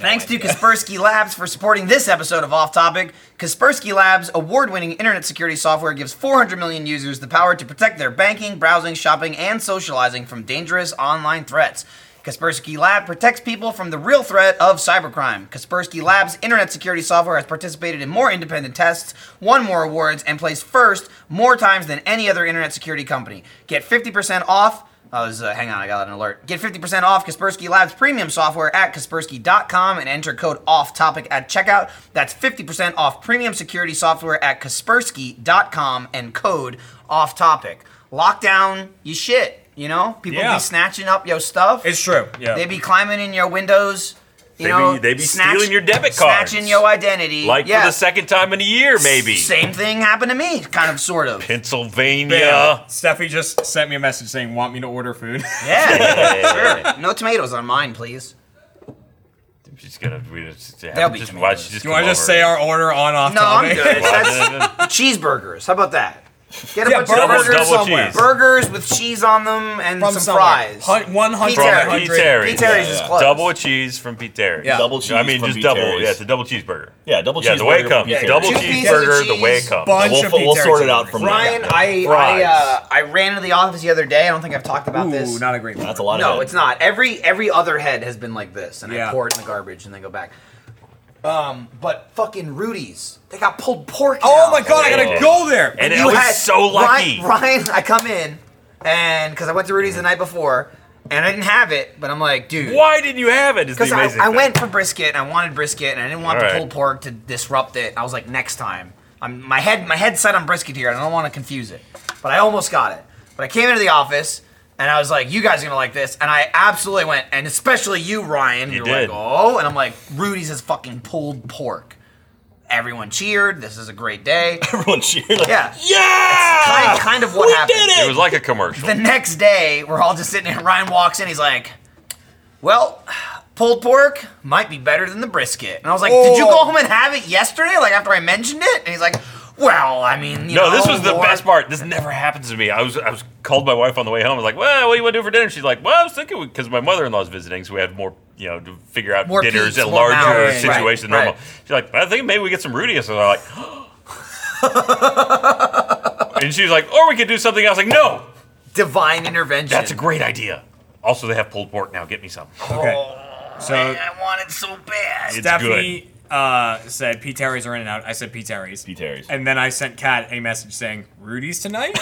Thanks to Kaspersky Labs for supporting this episode of Off Topic. Kaspersky Labs' award winning internet security software gives 400 million users the power to protect their banking, browsing, shopping, and socializing from dangerous online threats. Kaspersky Lab protects people from the real threat of cybercrime. Kaspersky Labs' internet security software has participated in more independent tests, won more awards, and placed first more times than any other internet security company. Get 50% off Oh, this is, uh, hang on, I got an alert. Get 50% off Kaspersky Labs premium software at Kaspersky.com and enter code off topic at checkout. That's 50% off premium security software at Kaspersky.com and code off topic. Lockdown, you shit, you know? People
Yeah.
be snatching up your stuff.
It's true. Yeah.
They be climbing in your windows. You
They
know,
be- they be stealing your debit cards.
Snatching your identity.
Like
yeah.
for the second time in a year, maybe.
Same thing happened to me, kind of, sort of.
Pennsylvania.
Steffi just sent me a message saying, want me to order food?
Yeah, sure. No tomatoes on mine, please.
She's gonna. We just,
There'll be
just,
tomatoes.
why, just
Do I just say our order on off
No, I'm
topic?
good. That's- cheeseburgers. How about that? Get a
Yeah,
bunch of
burgers
burgers,
double
somewhere.
cheese.
Burgers with cheese on them and
From
some
somewhere.
fries.
Hun- 100
Pete Terry.
from Pete
Hundred.
Terry.
Pete Terry's
Yeah,
is
yeah.
close.
Double cheese from Pete Terry.
Yeah.
Double cheese.
I mean,
from
just
Pete
double.
Terry's.
Yeah, it's a double cheeseburger.
Yeah, double
Yeah, the way
cheeseburger
it
from
comes.
Pete Terry's.
Double
Two pieces of
cheeseburger, the way it
cheese,
comes.
Bunch
We'll,
of
we'll
Pete
sort it
Terry's
out from
Ryan,
there.
I I,
Fries.
uh, I ran into the office the other day. I don't think I've talked about this.
Ooh, not a great one.
That's a lot of
no,
head.
it's not. Every every other head has been like this, and I
Yeah.
pour it in the garbage and then go back. Um, but fucking Rudy's, they got pulled pork. now.
Oh my god, I
Yeah.
gotta go there.
And I was so lucky.
Ryan, Ryan, I come in, and because I went to Rudy's the night before, and I didn't have it, but I'm like, dude.
Why didn't you have it? Is the
Because
amazing
I, I
thing.
went for brisket and I wanted brisket and I didn't want the
Alright.
pulled pork to disrupt it. I was like, next time. I'm, my head my head's set on brisket here and I don't want to confuse it. But I almost got it. But I came into the office and I was like, you guys are gonna like this. And I absolutely went, and especially you, Ryan. You are like,
did.
oh, and I'm like, Rudy's is fucking pulled pork. Everyone cheered. This is a great day.
Everyone cheered. Like,
Yeah.
Yeah.
kind, kind of what
we
happened.
did
It was like a commercial.
The next day, we're all just sitting there. and Ryan walks in. He's like, "Well, pulled pork might be better than the brisket." And I was like, "Did you
Oh.
go home and have it yesterday? Like after I mentioned it?" And he's like, "Well, I mean, you know,
No, this was the
Lord."
best part. This never happens to me. I was I was called my wife on the way home. I was like, "Well, what do you want to do for dinner?" She's like, "Well, I was thinking because my mother-in-law's visiting, so we had more, you know, to figure out
More
dinners
peeps,
at
more
larger
mouths.
situation than
Right,
normal." She's like, "I think maybe we get some Rudy." So I'm like, and she's like, "Or we could do something." else." I was like, "No,
divine intervention."
that's a great idea." Also, they have pulled pork now. Get me some.
Okay. So
Oh,
Man, I want it so bad.
It's
Stephanie uh, said P. Terry's are in and out. I said P. Terry's.
P. Terry's.
And then I sent Kat a message saying, Rudy's tonight?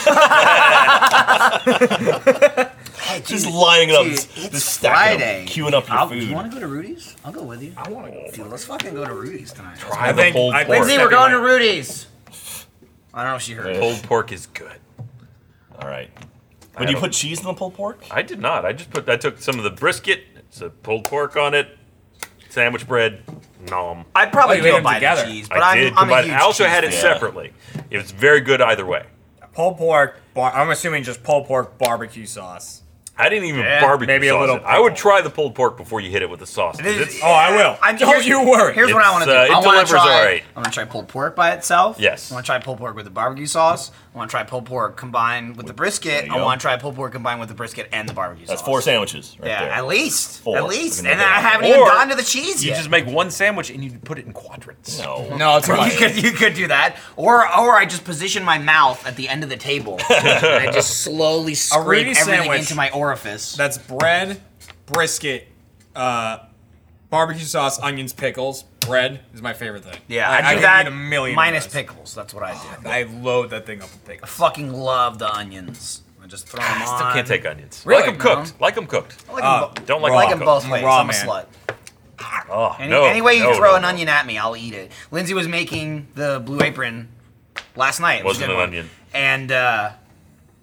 Just lining up,
Dude,
just
it's
stacking
Friday.
up, queuing up your
I'll-
food.
You want to go to Rudy's? I'll go with you. I want to. Dude, let's fucking go to Rudy's tonight.
I
think-
the pulled
I think-
pork.
Lindsay,
That'd
we're
be
going to
right.
Rudy's. I don't know if she heard.
pulled pork is good.
All right. Would you
don't-
put cheese in the pulled pork?
I did not. I just put. I took some of the brisket, some pulled pork on it, sandwich bread. Nom.
I'd probably
Oh, you ate
go
them
by
together.
the cheese, but
I
am
did
I'm a
combine.
huge
I also
cheese
had it
fan.
separately. It was very good either way.
pulled pork, bar- I'm assuming just pulled pork barbecue sauce.
I didn't even
Yeah,
barbecue
maybe a
sauce
little
it. I would
pickle.
try the pulled pork before you hit it with the sauce. 'cause
It is-
it's-
Oh, I will.
I'm-
Don't
here's-
you worry.
Here's what I want to do.
It's, uh, it
I want
delivers
to try.
all right.
I'm gonna try pulled pork by itself.
Yes.
I want to try pulled pork with the barbecue sauce. I want to try pulled pork combined with the
There
brisket.
you
I
go.
want to try pulled pork combined with the brisket and the barbecue
That's
sauce.
four sandwiches right
Yeah,
there.
at least.
Four.
At least.
Look at
And
that.
I haven't even
Or
gotten to the cheese
You
yet.
just make one sandwich and you put it in quadrants.
no.
No, it's
you could you could do that, or or I just position my mouth at the end of the table and I just slowly scrape
Rudy's
everything
sandwich.
into my orifice.
That's bread, brisket, uh, barbecue sauce, onions, pickles. Bread is my favorite thing.
yeah,
I,
I, do
could
that
eat a million. of
minus
those.
pickles. That's what I do.
I load that thing up with
I
pickles.
fucking love the onions. I just throw them
I
on.
still can't take onions.
Really?
Like them cooked.
No.
Like them cooked.
I like
Uh,
them bo-
Don't like
Raw.
like
them
them
cooked.
both ways.
Raw
I'm a
man.
slut.
Oh,
Any,
no,
any way you
no,
throw
no,
an
no.
onion at me, I'll eat it. Lindsay was making the Blue Apron last night. It was a
Wasn't
good
an
one.
onion.
And uh,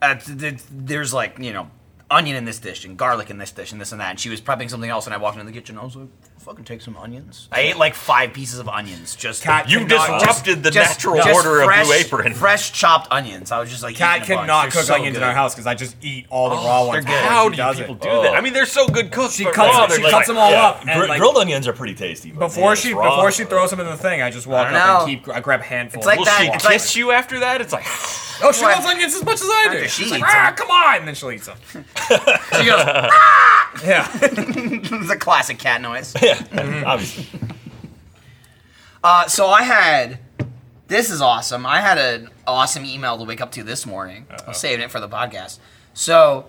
uh, th- th- there's like you know onion in this dish and garlic in this dish and this and that. And she was prepping something else, and I walked into the kitchen. and I was like, "Fucking take some onions." I ate like five pieces of onions. Just
Cat
You
cannot-
disrupted the
just-
natural
just
order
fresh,
of Blue Apron.
Fresh chopped onions. I was just like,
Cat
eating a bunch.
cannot
They're
cook
so
onions
good.
in our house because I just eat all the raw ones.
Oh, good.
before
How
she
do you
does
people
it. Oh.
do that? I mean, they're so good cooked.
She
but
cuts,
raw,
it- she
they're
cuts
like-
them all
Yeah,
up. And
gri-
like,
grilled onions are pretty tasty. but
before
yeah,
she
it's raw.
before she throws them in the thing, I just walk
I
up
don't
and
know.
keep. I grab handfuls.
like
Will
that-
she
it's like-
kiss you after that? It's like,
Oh, she
Well,
loves onions as much as I do.
after she
She's like,
eats
ah,
them.
come on, and then she'll eat some.
She goes,
Yeah.
it's a classic cat noise.
Obviously.
Uh, so I had this is awesome. I had an awesome email to wake up to this morning. I'm saving it for the podcast. So,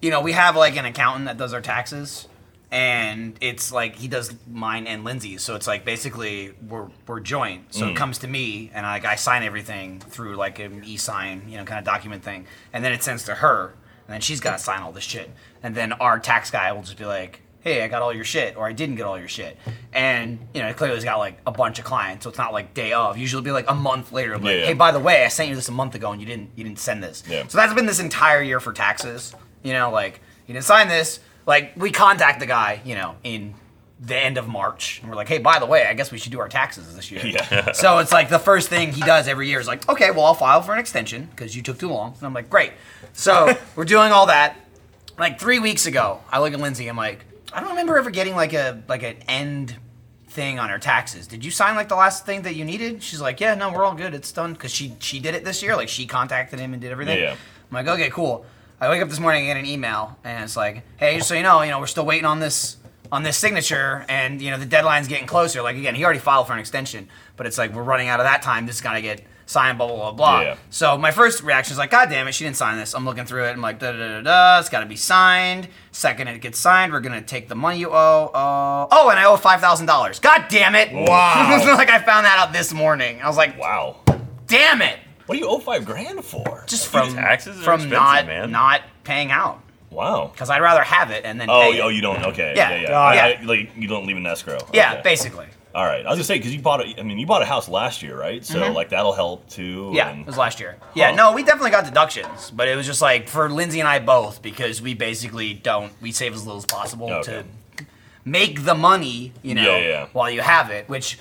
you know, we have like an accountant that does our taxes, and it's like he does mine and Lindsay's. So it's like basically we're we're joint. So it comes to me, and like I sign everything through like an e-sign, you know, kind of document thing, and then it sends to her, and then she's got to sign all this shit, and then our tax guy will just be like hey, I got all your shit, or I didn't get all your shit. And, you know, clearly he's got like a bunch of clients, so it's not like day of. Usually it'll be like a month later, like,
Yeah.
hey, by the way, I sent you this a month ago and you didn't you didn't send this.
Yeah.
So that's been this entire year for taxes. You know, like, you didn't sign this. Like, we contact the guy, you know, in the end of March, and we're like, hey, by the way, I guess we should do our taxes this year.
Yeah.
so it's like the first thing he does every year is like, okay, well, I'll file for an extension because you took too long. And I'm like, great. So we're doing all that like three weeks ago, I look at Lindsay. I'm like, I don't remember ever getting like a like an end thing on her taxes. Did you sign like the last thing that you needed? She's like, Yeah, no, we're all good. It's done because she she did it this year. Like she contacted him and did everything.
Yeah, yeah.
I'm like, okay, cool. I wake up this morning, I get an email, and it's like, Hey, just so you know, you know, we're still waiting on this on this signature, and you know the deadline's getting closer. Like again, he already filed for an extension, but it's like we're running out of that time. This is gonna get signed, blah blah blah blah.
Yeah.
So my first reaction is like, God damn it, she didn't sign this. I'm looking through it. I'm like, da da da da. da. It's got to be signed. Second, it gets signed. We're gonna take the money you owe. Uh, oh, and I owe five thousand dollars. God damn it!
Wow.
like I found that out this morning. I was like,
Wow.
damn it!
What do you owe five grand for?
Just from
taxes are
from
expensive,
not
man.
not paying out.
Wow.
because I'd rather have it and then.
Oh,
pay it.
oh, you don't. Okay.
Yeah.
Yeah.
Oh,
I-
yeah.
I- like you don't leave an escrow.
yeah,
Okay.
basically.
All right. I was gonna say because you bought it. I mean, you bought a house last year, right? So like that'll help too.
Mm-hmm. Yeah,
and-
it was last year. Yeah, no, we definitely got deductions, but it was just like for Lindsay and I both because we basically don't we save as little as possible
Okay.
to make the money, you know,
Yeah, yeah.
while you have it, which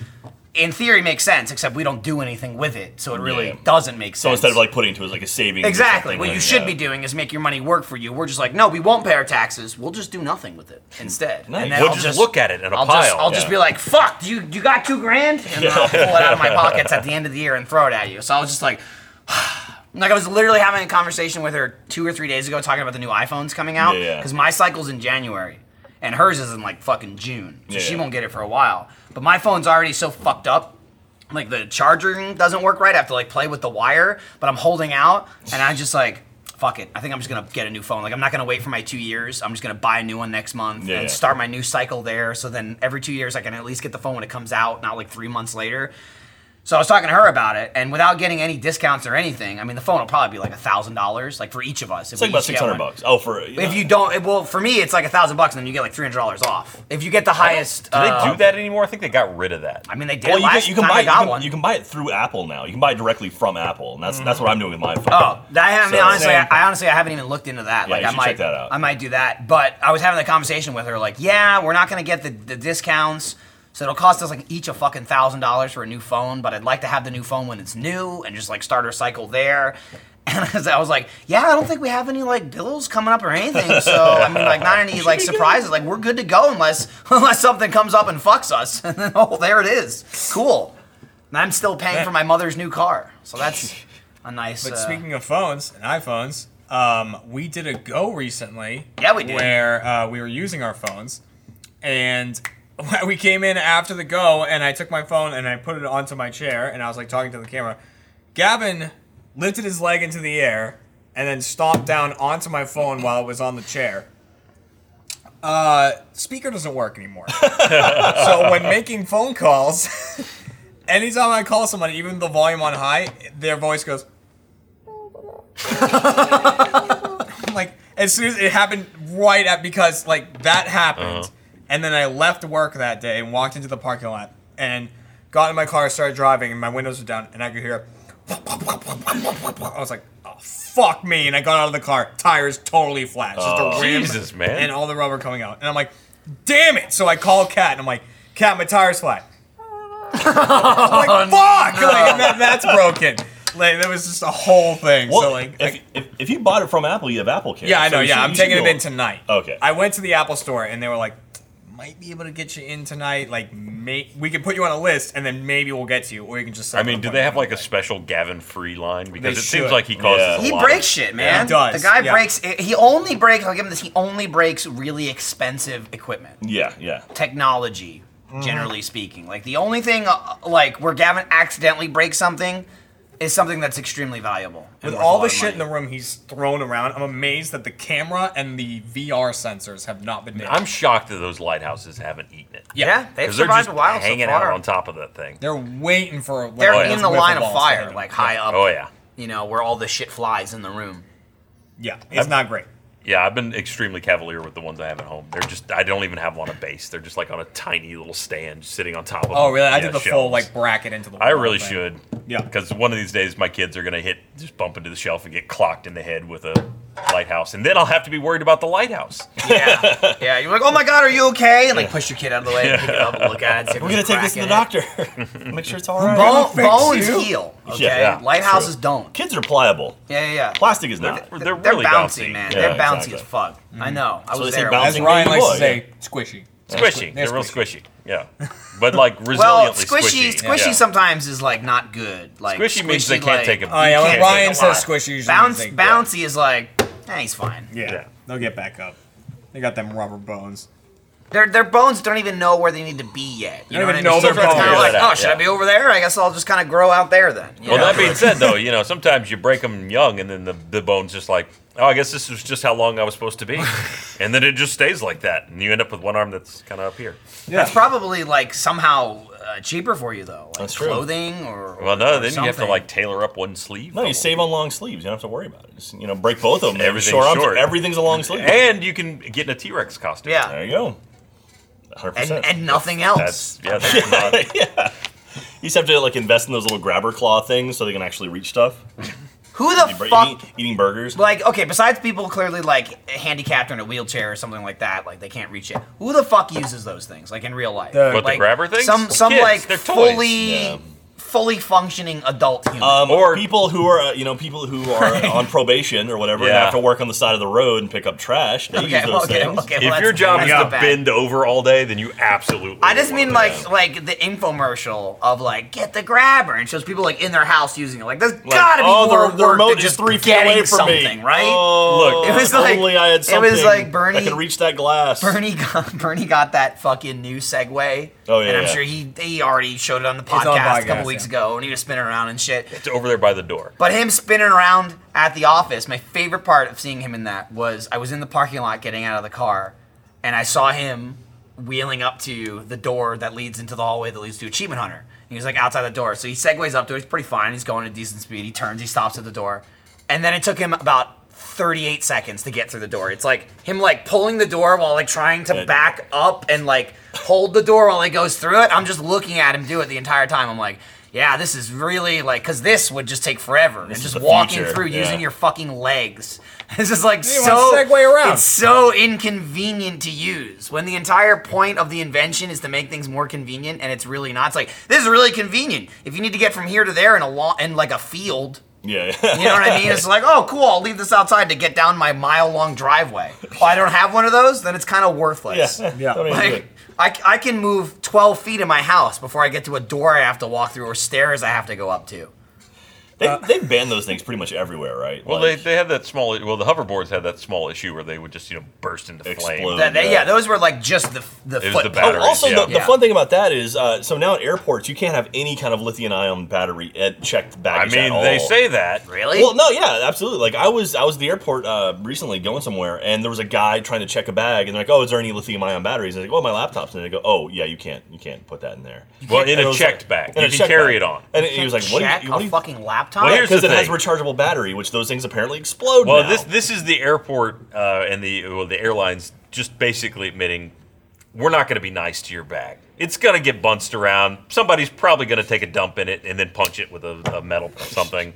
in theory makes sense, except we don't do anything with it, so it really
Yeah.
doesn't make sense.
so instead of like putting it to it like a savings. or
Exactly.
something,
What
like,
you should
yeah.
be doing is make your money work for you. We're just like, no, we won't pay our taxes. We'll just do nothing with it instead.
Nice.
And then
We'll
I'll
just look at it in a
I'll Just,
pile.
I'll just
Yeah.
be like, fuck, you you got two grand? And then I'll pull it out of my pockets at the end of the year and throw it at you. So I was just like, like I was literally having a conversation with her two or three days ago talking about the new iPhones coming out.
Yeah, yeah.
Because my cycle's in January. And hers is in like fucking June. So
Yeah,
she
yeah.
won't get it for a while. But my phone's already so fucked up like the charger doesn't work right. I have to like play with the wire, but I'm holding out, and I just like fuck it. I think I'm just gonna get a new phone. Like I'm not gonna wait for my two years. I'm just gonna buy a new one next month
Yeah,
and
yeah.
start my new cycle there. So then every two years I can at least get the phone when it comes out, not like three months later. So I was talking to her about it, and without getting any discounts or anything, I mean the phone will probably be like a thousand dollars, like for each of us.
It's like about six hundred bucks. Oh, for yeah.
If you don't, it, well, for me it's like a thousand bucks, and then you get like three hundred dollars off. If you get the highest,
Do
uh,
they do that anymore? I think they got rid of that.
I mean, they did
Well, you
last
can, you can
time
buy
I
it, you
got
can,
one.
you can buy it through Apple now. You can buy it directly from Apple, and that's that's what I'm doing with my phone.
Mm-hmm. Oh, that, I mean,
So-
honestly, I, I honestly, I haven't even looked into that.
Yeah,
like,
you
I
should
might,
check that out.
I might do that. But I was having the conversation with her, like, yeah, we're not gonna get the, the discounts, so it'll cost us like each a fucking thousand dollars for a new phone. But I'd like to have the new phone when it's new and just like start our cycle there. And as I was like, yeah, I don't think we have any like bills coming up or anything. So I mean, like, not any like surprises. Like, we're good to go unless unless something comes up and fucks us. And then oh, there it is. Cool. And I'm still paying for my mother's new car, so that's a nice.
But
uh,
speaking of phones and iPhones, um, we did a go recently.
Yeah, we did.
Where uh, we were using our phones, and we came in after the go, and I took my phone and I put it onto my chair, and I was like talking to the camera. Gavin lifted his leg into the air and then stomped down onto my phone while it was on the chair. Uh, speaker doesn't work anymore. so when making phone calls, anytime I call somebody, even with the volume on high, their voice goes. I'm like as soon as it happened, right at because like that happened, and then I left work that day and walked into the parking lot and got in my car, started driving, and my windows were down, and I could hear. I was like, oh, "Fuck me!" And I got out of the car, tires totally flat, just
Oh.
a rim
Jesus, man.
and all the rubber coming out, and I'm like, "Damn it!" So I call Kat, and I'm like, "Kat, my tires flat." I'm
Oh,
like, "Fuck!" Like, and that, that's broken. Like, that was just a whole thing.
Well,
so like,
if,
I-
if, if you bought it from Apple, you have Apple Care.
yeah, I
So
know.
you should-
Yeah, I'm
you should
taking it
go-
in tonight.
Okay.
I went to the Apple store and they were like, might be able to get you in tonight. Like, may- we can put you on a list and then maybe we'll get to you, or you can just. set
I
up
mean,
an
do they have like a
appointment.
special Gavin Free line? Because
They
it
should.
seems like he causes
Yeah.
a
He
lot
breaks
of-
shit, man.
He does,
The guy
yeah.
breaks. He only breaks. I'll give him this. He only breaks really expensive equipment,
Yeah, yeah.
technology, generally speaking. Like the only thing, uh, like where Gavin accidentally breaks something, is something that's extremely valuable. and
With
worth a
all
lot
the
of
shit in the
money.
room he's thrown around, I'm amazed that the camera and the VR sensors have not been. Made.
I'm shocked that those lighthouses haven't eaten it.
yeah, they've
'Cause they're
survived
just
a while so
hanging
far.
out on top of that thing.
They're waiting for. Like,
They're
Oh, yeah.
in the
whiffle
line of
balls to hit
fire,
'em.
like high up.
Oh yeah,
You know where all the shit flies in the room.
Yeah, it's not great.
yeah. I've been extremely cavalier with the ones I have at home. They're just I don't even have on a base. They're just like on a tiny little stand, sitting on top of.
Oh really? I
yeah,
did the full
shelves.
like bracket into the.
I
wall
really
thing.
should.
Yeah.
Because one of these days my kids are gonna hit just bump into the shelf and get clocked in the head with a lighthouse, and then I'll have to be worried about the lighthouse.
Yeah, yeah. You're like, oh my god, are you okay? And like push your kid out of the way, and pick it up, and look at it. see if
We're
there's
gonna
a
take
crack
this to
in
the
it.
doctor. Make sure it's all right.
Bone,
fix
bones
you.
heal. Okay,
yeah,
lighthouses
true.
don't.
Kids are pliable.
Yeah, yeah, yeah.
Plastic is not.
They're really bouncy, Mm-hmm.
man.
Yeah,
They're bouncy
exactly.
as fuck. I know. I
So
was
they say
there.
bouncy
As
Bouncing
Ryan
baby
likes
boy,
to say, squishy.
squishy.
They're
They're real
squishy.
squishy. Yeah. But like resiliently
well,
squishy.
squishy, squishy
Yeah.
sometimes is like not good. Like
Squishy means they can't
like,
take a.
Oh yeah,
you
when
can't
Ryan
take a lot.
says squishy, usually
Bounce,
you think,
bouncy is like, eh, he's fine.
Yeah.
Yeah.
they'll get back up. They got them rubber bones.
Their their bones don't even know where they need to be yet. You know
They
what I
don't even
mean?
know
so
their
it's kind
bones.
of like,
Yeah.
oh, should I be over there? I guess I'll just kind of grow out there then. you
Well,
know?
that being said, though, you know, sometimes you break them young, and then the, the bone's just like, oh, I guess this was just how long I was supposed to be, and then it just stays like that, and you end up with one arm that's kind of up here.
That's probably like somehow uh, uh, cheaper for you though, like
That's true.
clothing or
Well, no,
or
then you have to
something.
like tailor up one sleeve.
No, you save on long sleeves. You don't have to worry about it. Just, you know, break both of them.
Everything's
Shore up-
short.
Everything's a long sleeve.
and you can get in a T Rex costume.
yeah,
there you go. 100%.
and and nothing else.
that's yeah. That's not,
you just have to like invest in those little grabber claw things so they can actually reach stuff.
Who the
Bur-
fuck?
eating, eating burgers.
Like okay, besides people clearly like handicapped or in a wheelchair or something like that, like they can't reach it. Who the fuck uses those things? Like in real life,
What, the
like,
grabber things?
Some some
Kids,
like
they're toys.
fully
Yeah.
fully functioning adult human.
Um,
Or-
or people who are, uh, you know, people who are on probation or whatever, and
Yeah.
have to work on the side of the road and pick up trash. They use
okay,
those
okay,
things.
okay. well,
if your
that's-
job
that's
is
the
to
bad.
bend over all day, then you absolutely.
I just mean
want
like
that.
like the infomercial of like get the grabber and shows people like in their house using it. Like there's
Like,
gotta be
oh, the-
more
the,
work
remote
than
is
just
three feet
getting
away from
something,
me.
right?
Oh,
Look,
It was like-
only I
it
had
was
something
like
that
Bernie-
could reach that glass.
Bernie got, Bernie got that fucking new Segway.
Oh, yeah,
and I'm
yeah.
sure he he already showed it on the
on
podcast, a
podcast,
couple weeks
yeah.
ago, and he was spinning around and shit.
it's over there by the door.
But him spinning around at the office, my favorite part of seeing him in that was I was in the parking lot getting out of the car, and I saw him wheeling up to the door that leads into the hallway that leads to Achievement Hunter. He was like outside the door, so he segues up to it. He's pretty fine. He's going at a decent speed. He turns. He stops at the door, and then it took him about 38 seconds to get through the door. It's like him like pulling the door while like trying to
Yeah.
back up and like hold the door while he goes through it. I'm just looking at him do it the entire time. I'm like, yeah, this is really like because this would just take forever. and
is
just
the
walking
future,
through
yeah.
using your fucking legs. This is like
You
so
wanna segue around.
It's so inconvenient to use when the entire point of the invention is to make things more convenient, and it's really not. It's like this is really convenient if you need to get from here to there in a law in like a field.
yeah.
You know what I mean? It's like, oh, cool. I'll leave this outside to get down my mile-long driveway. Oh, I don't have one of those. Then it's kind of worthless.
yeah.
Yeah.
Don't even do
Like,
it.
I, I can move 12 feet in my house before I get to a door I have to walk through or stairs I have to go up to.
They,
uh,
they've banned those things pretty much everywhere, right?
Well,
Like,
they, they have that small. Well, the hoverboards had that small issue where they would just you know burst into flame.
Explode.
That- that- yeah.
Oh, Yeah.
those were like just the the
was
foot.
the
pedals.
batteries,
oh, also,
yeah.
the,
Yeah.
the fun thing about that is, uh, so now at airports, you can't have any kind of lithium-ion battery at checked
I
baggage. at
mean, they
all.
say that.
Really?
Well, no, yeah, absolutely. Like I was, I was at the airport uh, recently going somewhere, and there was a guy trying to check a bag, and they're like, "Oh, is there any lithium-ion batteries?" And I go, "Oh, my laptop's." in it." And they go, "Oh, yeah, you can't, you can't put that in there."
Well, in
And it
a
was
checked
like-
bag,
in
you
a
can
checked
carry
bag.
it on.
And he was like, "What? do
Check
you, what
a
do you,
fucking laptop.
Well, here's
Because
the
it has
thing.
rechargeable battery, which those things apparently explode.
Well,
now.
this this is the airport uh, and the well, the airlines just basically admitting we're not going to be nice to your bag. It's going to get bunched around. Somebody's probably going to take a dump in it and then punch it with a, a metal or something.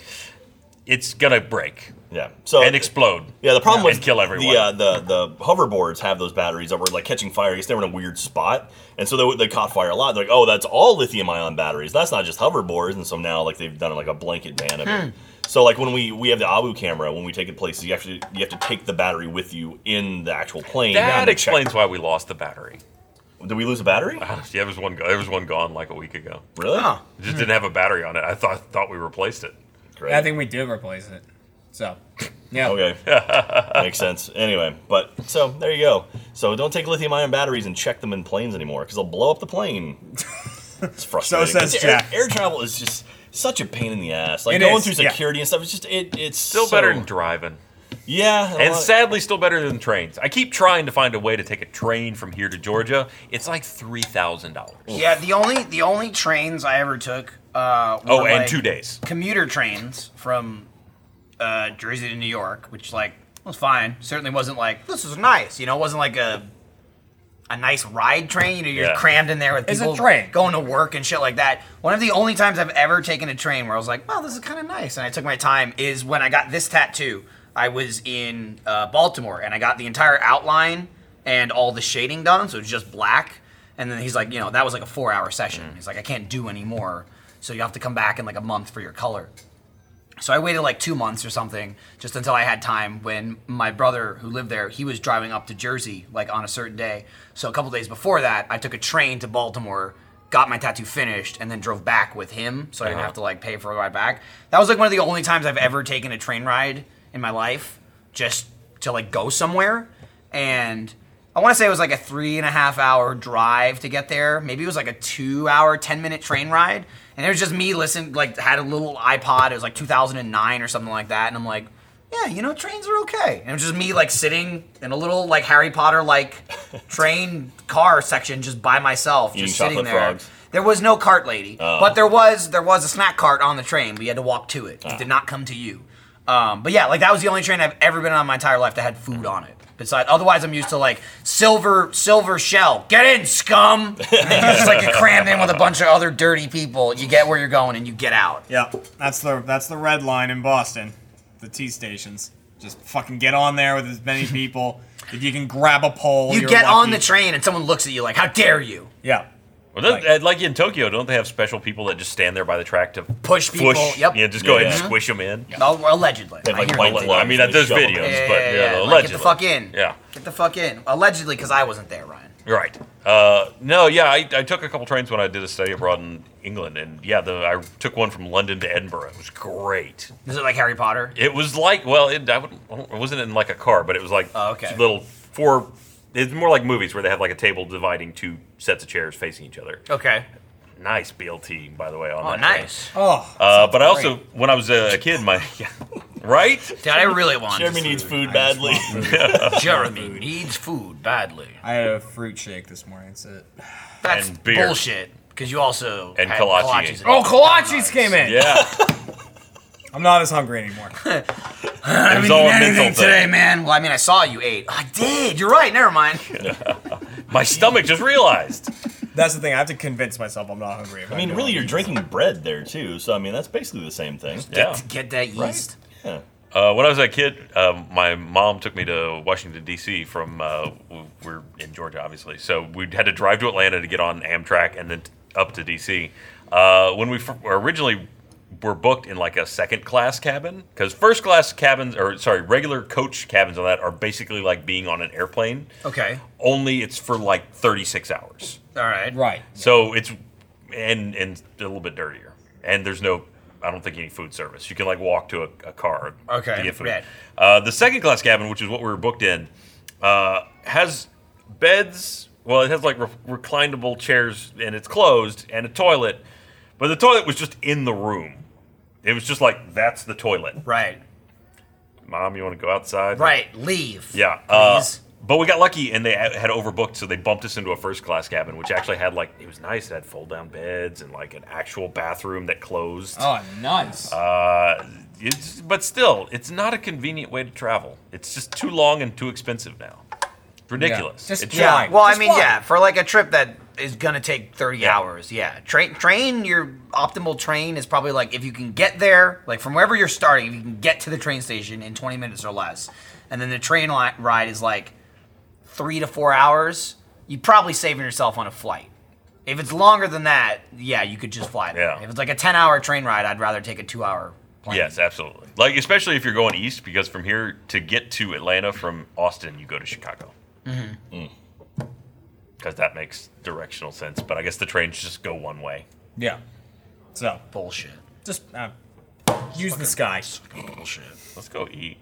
It's going to break
yeah. So
and explode.
Yeah, the problem
Yeah.
was
And kill everyone.
The, uh, the the hoverboards have those batteries that were like catching fire. I guess they were in a weird spot, and so they, they caught fire a lot. They're like, oh, that's all lithium-ion batteries. That's not just hoverboards. And so now like they've done like a blanket ban of
Hmm.
it. So like when we we have the Abu camera, when we take it places, you have to you have to take the battery with you in the actual plane. down to
That
check-
explains why we lost the battery.
Did we lose a battery?
yeah, there was one. go- There was one gone like a week ago.
Really?
It just didn't have a battery on it. I thought thought we replaced it.
Great.
I think we did replace it. So,
Oh,
yeah.
Okay. Makes sense. Anyway, but so there you go. So don't take lithium ion batteries and check them in planes anymore because they'll blow up the plane. It's frustrating.
says
It's- air-
Jack.
Air, travel is just such a pain in the ass. Like
It
going
is,
through
yeah.
security and stuff. It's just it. It's
Still
so-
better than driving,
Yeah. a
and
lot-
sadly, still better than trains. I keep trying to find a way to take a train from here to Georgia. It's like three thousand dollars.
Yeah, the only the only trains I ever took. Uh, were
Oh, and
like
two days.
Commuter trains from uh, Jersey to New York, which like was fine. Certainly wasn't like this is nice. You know, it wasn't like a a nice ride train. You know, you're
Yeah.
crammed in there with
It's a
people
train.
going to work and shit like that. One of the only times I've ever taken a train where I was like, wow, this is kind of nice, and I took my time is when I got this tattoo. I was in uh, Baltimore and I got the entire outline and all the shading done, so it's just black. And then he's like, you know, that was like a four-hour session. He's like, I can't do any more, so you have to come back in like a month for your color. So I waited like two months or something, just until I had time. When my brother, who lived there, he was driving up to Jersey like on a certain day. So a couple days before that, I took a train to Baltimore, got my tattoo finished, and then drove back with him, so I didn't have to like pay for a ride back. That was like one of the only times I've ever taken a train ride in my life, just to like go somewhere. And I want to say it was like a three and a half hour drive to get there. Maybe it was like a two hour, 10 minute train ride. And it was just me listening, like, had a little iPod. It was like 2009 or something like that. And I'm like, yeah, you know, trains are okay. And it was just me, like, sitting in a little, like, Harry Potter, like, train car section just by myself,
Eating
just sitting
chocolate
there.
frogs.
There was no cart lady, but there was there was a snack cart on the train. We had to walk to it. It did not come to you. Um, but yeah, like that was the only train I've ever been on in my entire life that had food on it. Besides, otherwise I'm used to like silver silver shell. Get in, scum! And then you just like get crammed in with a bunch of other dirty people. You get where you're going and you get out.
Yeah, that's the that's the red line in Boston, the T stations. Just fucking get on there with as many people. if you can grab a pole,
You
you're
get on
lucky.
the train and someone looks at you like, "How dare you!"
Yeah,
Well, doesn't- uh, like in Tokyo, don't they have special people that just stand there by the track to
Push people. Yep. Mm-hmm.
Yeah, just go ahead
Yeah.
and squish them in.
Al- Allegedly.
They have,
I
like,
hear
white
it.
Well, I mean, that does
Shove 'em
videos,
in.
but
Yeah,
yeah,
yeah, yeah. Like,
allegedly.
get the fuck in.
Yeah.
Get the fuck in. Allegedly, because I wasn't there, Ryan.
Right. Uh, no, yeah, I, I took a couple trains when I did a study abroad in England, and yeah, the, I took one from London to Edinburgh. It was great.
Is it like Harry Potter?
It was like, well, it, I wouldn't- I don't- it wasn't in like a car, but it was like
Oh, okay.
little four. It's more like movies where they have like a table dividing two sets of chairs facing each other.
Okay.
Nice BLT, by the way. On
Oh,
that train.
nice.
Oh,
Uh, but I also, when I was a kid, my right,
Dude, I really want
Jeremy needs food badly.
Jeremy needs food badly.
I had a fruit shake this morning. That's it.
That's
And beer.
bullshit. Because you also
And
had
kolache.
kolaches.
Oh, kolaches came in.
yeah,
I'm not as hungry anymore.
it was all a mental
today,
thing.
man. Well, I mean, I saw you ate. I did. You're right. Never mind.
My stomach just realized.
That's the thing. I have to convince myself I'm not hungry.
I mean, really, you're drinking bread there too. So I mean, that's basically the same thing.
Yeah.
Get that yeast.
Yeah.
Uh, when I was a kid, um, my mom took me to Washington D.C. from uh, w- we're in Georgia, obviously, so we had to drive to Atlanta to get on Amtrak and then t- up to D.C. Uh, when we fir- originally were booked in like a second class cabin because first class cabins or sorry regular coach cabins on that are basically like being on an airplane
Okay.
only it's for like 36 hours
All right.
Right.
so it's and and a little bit dirtier. And there's no, I don't think any food service. You can like walk to a, a car
Okay,
to get food.
right.
Uh, the second class cabin, which is what we were booked in, uh, has beds. Well, it has like re- reclinable chairs, and it's closed, and a toilet. But the toilet was just in the room. It was just like that's the toilet.
Right.
Mom, you want to go outside?
Right. Leave.
Yeah. Uh,
Please.
but we got lucky and they had overbooked, so they bumped us into a first class cabin, which actually had like, it was nice. It had fold down beds and like an actual bathroom that closed.
Oh, nice.
Uh, it's, but still, it's not a convenient way to travel. It's just too long and too expensive now. It's ridiculous.
Just
It's-
Yeah.
Why?
Well, I
Just
mean,
why?
yeah, for like a trip that is gonna take thirty hours. Yeah. Train, train. Your optimal train is probably like if you can get there, like from wherever you're starting, if you can get to the train station in twenty minutes or less, and then the train li- ride is like three to four hours. You're probably saving yourself on a flight. If it's longer than that, yeah, you could just fly there.
Yeah.
If it's like a ten-hour train ride, I'd rather take a two-hour plane.
Yes, absolutely. Like, especially if you're going east, because from here to get to Atlanta from Austin, you go to Chicago. Because that makes directional sense. But I guess the trains just go one way.
yeah. So
Bullshit.
just uh, use the sky.
Bullshit.
Let's go eat.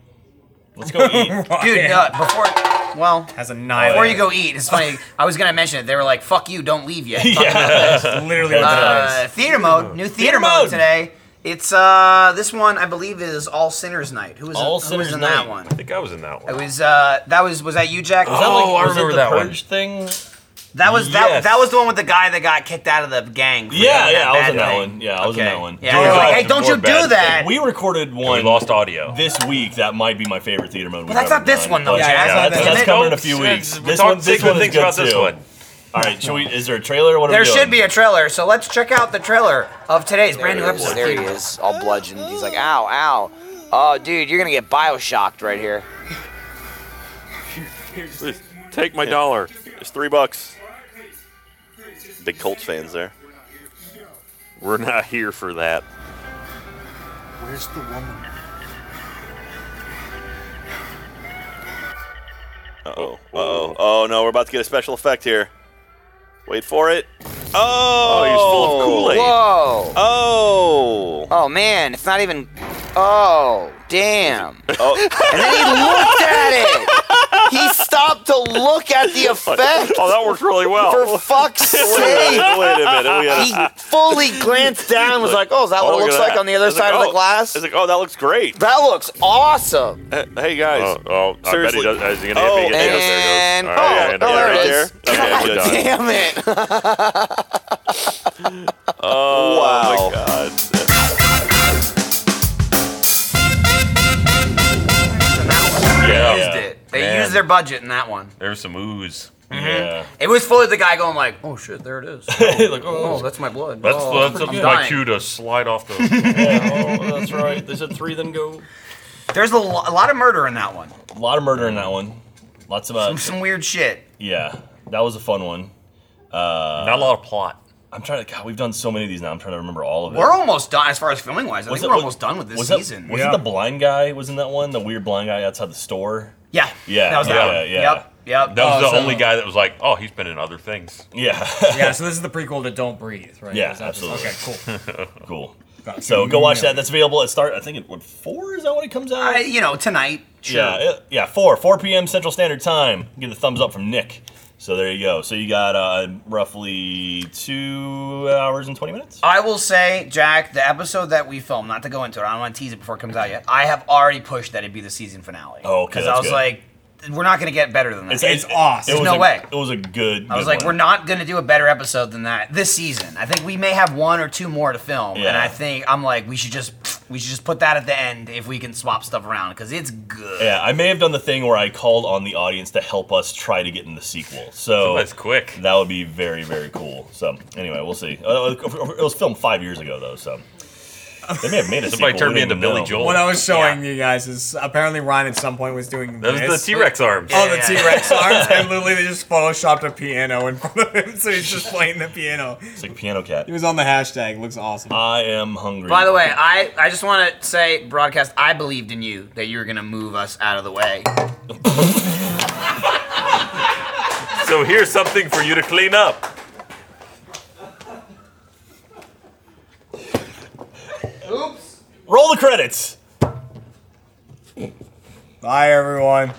Let's go eat.
Dude,
Ryan
uh, before, well,
has a
Before
knife.
you go eat, it's funny. I was gonna mention it. They were like, "Fuck you, don't leave yet." Fuck
Literally. what that is.
uh, theater mode, new theater, mode.
mode.
today. It's uh, this one I believe is All Sinners Night. Who was
All
who
Sinners
was in
Night.
that one?
I think I was in that
It
one.
was uh, that was was that you, Jack?
that like-
oh, I
was it
remember
the
that
Purge
thing.
that was that,
yes.
that was the one with the guy that got kicked out of the gang. for
Yeah,
doing
yeah, I was
bad
in that
thing.
one. Yeah, I was in
Okay.
that one.
Yeah, they were
George
like,
Austin
hey, don't you
Ward bad
do
thing.
that.
We recorded one
We lost audio.
this week. That might be my favorite theater moment.
But
we've
that's not
ever
this
done,
one, though,
but-
Jack. Yeah,
that's,
that's-
that's
that's-
coming in a few weeks.
This
This
talk
one,
one,
this one is
things
good
about
too.
this one.
All right, should we? Is there a trailer? What are
There
we doing?
should be a trailer, so let's check out the trailer of today's brand new
There he is,
episode.
There he is, all bludgeoned. He's like, ow, ow.
Uh,
Oh, dude, you're gonna get bioshocked right here.
Please, take my dollar. It's three bucks. Big Colts fans there. We're not here for that.
Where's the woman?
Uh oh. Uh oh. Oh no, we're about to get a special effect here. Wait for it. Oh, he's full of Kool Aid.
Whoa.
Oh.
Oh man, it's not even. Oh damn!
Oh.
And then he looked at it. He stopped to look at the effect.
oh, that worked really
For
well.
fuck's
Wait
sake!
a minute. We
He
had
fully glanced down. Was like, oh, is that what
Oh,
it
look
looks
at
like
that.
on the other
It's like,
side of
oh.
the glass?
It's like, oh, that looks great.
That looks awesome.
Uh, Hey guys.
Oh, oh I bet
Seriously.
he does. Is he gonna
Oh,
hit me? He gets-
and-
there it goes. All
oh, oh,
right, yeah,
there
yeah,
it
yeah.
is. Okay,
God
good.
damn it!
Oh,
their budget in that one.
There was some ooze.
Yeah. It was fully the guy going like, "Oh shit, there it is." Oh, oh, that's my blood.
That's,
oh,
that's
I'm
my
dying."
cue to slide off the.
that's right. There's a three, then go.
There's a, lo- a lot of murder in that one.
A lot of murder in that one. Lots of uh,
Some, some weird shit.
yeah, that was a fun one. Uh,
Not a lot of plot.
I'm trying to. God, we've done so many of these now. I'm trying to remember all of it.
We're almost done as far as filming wise. I
Was
think
it-
we're
was-
almost done with this
was that-
season.
was it the blind guy? Was in that one? The weird blind guy outside the store.
Yeah.
Yeah,
That was
yeah,
that one.
yeah.
Yep. Yep.
That was
Oh,
the
so-
only guy that was like, oh, he's been in other things.
Yeah.
yeah, so this is the prequel to Don't Breathe, right?
Yeah,
Is that just-
absolutely.
okay, cool.
cool.
Got
So
you.
go watch that. That's available at start. I think it would four. Is that when it comes out?
I, you know, tonight. Sure.
Yeah, it- yeah, four, four p.m. Central Standard Time. Get the thumbs up from Nick. So there you go. So you got uh, roughly two hours and twenty minutes.
I will say, Jack, the episode that we filmed, not to go into it, I don't want to tease it before it comes out yet. I have already pushed that it'd be the season finale.
Oh, okay,
Because I
that's
was
good.
like, we're not going to get better than that.
It
There's
was
no
a-
way.
It was a good.
I was
good
like,
one.
we're not going to do a better episode than that this season. I think we may have one or two more to film, and
Yeah.
I think I'm like, we should just we should just put that at the end if we can swap stuff around because it's good.
Yeah, I may have done the thing where I called on the audience to help us try to get in the sequel. So
Somebody's quick.
That would be very, very cool. So anyway, we'll see. Uh, It was filmed five years ago though, so they may have made a
Somebody
sequel, we
turned me into
don't
Billy
know.
Joel.
What I was showing you guys is apparently Ryan at some point was doing
Those are
this.
the T-Rex arms.
Oh, the
Yeah.
T Rex arms, and literally they just photoshopped a piano in front of him, so he's just playing the piano.
It's like Piano Cat.
He was on the hashtag. Looks awesome.
I am hungry.
By the way, I, I just want to say, broadcast, I believed in you that you were gonna move us out of the way.
So here's something for you to clean up.
Oops.
Roll the credits.
Bye, everyone.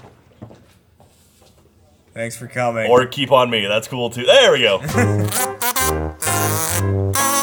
Thanks for coming.
Or keep on me. That's cool too. There we go.